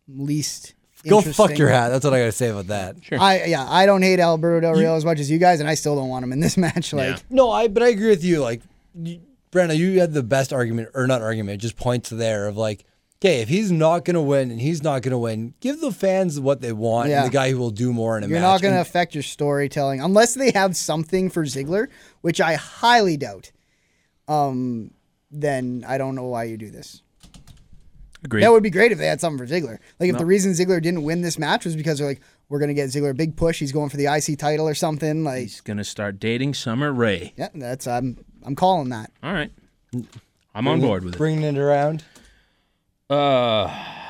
S5: Least.
S6: Go fuck
S5: interesting.
S6: your hat. That's what I gotta say about that.
S5: I yeah. I don't hate Alberto Del Rio as much as you guys, and I still don't want him in this (laughs) match. Like
S6: No, I but I agree with you. Like, you, Brenda, you had the best argument or not argument, just points there of like, okay, if he's not gonna win and he's not gonna win, give the fans what they want
S5: Yeah.
S6: and the guy who will do more in a
S5: You're
S6: match.
S5: not going to
S6: And
S5: affect your storytelling unless they have something for Ziggler, which I highly doubt. Um, then I don't know why you do this.
S4: Agreed.
S5: That would be great if they had something for Ziggler. Like if the reason Ziggler didn't win this match was because they're like, we're going to get Ziggler a big push. He's going for the IC title or something. Like,
S4: He's gonna start dating Summer Rae.
S5: yeah, that's I'm I'm calling that.
S4: All right. I'm on board with it.
S6: bringing it around.
S4: Uh,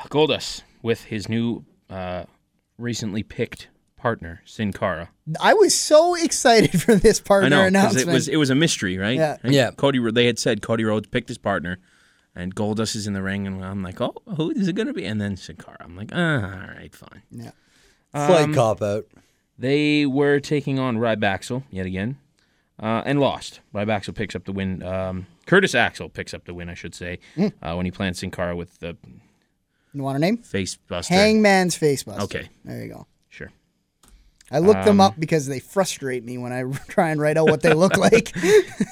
S4: Goldust with his new uh, recently picked partner Sin Cara.
S5: I was so (laughs) excited for this
S4: I
S5: partner
S4: know 'cause
S5: announcement.
S4: it was it was a mystery, right?
S5: Yeah.
S4: I think
S6: Yeah.
S4: Cody they had said Cody Rhodes picked his partner, and Goldust is in the ring, and I'm like, oh, who is it gonna be? And then Sin Cara. I'm like, ah, all right, fine.
S6: Slight cop out.
S4: They were taking on Rybacksel yet again. uh, and lost. But Axel picks up the win. Um, Curtis Axel picks up the win, I should say,
S5: Hmm.
S4: uh, when he plants Sin Cara with the
S5: You want her name?
S4: face buster.
S5: Hangman's Facebuster.
S4: Okay.
S5: There you go.
S4: Sure.
S5: I look them up because they frustrate me when I (laughs) try and write out what they
S4: (laughs)
S5: look like.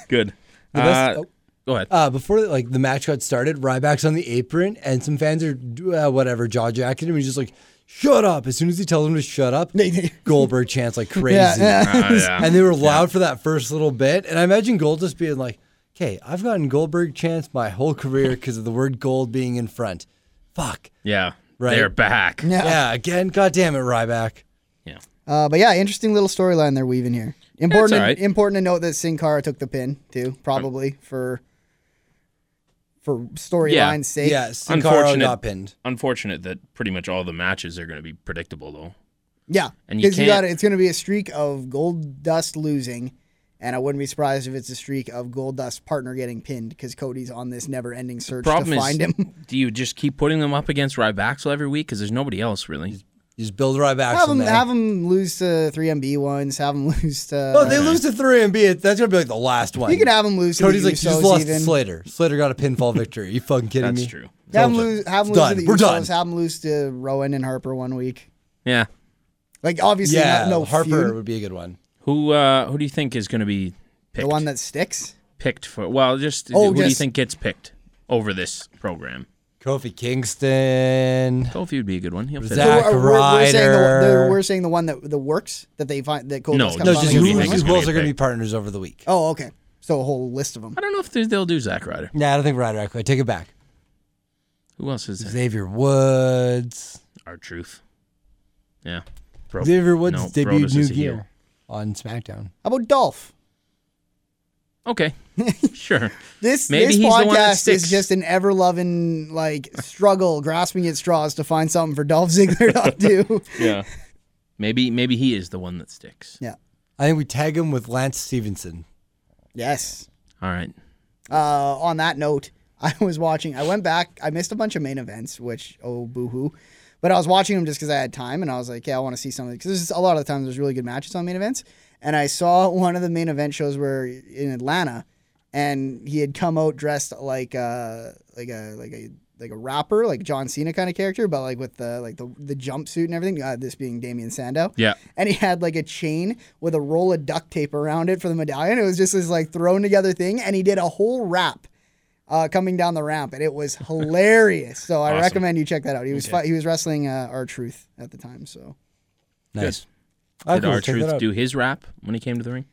S4: Good.
S6: best-
S4: Uh,
S6: oh.
S4: Go
S5: (laughs)
S4: ahead.
S6: Uh, before like the match got started, Ryback's on the apron, and some fans are uh, whatever jaw jacking him. He's just like, "Shut up!" As soon as he tells him to
S5: (laughs)
S6: shut up, Goldberg chants like crazy,
S5: yeah.
S4: Uh, yeah.
S6: and they were loud for that first little bit. And I imagine Gold just being like, "Okay, I've gotten Goldberg chants my whole career because of the word gold being in front. Fuck,
S4: yeah.
S6: Right.
S4: They're back.
S5: (laughs) Yeah.
S6: yeah, again, goddamn it, Ryback."
S4: Yeah.
S5: Uh, but yeah, interesting little storyline they're weaving here. Important,
S4: alright.
S5: important to note that Sin Cara took the pin too, probably for for
S4: Yeah.
S5: storyline's sake.
S6: Yeah, Sin Cara
S4: Unfortunate.
S6: got pinned.
S4: Unfortunate that pretty much all the matches are going to be predictable, though.
S5: yeah.
S4: And you
S5: Because you
S4: can't-
S5: got it's going to be a streak of Gold Dust losing, and I wouldn't be surprised if it's a streak of Gold Dust partner getting pinned because Cody's on this never-ending search to
S4: Problem
S5: find
S4: is,
S5: him. (laughs)
S4: do you just keep putting them up against Rybacksel every week? Because there's nobody else really.
S6: You just build Ryback.
S5: Have him, have him lose to 3MB once. Have him (laughs) lose to.
S6: Oh, they lose to three and B. That's gonna be like the last one.
S5: you can have him lose to
S6: Cody's
S5: the
S6: like, you
S5: Usos
S6: just lost
S5: even.
S6: to Slater. Slater got
S5: (laughs)
S6: a pinfall victory. You fucking kidding
S4: That's
S6: me?
S4: true.
S5: Have him
S6: Told ya.
S5: lose, have him
S6: It's
S5: lose to
S6: done.
S5: the
S6: We're
S5: Usos.
S6: done.
S5: Have him lose to Rowan and Harper one week.
S4: Yeah.
S5: Like obviously,
S6: Yeah,
S5: not, no
S6: Harper
S5: feud.
S6: would be a good one.
S4: Who uh, who do you think is going to be picked?
S5: the one that sticks.
S4: picked for well, just
S5: Oh,
S4: who do you
S5: yes.
S4: think gets picked over this program?
S6: Kofi Kingston.
S4: Kofi would be a good one. He'll fit.
S6: Zach-
S4: in.
S5: We're- we're- We're saying the,
S6: Ryder.
S5: the- we're saying the one that the works that they find that Cole
S4: No,
S5: comes
S4: no,
S6: No,
S4: That's
S5: on
S6: it's just
S4: who
S5: against
S4: do you
S6: who,
S5: them.
S4: think is
S6: who's
S4: gonna
S6: also
S4: get
S6: going to be
S4: picked?
S6: partners over the week.
S5: Oh, okay. So a whole list of them.
S4: I don't know if they- they'll do Zack Ryder.
S6: Nah, I don't think Ryder. I take it back.
S4: Who else is there?
S6: Xavier Woods.
S4: Our truth. Yeah. Bro,
S6: Xavier Woods
S4: no, Brodus
S6: debuted
S4: is
S6: new
S4: a heel.
S6: gear on SmackDown.
S5: How about Dolph? (laughs)
S4: Okay. sure.
S5: This
S4: Maybe
S5: this
S4: he's the one that
S5: podcast is
S4: sticks.
S5: just an ever loving like struggle, grasping at straws to find something for Dolph Ziggler to (laughs) do.
S4: Yeah. Maybe maybe he is the one that sticks.
S5: Yeah.
S6: I think we tag him with Lance Stevenson.
S5: Yes.
S4: All right.
S5: Uh, on that note, (laughs) I was watching. I went back. I missed a bunch of main events, which oh boohoo. But I was watching them just because I had time, and I was like, yeah, I want to see something because a lot of the times there's really good matches on main events. And I saw (laughs) one of the main event shows where in Atlanta, and he had come out dressed like a like a like a like a rapper, like John Cena kind of character, but like with the like the, the jumpsuit and everything. Uh, this being Damian Sandow.
S4: Yeah.
S5: And he had like a chain with a roll of duct tape around it for the medallion. It was just this like thrown together thing, and he did a whole rap uh, coming down the ramp, and
S4: (laughs)
S5: it was hilarious. So I recommend you check that out. He was fi- he was wrestling uh, R Truth at the time. So
S6: Nice. Oh,
S4: Did
S6: cool,
S4: our
S6: check that
S4: truth
S6: out.
S4: do his rap when he came to the ring?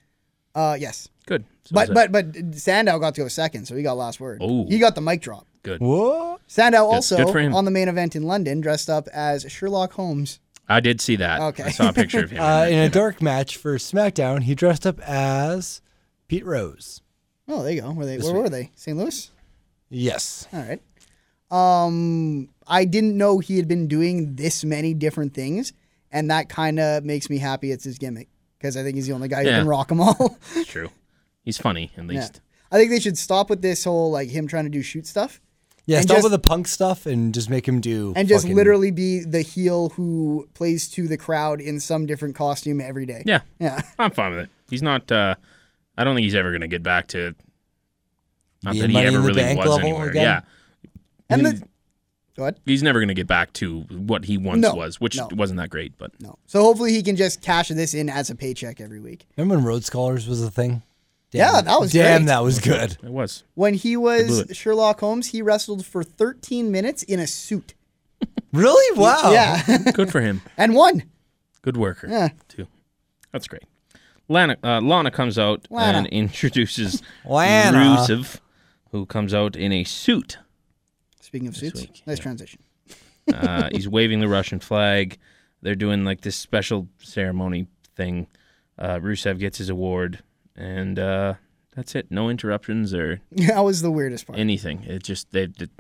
S5: uh, yes,
S4: Good. So
S5: but
S4: is that
S5: but but Sandow got to go second, so he got last word.
S4: Oh.
S5: he got the mic drop.
S4: good.
S6: What?
S5: Sandow also
S4: good for him.
S5: on the main event in London, dressed up as Sherlock Holmes.
S4: I did see that.
S5: Okay.
S4: I saw a picture
S6: (laughs)
S4: of him.
S6: Uh, in a dark match for SmackDown, he dressed up as Pete Rose.
S5: Oh, there you go. Were they? where were they? St. Louis.
S6: Yes.
S5: All right. Um, I didn't know he had been doing this many different things, and that kind of makes me happy. It's his gimmick because I think he's the only guy who
S4: Yeah.
S5: can rock them all.
S4: It's true. He's funny, at
S5: (laughs) Yeah.
S4: least.
S5: I think they should stop with this whole like him trying to do shoot stuff
S6: Yeah,
S5: And
S6: stop
S5: just-
S6: with the punk stuff and just make him do.
S5: and just
S6: fucking-
S5: literally be the heel who plays to the crowd in some different costume every day.
S4: Yeah.
S5: Yeah.
S4: I'm fine with it. He's not. Uh, I don't think he's ever going to get back to. Not
S6: Being
S4: that he
S6: Money in
S4: ever
S6: the
S4: really
S6: Bank
S4: was
S6: level
S4: anywhere.
S6: again?
S4: Yeah,
S5: And the, go ahead.
S4: he's never going to get back to what he once
S5: No,
S4: was, which
S5: no.
S4: wasn't that great. But
S5: No. So hopefully he can just cash this in as a paycheck every week.
S6: Remember when Road Scholars was a thing?
S5: Yeah, that was
S6: damn.
S5: great.
S6: That was good.
S4: it
S6: (laughs)
S4: was.
S5: When he
S4: blew
S5: was
S4: it.
S5: Sherlock Holmes, he wrestled for 13 minutes in a suit.
S6: Really?
S4: Oh.
S6: Wow.
S5: Yeah. (laughs)
S4: Good for him.
S5: and won.
S4: Good worker.
S5: Yeah.
S4: Too. That's great. Lana, uh, Lana comes out
S5: Lana.
S4: and (laughs) introduces
S6: Lana.
S4: Rusev, who comes out in a suit.
S5: Speaking of suits,
S4: week,
S5: nice transition. (laughs)
S4: Uh, he's waving the Russian flag. They're doing like this special ceremony thing. Uh, Rusev gets his award, and uh, that's it. No interruptions or
S5: that was the weirdest part.
S4: anything. It just they. th-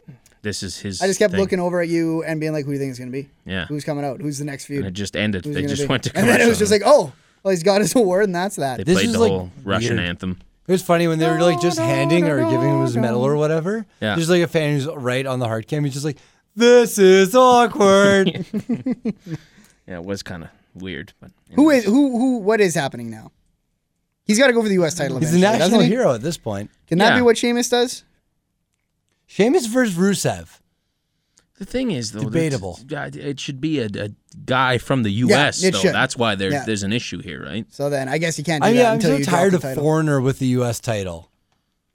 S4: this is his.
S5: I just kept
S4: thing.
S5: looking over at you and being like, who do you think it's going to be?
S4: Yeah.
S5: Who's coming out? Who's the next feud?
S4: And it just ended.
S5: Who's it
S4: They
S5: gonna
S4: just
S5: be?
S4: went to
S5: (laughs) And
S4: commercial.
S5: then it was just like, oh, well, he's got his (laughs) award, and that's
S4: they
S5: that.
S6: This
S4: played
S6: is,
S4: the
S6: like,
S4: whole Russian
S6: weird.
S4: anthem.
S6: It was funny when they were like just handing or giving him his medal or whatever.
S4: Yeah.
S6: There's like a fan who's right on the hard cam. He's just like, "This
S4: (laughs)
S6: is awkward."
S4: Yeah, it was kind of weird, but you
S5: Who
S4: know.
S5: is who? Who? What is happening now? He's got to go for the U.S. title.
S6: He's a
S5: eventually,
S6: national
S5: doesn't he?
S6: hero at this point.
S5: Can that be
S4: Yeah.
S5: what Sheamus does?
S6: Sheamus versus Rusev.
S4: The thing is, though, that's-
S6: Debatable.
S4: yeah, It it should be a, a guy from the U.S.
S5: it
S4: though.
S5: should.
S4: That's why there's
S5: Yeah.
S4: there's an issue here, right?
S5: So then I guess you can't do
S6: I mean,
S5: that
S6: I'm
S5: until
S6: so
S5: you
S6: tired
S5: drop
S6: of
S5: the title.
S6: foreigner with the U.S. title.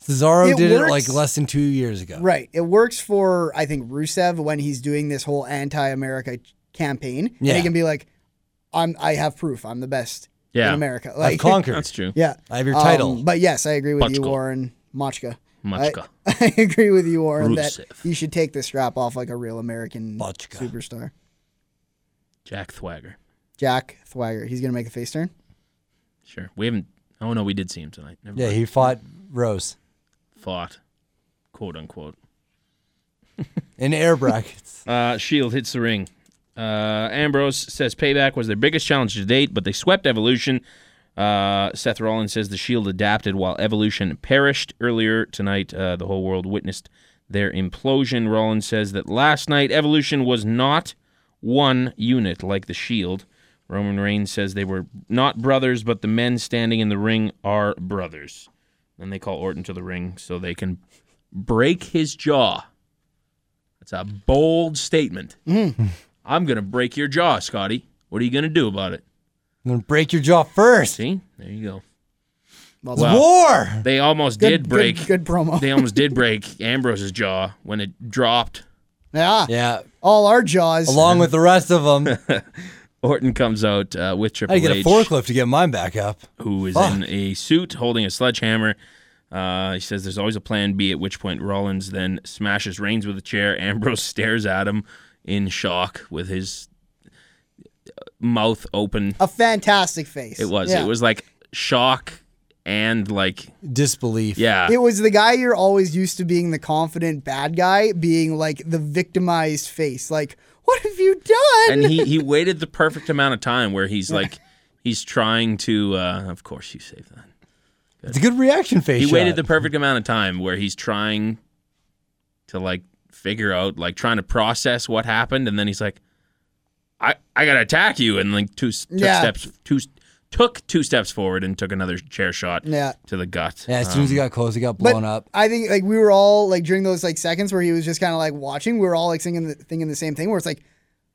S6: Cesaro
S5: It
S6: did it
S5: works.
S6: like less than two years ago.
S5: Right. It works for I think Rusev when he's doing this whole anti-America campaign. And
S6: Yeah.
S5: he can be like, "I'm I have proof. I'm the best
S4: Yeah.
S5: in America."
S6: I've
S5: Like, (laughs)
S6: conquered.
S4: That's true.
S5: yeah.
S6: I have your
S5: Um,
S6: title.
S5: but yes, I agree with you,
S4: Mochka.
S5: Warren Mochka. I-
S4: Mochka.
S5: (laughs) I, agree with you, Warren, that
S4: Rusev.
S5: you should take the strap off like a real American
S6: Mochka.
S5: superstar.
S4: Jack Thwagger.
S5: Jack Thwagger. He's gonna make a face turn.
S4: Sure. We haven't. Oh no, we did see him tonight. Never
S6: yeah,
S4: mind.
S6: he fought Rose
S4: fought, quote unquote.
S6: in
S4: (laughs)
S6: air brackets.
S4: Uh, Shield hits the ring. Uh, Ambrose says payback was their biggest challenge to date, but they swept Evolution. Uh, Seth Rollins says the Shield adapted while Evolution perished earlier tonight. Uh, the whole world witnessed their implosion. Rollins says that last night Evolution was not one unit like the Shield. Roman Reigns says they were not brothers, but the men standing in the ring are brothers. And they call Orton to the ring so they can break his jaw. That's a bold statement.
S5: Mm-hmm.
S4: I'm going to break your jaw, Scotty. What are you going to do about it?
S6: then break your jaw first.
S4: See? There you go.
S5: Well,
S4: Wow.
S6: War.
S4: They almost
S5: good-
S4: did break.
S5: Good, good promo.
S4: They almost did break Ambrose's jaw when it dropped.
S5: (laughs) yeah.
S4: (laughs)
S6: Yeah,
S5: All our jaws.
S6: along with the rest of them.
S4: Orton comes out uh, with Triple
S6: I get a
S4: H,
S6: forklift to get mine back up.
S4: who is in a suit holding a sledgehammer. Uh, he says there's always a plan B, at which point Rollins then smashes Reigns with a chair. (laughs) Ambrose stares at him in shock with his uh, mouth open.
S5: a fantastic face.
S4: It was.
S5: Yeah.
S4: It was like shock and like
S6: Disbelief.
S4: yeah.
S5: It was the guy you're always used to being the confident bad guy, being like the victimized face. Like, what have you done?
S4: and he he waited the perfect amount of time where he's like he's trying to uh of course you save that.
S6: It's a good reaction face.
S4: He
S6: shot.
S4: waited the perfect amount of time where he's trying to like figure out like trying to process what happened and then he's like I I got to attack you and like two s- took
S5: Yeah.
S4: steps two s- took two steps forward and took another chair shot
S5: Yeah.
S4: to the gut.
S6: Yeah, as soon as he got close, he got
S5: Um, But
S6: blown up.
S5: I think like we were all like during those like seconds where he was just kind of like watching, we were all like singing the, thinking the same thing where it's like,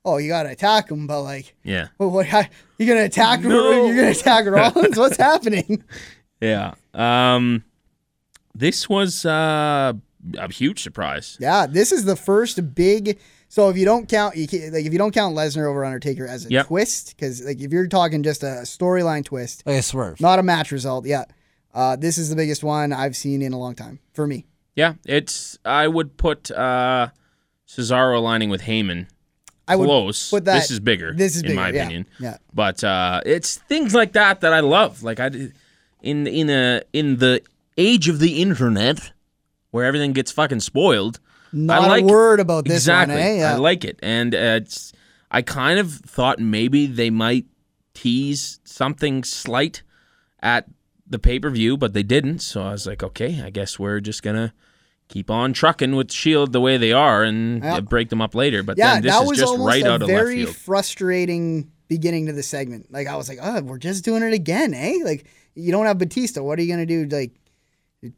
S5: oh, you gotta attack him, but like,
S4: Yeah.
S5: well, what? How, you gonna attack? (laughs)
S4: No.
S5: You're gonna attack Rollins?
S4: (laughs)
S5: What's happening?
S4: Yeah. Um this was uh a huge surprise.
S5: Yeah, this is the first big. So if you don't count, you can, like if you don't count Lesnar over Undertaker as a
S4: Yep.
S5: twist, because like if you're talking just a storyline twist,
S6: Like a swerve.
S5: not a match result. Yeah, uh, this is the biggest one I've seen in a long time for me.
S4: Yeah, it's I would put uh Cesaro aligning with Heyman.
S5: I would
S4: Close.
S5: put that-
S4: this is bigger.
S5: this is
S4: in
S5: bigger,
S4: my
S5: yeah,
S4: opinion.
S5: yeah.
S4: But uh it's things like that that I love. Like I d- in in a in the age of the internet where everything gets fucking spoiled.
S5: Not
S4: I like
S5: a word about this
S4: exactly.
S5: one, eh? Yeah.
S4: I like it, and uh, it's. I kind of thought maybe they might tease something slight at the pay per view, but they didn't. So I was like, okay, I guess we're just gonna keep on trucking with Shield E the way they are and uh, break them up later. But
S5: yeah,
S4: then this
S5: that
S4: is
S5: was
S4: just
S5: almost
S4: right
S5: a
S4: out of left
S5: very
S4: field.
S5: frustrating beginning to the segment. Like I was like, oh, we're just doing it again, eh? Like you don't have Batista. What are you gonna do? Like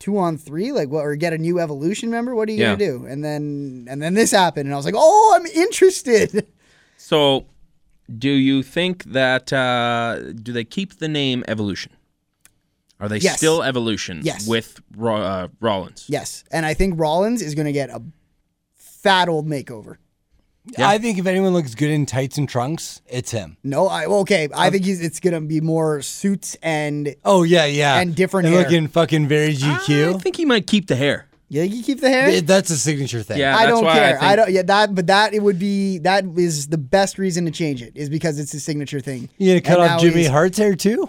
S5: two on three? Like what? Or get a new Evolution member? What are you
S4: Yeah.
S5: gonna do? And then and then this happened, and I was like, oh, I'm interested. (laughs)
S4: so, do you think that uh, do they keep the name Evolution? Are they
S5: Yes.
S4: still Evolution?
S5: Yes.
S4: With Ro- uh, Rollins.
S5: yes, and I think Rollins is gonna get a fat old makeover.
S6: I think if anyone looks good in tights and trunks, it's him.
S5: No, I okay. I think he's, it's gonna be more suits and
S6: Oh yeah, yeah.
S5: And different
S6: and
S5: hair.
S6: looking fucking very
S4: I
S6: GQ.
S4: think he might keep the hair.
S5: yeah. You keep the hair.
S6: It- that's a signature thing.
S4: Yeah,
S5: I
S4: that's
S5: don't
S4: why
S5: care. I,
S4: I, think
S5: don't. Yeah, that. But that it would be that is the best reason to change it is because it's his signature thing.
S6: You gonna cut
S5: And
S6: off
S5: now
S6: Jimmy
S5: he's-
S6: Hart's hair too?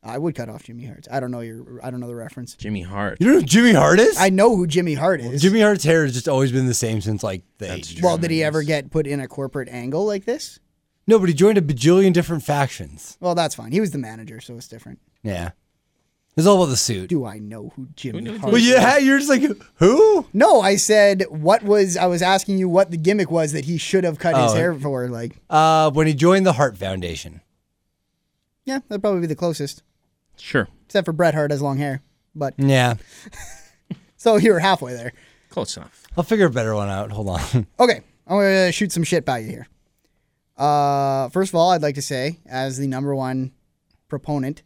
S5: I would cut off Jimmy Hart's. I don't know your. I don't know the reference.
S4: Jimmy Hart.
S6: You don't know who Jimmy Hart is?
S5: I know who Jimmy Hart is.
S6: Jimmy Hart's hair has just always been the same since like the eighties.
S5: well, did he ever get put in a corporate angle like this?
S6: No, but he joined a bajillion different factions.
S5: Well, that's fine. He was the manager, so it's different.
S6: Yeah, it's all about the suit.
S5: Do I know who Jimmy Hart?
S6: Well,
S5: is?
S6: yeah, you're just like who?
S5: No, I said what was. I was asking you what the gimmick was that he should have cut his
S6: Oh.
S5: hair for. Like,
S6: Uh, when he joined the Hart Foundation.
S5: yeah, that'd probably be the closest.
S4: Sure.
S5: except for Bret Hart has long hair. But
S6: Yeah.
S5: so you were halfway there.
S4: Close enough.
S6: I'll figure a better one out. Hold on. (laughs)
S5: Okay, I'm gonna shoot some shit by you here. Uh, first of all, I'd like to say, as the number one proponent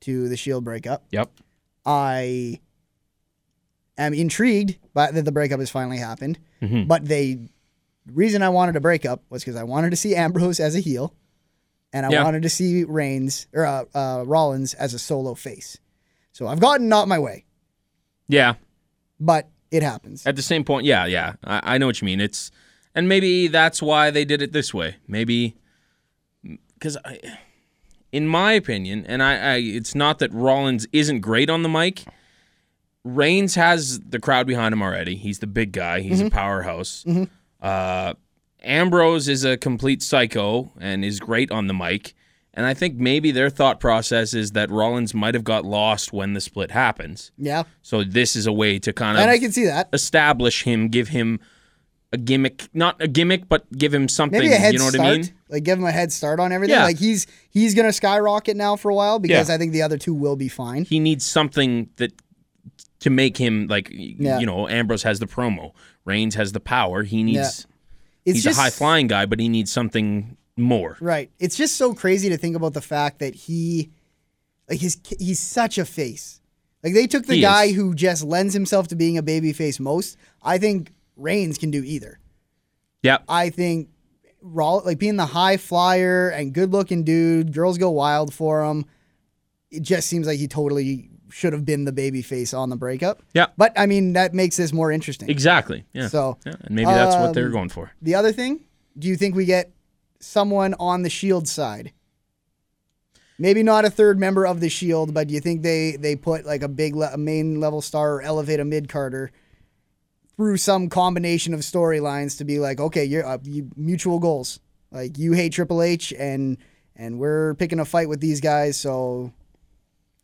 S5: to the Shield E breakup,
S4: Yep.
S5: I am intrigued by that the breakup has finally happened. But they reason I wanted a breakup was because I wanted to see Ambrose as a heel, and I
S4: Yeah.
S5: wanted to see Reigns or uh, uh, Rollins as a solo face. So I've gotten not my way,
S4: Yeah.
S5: but it happens.
S4: At the same point, yeah, yeah. I, I know what you mean. It's and maybe that's why they did it this way. Maybe because I, in my opinion, and I, I, it's not that Rollins isn't great on the mic. Reigns has the crowd behind him already. He's the big guy. He's a powerhouse. Uh, Ambrose is a complete psycho and is great on the mic. And I think maybe their thought process is that Rollins might have got lost when the split happens.
S5: Yeah,
S4: So this is a way to kind of
S5: and I can see that.
S4: establish him, give him a gimmick, not a gimmick, but give him something.
S5: Maybe a head
S4: you know what
S5: start.
S4: I mean?
S5: Like give him a head start on everything.
S4: Yeah.
S5: Like he's he's gonna skyrocket now for a while because
S4: Yeah.
S5: I think the other two will be fine.
S4: He needs something that to make him like y-
S5: Yeah.
S4: you know Ambrose has the promo, Reigns has the power. He needs
S5: It's
S4: he's
S5: just
S4: a high flying guy, but he needs something more.
S5: Right. It's just so crazy to think about the fact that he, like his, ki- he's such a face. Like they took the
S4: He
S5: guy
S4: is.
S5: who just lends himself to being a baby face most. I think Reigns can do either.
S4: Yeah,
S5: I think Raw, like being the high flyer and good looking dude, girls go wild for him. It just seems like he totally should have been the baby face on the breakup.
S4: Yeah.
S5: But I mean, that makes this more interesting.
S4: exactly. Yeah.
S5: So,
S4: yeah. and maybe that's what they're
S5: um,
S4: going for.
S5: the other thing, do you think we get someone on the Shield side? Maybe not a third member of the Shield, but do you think they they put like a big le- a main level star or elevate a mid Carter through some combination of storylines to be like, okay, you're uh, you, mutual goals. Like you hate Triple H and and we're picking a fight with these guys, so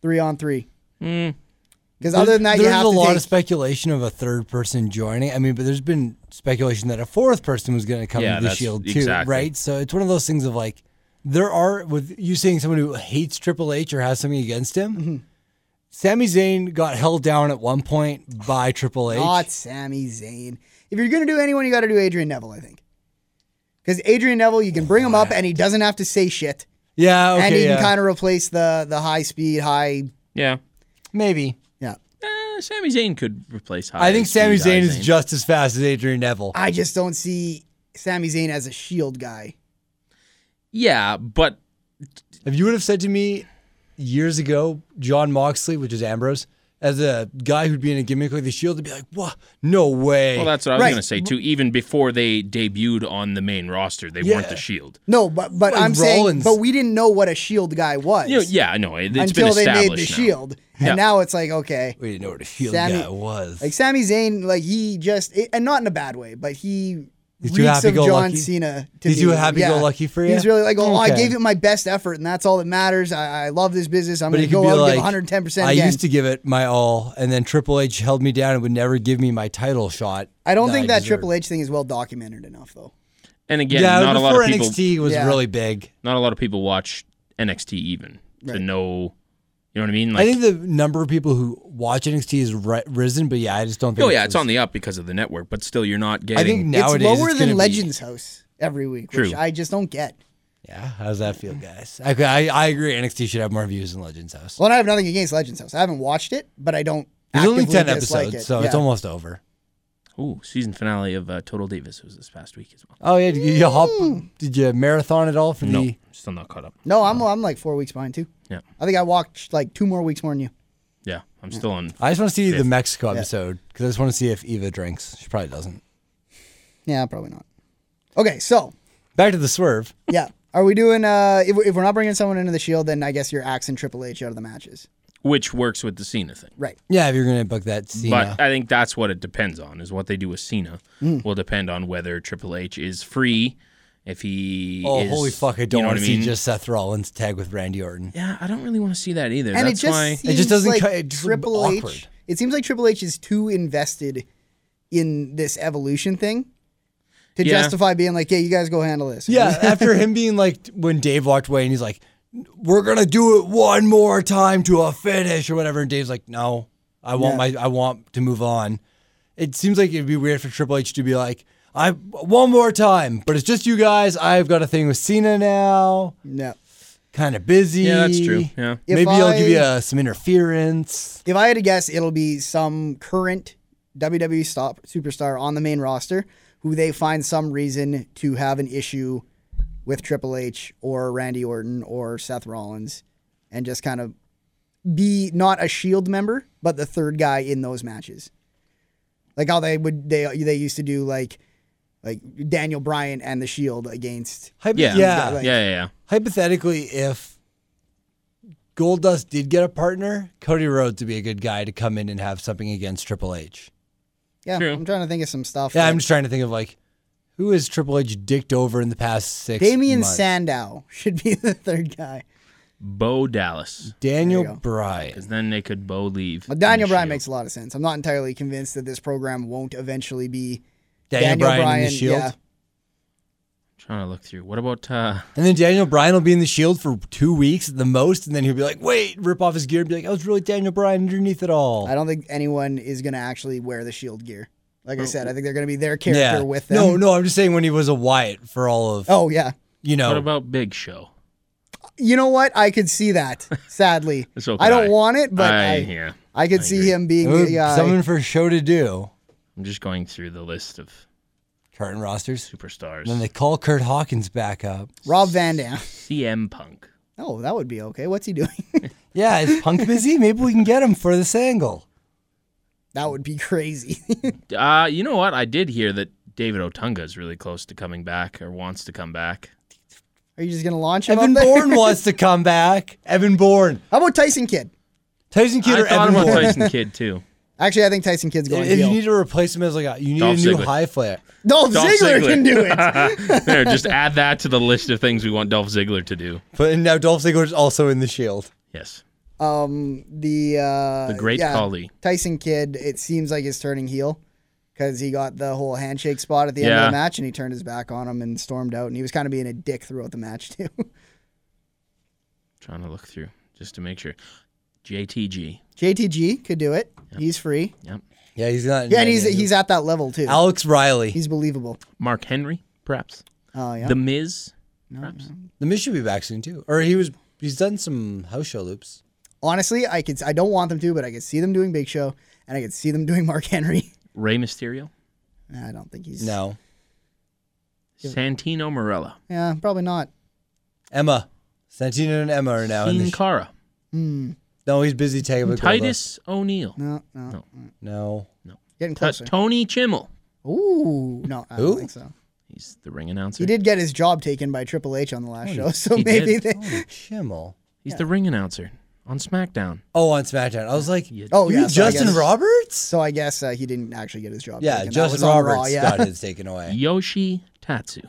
S5: three on three. Because other than that,
S6: Hmm. there's
S5: you have
S6: a
S5: to
S6: lot
S5: take,
S6: of speculation of a third person joining. I mean, but there's been speculation that a fourth person was going to come
S4: Yeah,
S6: to the
S4: that's-
S6: Shield too,
S4: exactly.
S6: right? So it's one of those things of like, there are with you saying someone who hates Triple H or has something against him.
S5: Mm-hmm.
S6: Sami Zayn got held down at one point by Triple H.
S5: Not Sami Zayn. If you're gonna do anyone, you got to do Adrian Neville, I think. Because Adrian Neville, you can bring him up, and he doesn't have to say shit,
S6: yeah, okay,
S5: and he
S6: yeah.
S5: can kind of replace the the high speed, high.
S4: Yeah.
S6: maybe.
S5: Yeah,
S4: Eh, Sami Zayn could replace. High
S6: I think
S4: speed
S6: Sami
S4: high
S6: Zayn is just as fast as Adrian Neville.
S5: I just don't see Sami Zayn as a shield guy.
S4: Yeah, but
S6: If you would have said to me years ago, John Moxley, which is Ambrose, as a guy who'd be in a gimmick like the Shield, I'd be like, "What? No way!"
S4: well, that's what I was
S5: Right.
S4: going to say too. Even before they debuted on the main roster, they weren't the
S6: Yeah.
S4: Shield.
S5: No, but but
S6: Like
S5: I'm saying,
S6: Rollins.
S5: but we didn't know what a shield guy was
S4: You know, yeah, I know. It, has been
S5: until they
S4: established
S5: made the
S4: now.
S5: shield, and
S4: Yeah.
S5: now it's like okay,
S6: we didn't know what a Shield
S5: Sami-
S6: guy was.
S5: like Sami Zayn, like he just it, and not in a bad way, but he
S6: He's too
S5: reeks of John
S6: happy-go-lucky?
S5: Cena. To
S6: He's
S5: me.
S6: too happy-go-lucky for
S5: He's
S6: ya?
S5: really like, oh, I
S6: Okay.
S5: gave it my best effort, and that's all that matters. I, I love this business. I'm
S6: but
S5: gonna
S6: he could
S5: go
S6: be
S5: out
S6: like,
S5: and give 110 percent
S6: I
S5: again.
S6: used to give it my all, and then Triple H held me down and would never give me my title shot.
S5: I don't think that
S6: deserved.
S5: Triple H thing is well documented enough, though.
S4: And again,
S6: Yeah,
S4: not a lot
S6: before
S4: of people.
S6: NXT was
S5: Yeah.
S6: really big.
S4: not a lot of people watch NXT even to
S5: Right.
S4: know. You know what I mean? Like,
S6: I think the number of people who watch NXT has ri- risen, but yeah, I just don't think.
S4: oh yeah, it's
S6: as-
S4: on the up because of the network, but still, you're not getting.
S6: I think nowadays
S5: it's lower
S6: it's
S5: than
S6: gonna be-
S5: Legends House every week, which
S4: True.
S5: I just don't get.
S6: Yeah, how does that feel, guys? I, I, I agree. NXT should have more views than Legends House.
S5: Well, and I have nothing against Legends House. I haven't watched it, but I don't.
S6: There's only
S5: actively
S6: ten
S5: dislike
S6: episodes,
S5: it.
S6: so it's
S5: Yeah.
S6: almost over.
S4: Ooh, season finale of uh, Total Divas was this past week as well.
S6: Oh yeah, did you hop? Did you marathon at all for
S4: No,
S6: the?
S4: still not caught up.
S5: No, I'm I'm like four weeks behind too.
S4: Yeah.
S5: I think I watched like two more weeks more than you.
S4: Yeah, I'm still on.
S6: I just want to see the
S4: Fifth.
S6: Mexico episode because I just want to see if Eva drinks. She probably doesn't.
S5: Yeah, probably not. Okay, so
S6: Back to the swerve.
S5: Yeah. Are we doing? uh If, if we're not bringing someone into the Shield, then I guess you're axing Triple H out of the matches.
S4: Which works with the Cena thing,
S5: Right.
S6: Yeah, if you're gonna book that scene.
S4: but I think that's what it depends on. Is what they do with Cena
S5: Mm.
S4: will depend on whether Triple H is free. If he
S6: oh
S4: is-
S6: holy fuck! I
S4: you
S6: don't
S4: know
S6: want
S4: what
S6: to
S4: I mean?
S6: see just Seth Rollins tag with Randy Orton.
S4: yeah. I don't really want to see that either.
S5: And
S4: that's
S5: it just
S4: why
S5: seems
S6: just doesn't
S5: like
S6: cut- it just looks
S5: Triple H.
S6: awkward.
S5: It seems like Triple H is too invested in this evolution thing to
S4: Yeah.
S5: justify being like, "Yeah, you guys go handle this."
S6: (laughs) Yeah, after him being like when Dave walked away and he's like, we're gonna do it one more time to a finish or whatever. And Dave's like, no, I want my, I want to move on. It seems like it'd be weird for Triple H to be like, I one more time, but it's just you guys. I've got a thing with Cena now,
S5: No.
S6: kind of busy.
S4: Yeah, that's true. Yeah.
S5: If
S6: Maybe I'll give you
S5: I-
S6: uh, some interference.
S5: If I had to guess, it'll be some current WWE stop superstar on the main roster who they find some reason to have an issue with Triple H or Randy Orton or Seth Rollins and just kind of be not a shield E member, but the third guy in those matches. Like how they would they they used to do like like Daniel Bryan and the Shield E against
S6: Hypo-
S4: Yeah.
S6: yeah.
S4: Yeah. Yeah. yeah.
S6: Hypothetically, if Goldust did get a partner, Cody Rhodes would be a good guy to come in and have something against Triple H.
S5: yeah,
S4: True.
S5: I'm trying to think of some stuff.
S6: Yeah,
S5: like
S6: I'm just trying to think of like who has Triple H dicked over in the past six.
S5: Damian
S6: months?
S5: Sandow (laughs) should be the third guy.
S4: Bo Dallas.
S5: There
S6: Daniel
S5: you go.
S6: Bryan.
S4: Because then they could Bo leave.
S5: Well, Daniel
S4: and
S5: Bryan
S4: Shield.
S5: makes a lot of sense. I'm not entirely convinced that this program won't eventually be
S6: Daniel, Bryan, in the Shield,
S5: yeah.
S4: Trying to look through. What about uh,
S6: and then Daniel Bryan will be in the Shield for two weeks at the most, and then he'll be like, "Wait," rip off his gear, and be like, "I was really Daniel Bryan underneath it all."
S5: I don't think anyone is going to actually wear the shield gear. Like I said, I think they're going to be their character
S6: Oh. yeah.
S5: with them.
S6: No, no, I'm just saying when he was a Wyatt for all of
S5: Oh yeah.
S6: you
S4: what
S6: know.
S4: about Big Show?
S5: You know what? I could see that.
S6: (laughs)
S5: Sadly,
S4: So
S5: I don't
S4: could I.
S5: want it, but I,
S4: I-
S5: I,
S4: yeah,
S5: could
S4: I
S5: see
S4: agree.
S5: him being uh,
S6: Ooh,
S5: the guy.
S6: Something for a show to do.
S4: I'm just going through the list of
S6: Current rosters.
S4: superstars.
S6: Then they call Kurt Hawkins back up.
S5: Rob Van Dam. (laughs)
S4: CM Punk.
S5: Oh, that would be okay. What's he doing? (laughs)
S6: Yeah, is Punk busy? Maybe we can get him for this angle.
S5: that would be crazy. (laughs)
S4: Uh, you know what? I did hear that David Otunga is really close to coming back or wants to come back.
S5: Are you just going to launch him?
S6: Evan
S5: up there? (laughs)
S6: Bourne wants to come back. Evan Bourne.
S5: How about Tyson Kidd?
S6: Tyson Kidd or
S4: I thought
S6: Evan
S4: about
S6: Bourne.
S4: Tyson Kidd too.
S5: (laughs) Actually, I think Tyson Kidd's going
S6: If
S5: to
S6: you
S5: heel.
S6: need to replace him as like a, you need
S4: Dolph
S6: a new
S4: Ziggler.
S6: high flare.
S5: Dolph,
S4: Dolph
S5: Ziggler,
S4: Ziggler.
S5: can do
S6: (laughs)
S5: it.
S4: there, just add that to the list of things we want Dolph Ziggler to do.
S6: But and now Dolph Ziggler's also in the Shield.
S4: Yes.
S5: um, the uh,
S4: The great
S5: yeah,
S4: Khali.
S5: Tyson Kidd, it seems like is turning heel because he got the whole handshake spot at the end of
S4: Yeah.
S5: the match and he turned his back on him and stormed out. And he was kind of being a dick throughout the match, (laughs) too.
S4: Trying to look through just to make sure. JTG.
S5: JTG could do it. He's free.
S6: Yeah, he's not. in
S5: Yeah, and
S6: any
S5: he's
S6: of
S5: he's at that level, too.
S6: them. Alex Riley.
S5: he's believable.
S4: Mark Henry, perhaps.
S5: Oh, yeah.
S4: The Miz. Perhaps.
S6: the Miz should be back soon too, or he was. He's done some house show loops.
S5: Honestly, I could. I don't want them to, but I could see them doing Big Show and I could see them (laughs) doing Mark Henry.
S4: Rey Mysterio.
S5: Nah, I don't think he's.
S6: No,
S4: Santino Morella.
S5: Yeah, probably not.
S6: Emma, Santino and Emma are
S5: Oh,
S6: now in the.
S4: Teen
S6: Sh-
S4: Cara.
S6: no, he's busy taking a
S4: Titus O'Neil.
S5: No, no.
S6: No,
S5: Getting
S4: T-
S5: closer.
S4: Tony Chimmel.
S5: Ooh, no, I don't
S6: Who?
S5: think so.
S4: He's the ring announcer.
S5: He did get his job taken by Triple H on the last show, so
S4: he
S5: maybe
S4: did.
S5: they,
S6: Holy Chimmel.
S4: He's the ring announcer on SmackDown.
S6: Oh, on SmackDown, I was like,
S5: Oh,
S6: you
S5: yeah, so I
S6: Justin
S5: guess-
S6: Roberts.
S5: So I guess uh, he didn't actually get his job.
S6: yeah,
S5: taken. That
S6: Justin
S5: was on Raw,
S6: Roberts
S5: yeah, (laughs)
S6: got his taken away.
S4: Yoshi Tatsu.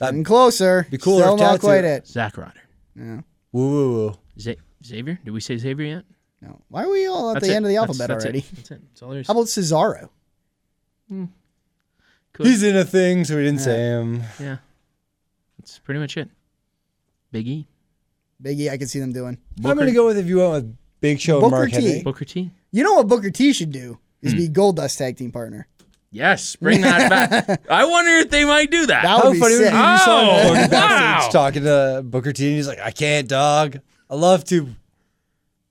S5: Getting closer.
S6: Be cooler
S5: Still
S6: if
S5: not
S6: Tatsu-
S5: quite it.
S4: Zack Ryder.
S6: Woo woo woo.
S4: Z- Xavier? Did we say Xavier yet?
S5: No. Why are we all at
S4: That's
S5: the
S4: it.
S5: end of the
S4: That's-
S5: alphabet
S4: that's it.
S5: already?
S4: That's it. That's all there is.
S5: How about Cesaro?
S4: Cool.
S6: He's in a thing, so we didn't say him.
S4: Yeah. That's pretty much it. Biggie.
S5: Biggie, E, I could see them doing.
S6: I'm gonna go with if you went with Big Show and
S5: Booker
S6: Mark
S5: T.
S6: Henry.
S4: Booker T.
S5: You know what Booker T should do is be Goldust tag team partner.
S4: Yes, bring that (laughs) back. I wonder if they might do that.
S5: That
S6: How
S5: would be
S6: funny would it
S5: sick.
S6: be if you saw him
S4: Oh,
S6: walking backstage
S4: wow.
S6: talking to Booker T and he's like, I can't, dog. I love to.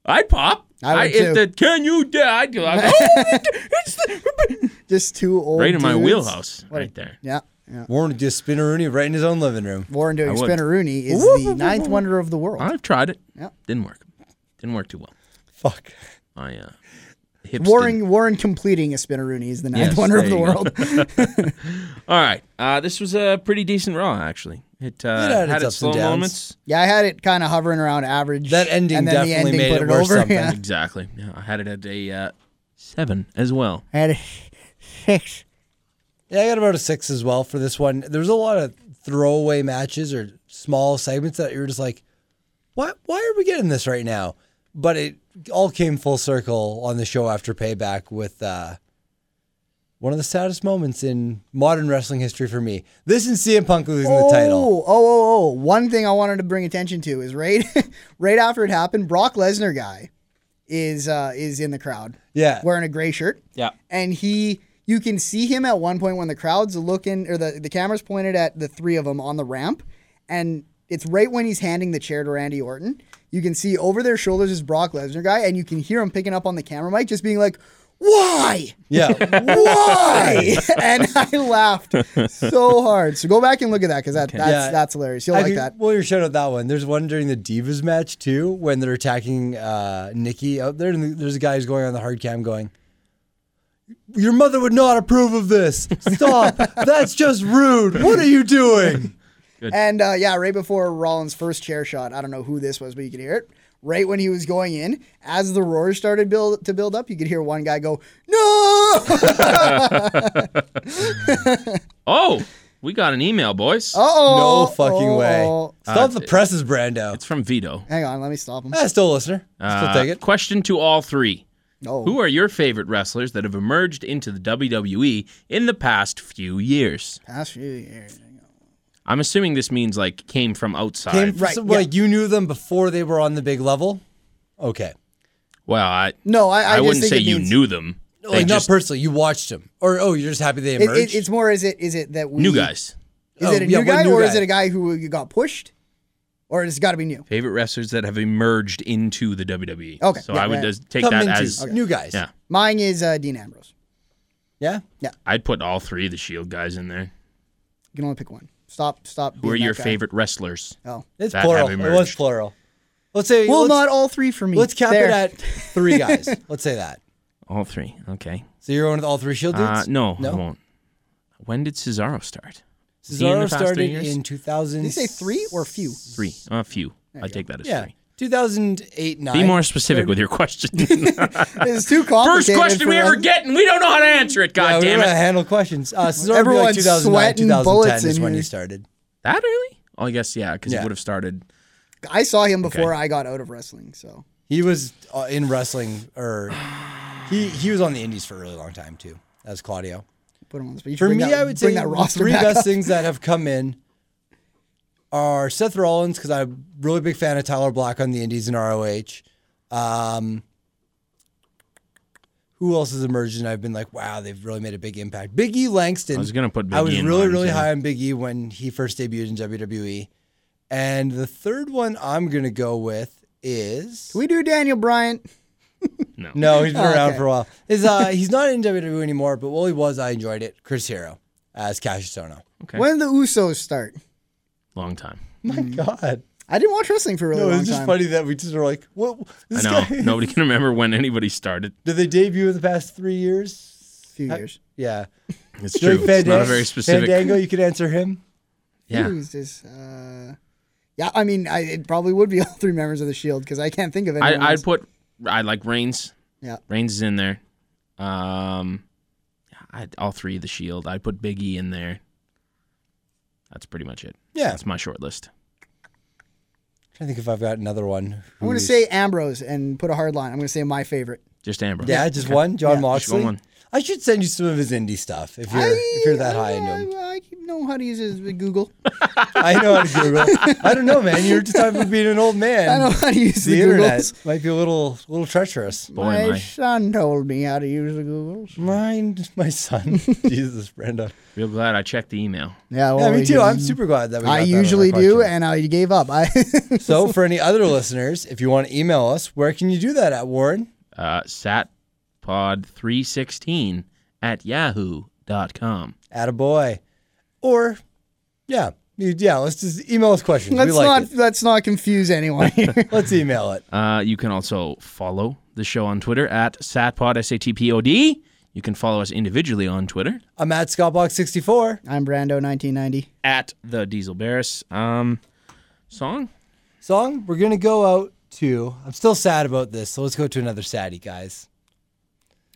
S4: I'd pop.
S5: I would too.
S4: If the can you die? I'd go, I'd go, "Oh, it's the-"
S5: Just two old.
S4: right in my
S5: dudes.
S4: wheelhouse,
S5: What a-
S4: right there.
S5: Yeah. Yeah.
S6: Warren would just spin a Rooney right in his own living room.
S5: Warren doing
S4: I would.
S5: Spinneroonie is the ninth wonder of the world.
S4: I've tried it.
S5: Yeah.
S4: Didn't work. Didn't work too well.
S6: Fuck.
S4: I uh, hips didn't-
S5: Warren Warren completing a Spinneroonie is the ninth
S4: Yes,
S5: wonder of
S4: there
S5: the
S4: you go. (laughs)
S5: world.
S4: All right. Uh, this was a pretty decent Raw, actually. It, uh,
S6: It had
S4: had, its
S6: its ups
S4: slow
S6: and downs.
S4: moments.
S5: yeah, I had it kind of hovering around average.
S6: That ending
S5: and then the
S6: definitely
S5: ending
S6: made
S5: put
S6: it
S5: it
S6: worth
S5: over. (laughs)
S6: something.
S5: Yeah.
S4: Exactly. Yeah, I had it at a uh, seven as well.
S5: I had (laughs) a six.
S6: Yeah, I got about a six as well for this one. There's a lot of throwaway matches or small segments that you're just like, what? Why are we getting this right now? But it all came full circle on the show after Payback with uh, one of the saddest moments in modern wrestling history for me. This and CM Punk losing the title.
S5: Oh, oh, oh, oh. One thing I wanted to bring attention to is right (laughs) right after it happened, Brock Lesnar guy is uh is in the crowd.
S6: Yeah.
S5: Wearing a gray shirt.
S4: Yeah.
S5: And he you can see him at one point when the crowd's looking or the, the camera's pointed at the three of them on the ramp and it's right when he's handing the chair to Randy Orton. You can see over their shoulders is Brock Lesnar guy and you can hear him picking up on the camera mic just being like, "Why?"
S6: (laughs) Yeah.
S5: why? (laughs) and I laughed so hard. So go back and look at that because that, that's
S6: Yeah.
S5: that's hilarious. You'll
S6: I
S5: like
S6: could-
S5: that.
S6: Well, you're showing out that one. There's one during the Divas match too, when they're attacking uh, Nikki out there, and there's a guy who's going on the hard cam going, "Your mother would not approve of this. Stop. That's just rude. What are you doing?"
S5: And uh, yeah, right before Rollins' first chair shot, I don't know who this was, but you could hear it. Right when he was going in, as the roar started build to build up, you could hear one guy go, "No!" (laughs)
S4: Oh, we got an email, boys.
S5: oh,
S6: no fucking way. Stop the presses, Brando.
S4: It's from Vito.
S5: Hang on, let me stop
S6: (laughs)
S5: him.
S6: Ah, still a listener.
S4: Uh,
S6: still take it.
S4: Question to all three.
S5: No,
S4: Who are your favorite wrestlers that have emerged into the WWE in the past few years?
S5: past few years.
S4: I'm assuming this means like came from outside.
S6: Came from
S5: Right,
S6: some-
S5: yeah.
S6: like you knew them before they were on the big level. Okay.
S4: well, I,
S5: No, I, I,
S4: I,
S5: just
S4: wouldn't
S5: think
S4: say
S5: it
S4: you
S5: means-
S4: knew them. They
S6: like
S4: just
S6: not personally, you watched them, or oh, you're just happy they
S5: It,
S6: emerged.
S5: it, it's more is it is it that we
S4: new guys.
S5: Is
S6: Oh,
S5: it a new
S6: yeah, one
S5: guy
S6: new
S5: or
S6: guy.
S5: is it a guy who got pushed, or it's got to be new?
S4: Favorite wrestlers that have emerged into the WWE.
S5: Okay,
S4: So
S5: yeah,
S4: I would
S5: yeah.
S4: just take
S6: Come
S4: that
S6: into
S4: as
S6: new guys.
S4: yeah.
S5: Mine is uh, Dean Ambrose.
S6: yeah.
S4: I'd put all three of the Shield E guys in there.
S5: You can only pick one. Stop. Stop.
S4: Who are
S5: being that
S4: your
S5: guy.
S4: favorite wrestlers?
S5: Oh.
S6: It's
S4: that
S6: plural.
S4: have
S6: It was
S4: emerged.
S6: plural. Let's say
S5: Well,
S6: let's,
S5: not all three for me.
S6: let's cap
S5: There.
S6: it at
S5: (laughs)
S6: three guys. let's say that.
S4: All three. Okay.
S6: So you're one of all three Shield dudes.
S4: Uh, no, I
S6: no.
S4: won't. When did Cesaro start? Is he in the
S6: Cesaro
S4: past three
S6: started
S4: years?
S6: in 2000.
S5: Did you say three or few?
S4: Three. A few. I take that as
S6: Yeah,
S4: three.
S6: 2008, nine.
S4: Be more specific with your
S5: (laughs)
S4: question. (laughs)
S5: (laughs) It's too complicated.
S4: First question
S5: for
S4: we ever
S5: one.
S4: get, and we don't know how to answer it.
S6: Yeah,
S4: God
S6: we
S4: damn
S6: were
S4: it!
S6: gonna handle questions. Uh, Cesaro would be like
S5: Everyone's
S6: 2009,
S5: sweating bullets
S6: 2010 is
S5: in
S6: when
S5: here.
S6: he started.
S4: That early? Oh, I guess yeah, because
S6: Yeah.
S4: he would have started.
S5: I saw him before I got out of wrestling. So
S6: He was uh, in wrestling, or he he was on the Indies for a really long time too. As Claudio.
S5: put him on. But you
S6: For
S5: bring
S6: me,
S5: that,
S6: I would say
S5: bring that
S6: the
S5: roster
S6: three
S5: back
S6: best
S5: up.
S6: things that have come in are Seth Rollins because I'm a really big fan of Tyler Black on the Indies and ROH. Um, who else has emerged and I've been like, wow, they've really made a big impact. Big E Langston.
S4: I was gonna put Big
S6: I was
S4: E in
S6: really
S4: mine,
S6: really
S4: too.
S6: high on Big E when he first debuted in WWE. And the third one I'm gonna go with is
S5: We do Daniel Bryan.
S6: no, he's been around
S5: Oh, okay.
S6: for a while. Is uh, he's not in WWE anymore, but while he was, I enjoyed it. Chris Hero as Cassius Ohno.
S4: Okay.
S5: When did the Usos start?
S4: Long time.
S6: My God.
S5: I didn't watch wrestling for a really
S6: No,
S5: long
S6: it's just
S5: time.
S6: funny that we just were like, what?
S4: I
S6: (laughs) This
S4: know
S6: guy,
S4: nobody can remember when anybody started.
S6: (laughs) Did they debut in the past three years?
S5: Few years.
S6: Yeah.
S4: It's true.
S6: Like
S4: It's not
S6: Fandango-
S4: a very specific.
S6: Fandango, you could answer him.
S4: Yeah.
S5: Who's this? Uh, yeah, I mean, I, it probably would be (laughs) all three members of the Shield because I can't think of anyone.
S4: I,
S5: else.
S4: I'd put. I like Reigns.
S5: Yeah.
S4: Reigns is in there. Um, I all three of the Shield. I put Big E in there. That's pretty much it.
S6: Yeah.
S4: That's my short list.
S6: I'm trying to think if I've got another one.
S5: I'm going to
S6: who's-
S5: say Ambrose and put a hard line. I'm going to say my favorite.
S4: Just Ambrose.
S6: Yeah, just one. John Moxley.
S4: one.
S6: I should send you some of his indie stuff if you're if you're that high into
S5: (laughs)
S6: him.
S5: I, I know how to use his Google.
S6: I know how to Google. I don't know, man. You're just talking about being an old man.
S5: I know how
S6: (laughs)
S5: to use
S6: the
S5: the,
S6: internet
S5: Googles.
S6: might be a little little treacherous.
S4: Boy,
S5: My
S4: am I
S5: son told me how to use the Googles.
S6: Mind my son. (laughs) Jesus, Brenda.
S4: real glad I checked the email.
S5: Yeah,
S6: Yeah,
S5: well,
S6: me
S5: we
S6: too.
S5: do.
S6: I'm super glad that we.
S5: Oh, I
S6: got that on our
S5: usually do,
S6: podcast.
S5: and I gave up. I (laughs)
S6: So, for any other listeners, if you want to email us, where can you do that at, Warren?
S4: Uh, satpod316 at yahoo.com.
S6: Attaboy. Or, yeah, you- yeah, let's just email us questions.
S5: let's
S6: we like
S5: not
S6: it.
S5: let's not confuse
S6: (laughs)
S5: anyone. here.
S6: Let's email it.
S4: Uh, you can also follow the show on Twitter at satpod, S-A-T-P-O-D. You can follow us individually on Twitter
S6: I'm at Scottbox64.
S5: I'm Brando, 1990.
S4: at the Diesel Barris. Um, song? (laughs)
S6: Song, we're going to go out to, I'm still sad about this, so let's go to another saddie, guys.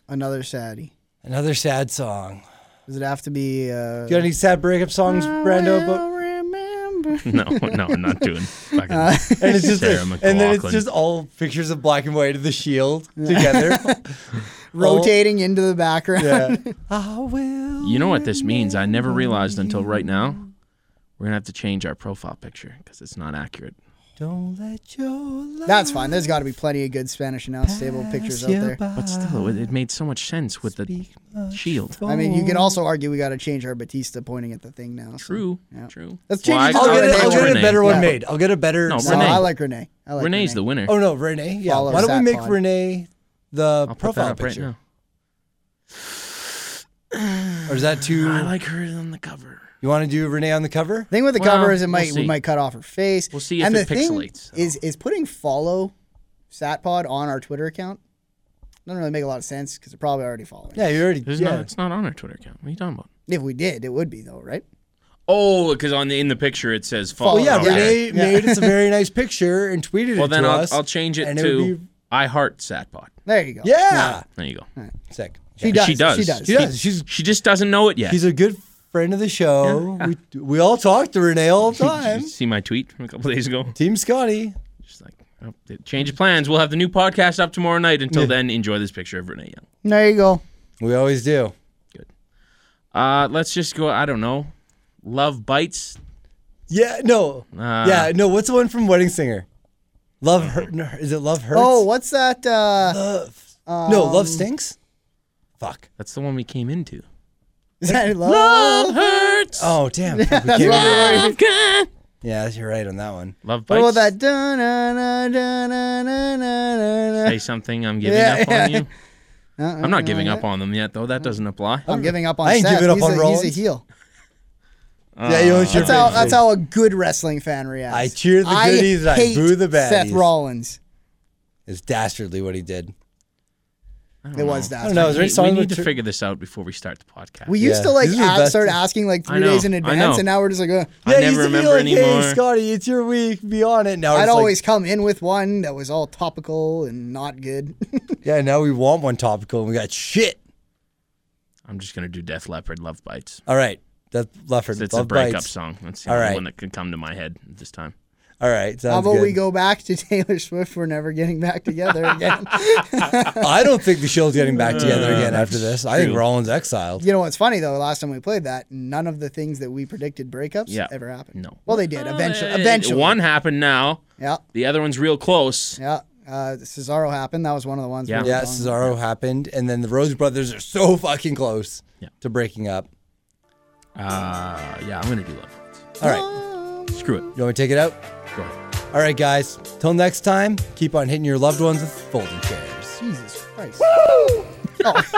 S5: Another Saturday.
S6: Another sad song.
S5: Does it have to be? Uh,
S6: Do you got any sad breakup songs, Brando? But
S5: remember remember.
S4: No,
S6: (laughs)
S4: no, I'm not doing. Fucking
S5: Uh,
S6: and it's just
S4: Sarah
S6: and then it's
S4: McLachlan.
S6: just all pictures of black and white of the shield
S5: (laughs)
S6: together.
S5: Rotating into the background.
S6: Yeah. I will.
S4: You know what this means? I never realized until right now. We're gonna have to change our profile picture because it's not accurate.
S6: Don't let your
S5: (laughs)
S6: love
S5: That's fine. There's got to be plenty of good Spanish announce table pictures out
S6: you
S5: there.
S6: by.
S4: But still, it, it made so much sense with the shield.
S5: I mean, you can also argue we got to change our Batista pointing at the thing now. so-
S4: True,
S5: Yeah.
S4: true.
S5: Let's change
S4: I
S5: it to
S6: I'll
S4: thought
S6: get,
S5: Renee.
S6: a,
S4: it
S6: I'll
S4: was
S6: get a
S4: Renee.
S6: better one
S5: Yeah.
S6: made. I'll get a better.
S4: No,
S5: No,
S4: Renee.
S5: I like Renee. I like
S4: Renee's the
S5: Renee.
S4: winner.
S6: Oh no, Renee. Yeah.
S5: Follows
S6: Why don't we
S5: that
S6: make
S5: pod.
S6: Renee
S4: I'll
S6: the
S4: put that
S6: profile
S4: up right
S6: picture?
S4: now.
S6: Or is that too?
S4: I like her on the cover.
S6: you want to do Renee on the cover?
S5: thing with the
S4: Well,
S5: cover is it
S4: we'll
S5: might we
S4: see.
S5: might cut off her face.
S4: We'll see if
S5: and
S4: it
S5: the thing
S4: pixelates, so.
S5: Is is putting follow Satpod on our Twitter account doesn't really make a lot of sense because they're probably already following.
S6: Yeah, you already.
S4: It's,
S6: yeah.
S4: not, it's not on her Twitter account. What are you talking about?
S5: If we did, it would be though, right?
S4: Oh, because on the in the picture it says follow.
S6: Well, yeah,
S5: Okay.
S6: Renee
S5: Yeah.
S6: made us a very nice picture and tweeted
S4: Well,
S6: it
S4: then
S6: to
S4: I'll,
S6: us.
S4: I'll change it
S6: and
S4: to
S6: would be-
S4: I heart Satbot.
S5: There you go.
S6: yeah.
S4: There you go.
S6: Sick.
S5: She does.
S4: She does.
S5: She does.
S6: She does. She's
S4: She just doesn't know it yet.
S6: He's a good friend of the show. We, we all talk to Renee
S4: (laughs)
S6: all the time.
S4: Did you see my tweet from a couple days (laughs) ago?
S6: Team Scotty.
S4: Just like, oh, change of plans. We'll have the new podcast up tomorrow night. Until then, enjoy this picture of Renee Young.
S5: There you go.
S6: We always do.
S4: Uh, let's just go. I don't know. Love bites.
S6: Yeah, no.
S4: Ah.
S6: yeah, no. What's the one from Wedding Singer? Love hurt. no, Is it Love Hurts?
S5: Oh, what's that? Uh,
S6: Love. no,
S4: Um,
S6: Love Stinks? Fuck.
S4: That's the one we came into.
S5: is that love?
S4: Love hurts.
S6: Oh, (laughs) damn. Fuck, we
S5: That's
S6: can't-
S5: what I-
S6: yeah, you're right on that one.
S4: Love bites.
S5: What about that? Da-na-na-na-na-na-na-na.
S4: Say something. I'm giving
S5: Yeah,
S4: up
S5: yeah. Uh,
S4: on you.
S5: (laughs)
S4: I'm not giving up on them yet, though. That doesn't apply.
S5: I'm giving up on
S6: I ain't
S5: Seth.
S6: giving up
S5: he's
S6: on
S5: a,
S6: Rollins.
S5: He's a heel.
S6: yeah, you always cheer
S5: That's
S6: for
S5: how
S6: the
S5: that's
S6: good.
S5: how a good wrestling fan reacts.
S6: I cheer the
S5: I
S6: goodies and I
S5: hate
S6: boo the baddies.
S5: Seth Rollins.
S6: It's dastardly what he did.
S5: It was
S6: I
S5: that.
S6: don't know. Is there
S4: We,
S6: any song
S4: we
S6: with
S4: need to
S6: tur-
S4: figure this out before we start the podcast.
S5: We
S6: Yeah.
S5: used to like
S6: These are the
S5: a-
S6: best.
S5: start asking like three
S4: I know,
S5: days in
S4: I
S5: advance,
S4: know.
S5: and now we're
S6: (laughs)
S5: just like, uh,
S4: I never
S6: yeah, he used to
S4: remember
S6: be like,
S4: anymore.
S6: Hey, Scotty, it's your week. Be on it now.
S5: I'd
S6: it's like,
S5: always come in with one that was all topical and not good. (laughs)
S6: yeah. Now we want one topical and we got shit.
S4: I'm just gonna do Death Leopard Love Bites.
S6: All right, that Lefford.
S4: It's
S6: love
S4: a breakup
S6: bites.
S4: song. That's the
S6: All
S4: only
S6: right.
S4: one that could come to my head at this time.
S6: All right,
S5: How
S6: sounds
S5: about
S6: good.
S5: we go back to (laughs) Taylor Swift? We're never getting back
S6: (laughs)
S5: together again.
S6: I don't think the Shield's getting back together again after this. I think
S4: true.
S6: Rollins exiled.
S5: you know what's funny though? Last time we played that, none of the things that we predicted breakups
S4: Yeah.
S5: ever happened.
S4: No.
S5: Well, they did eventually.
S4: Uh,
S5: Eventually,
S4: One happened now.
S5: Yeah,
S4: The other one's real close.
S5: yeah. Uh, Cesaro happened. That was one of the ones.
S4: Yeah.
S5: we were
S6: Yeah,
S5: wrong.
S6: Cesaro happened, and then the Rose Brothers are so fucking close
S4: Yeah.
S6: to breaking up.
S4: Uh, yeah, I'm gonna do Love Bites.
S6: All right,
S4: Screw it.
S6: you want me to take it out?
S4: Go ahead.
S6: All right, guys. Till next time, keep on hitting your loved ones with folding chairs.
S5: Jesus Christ.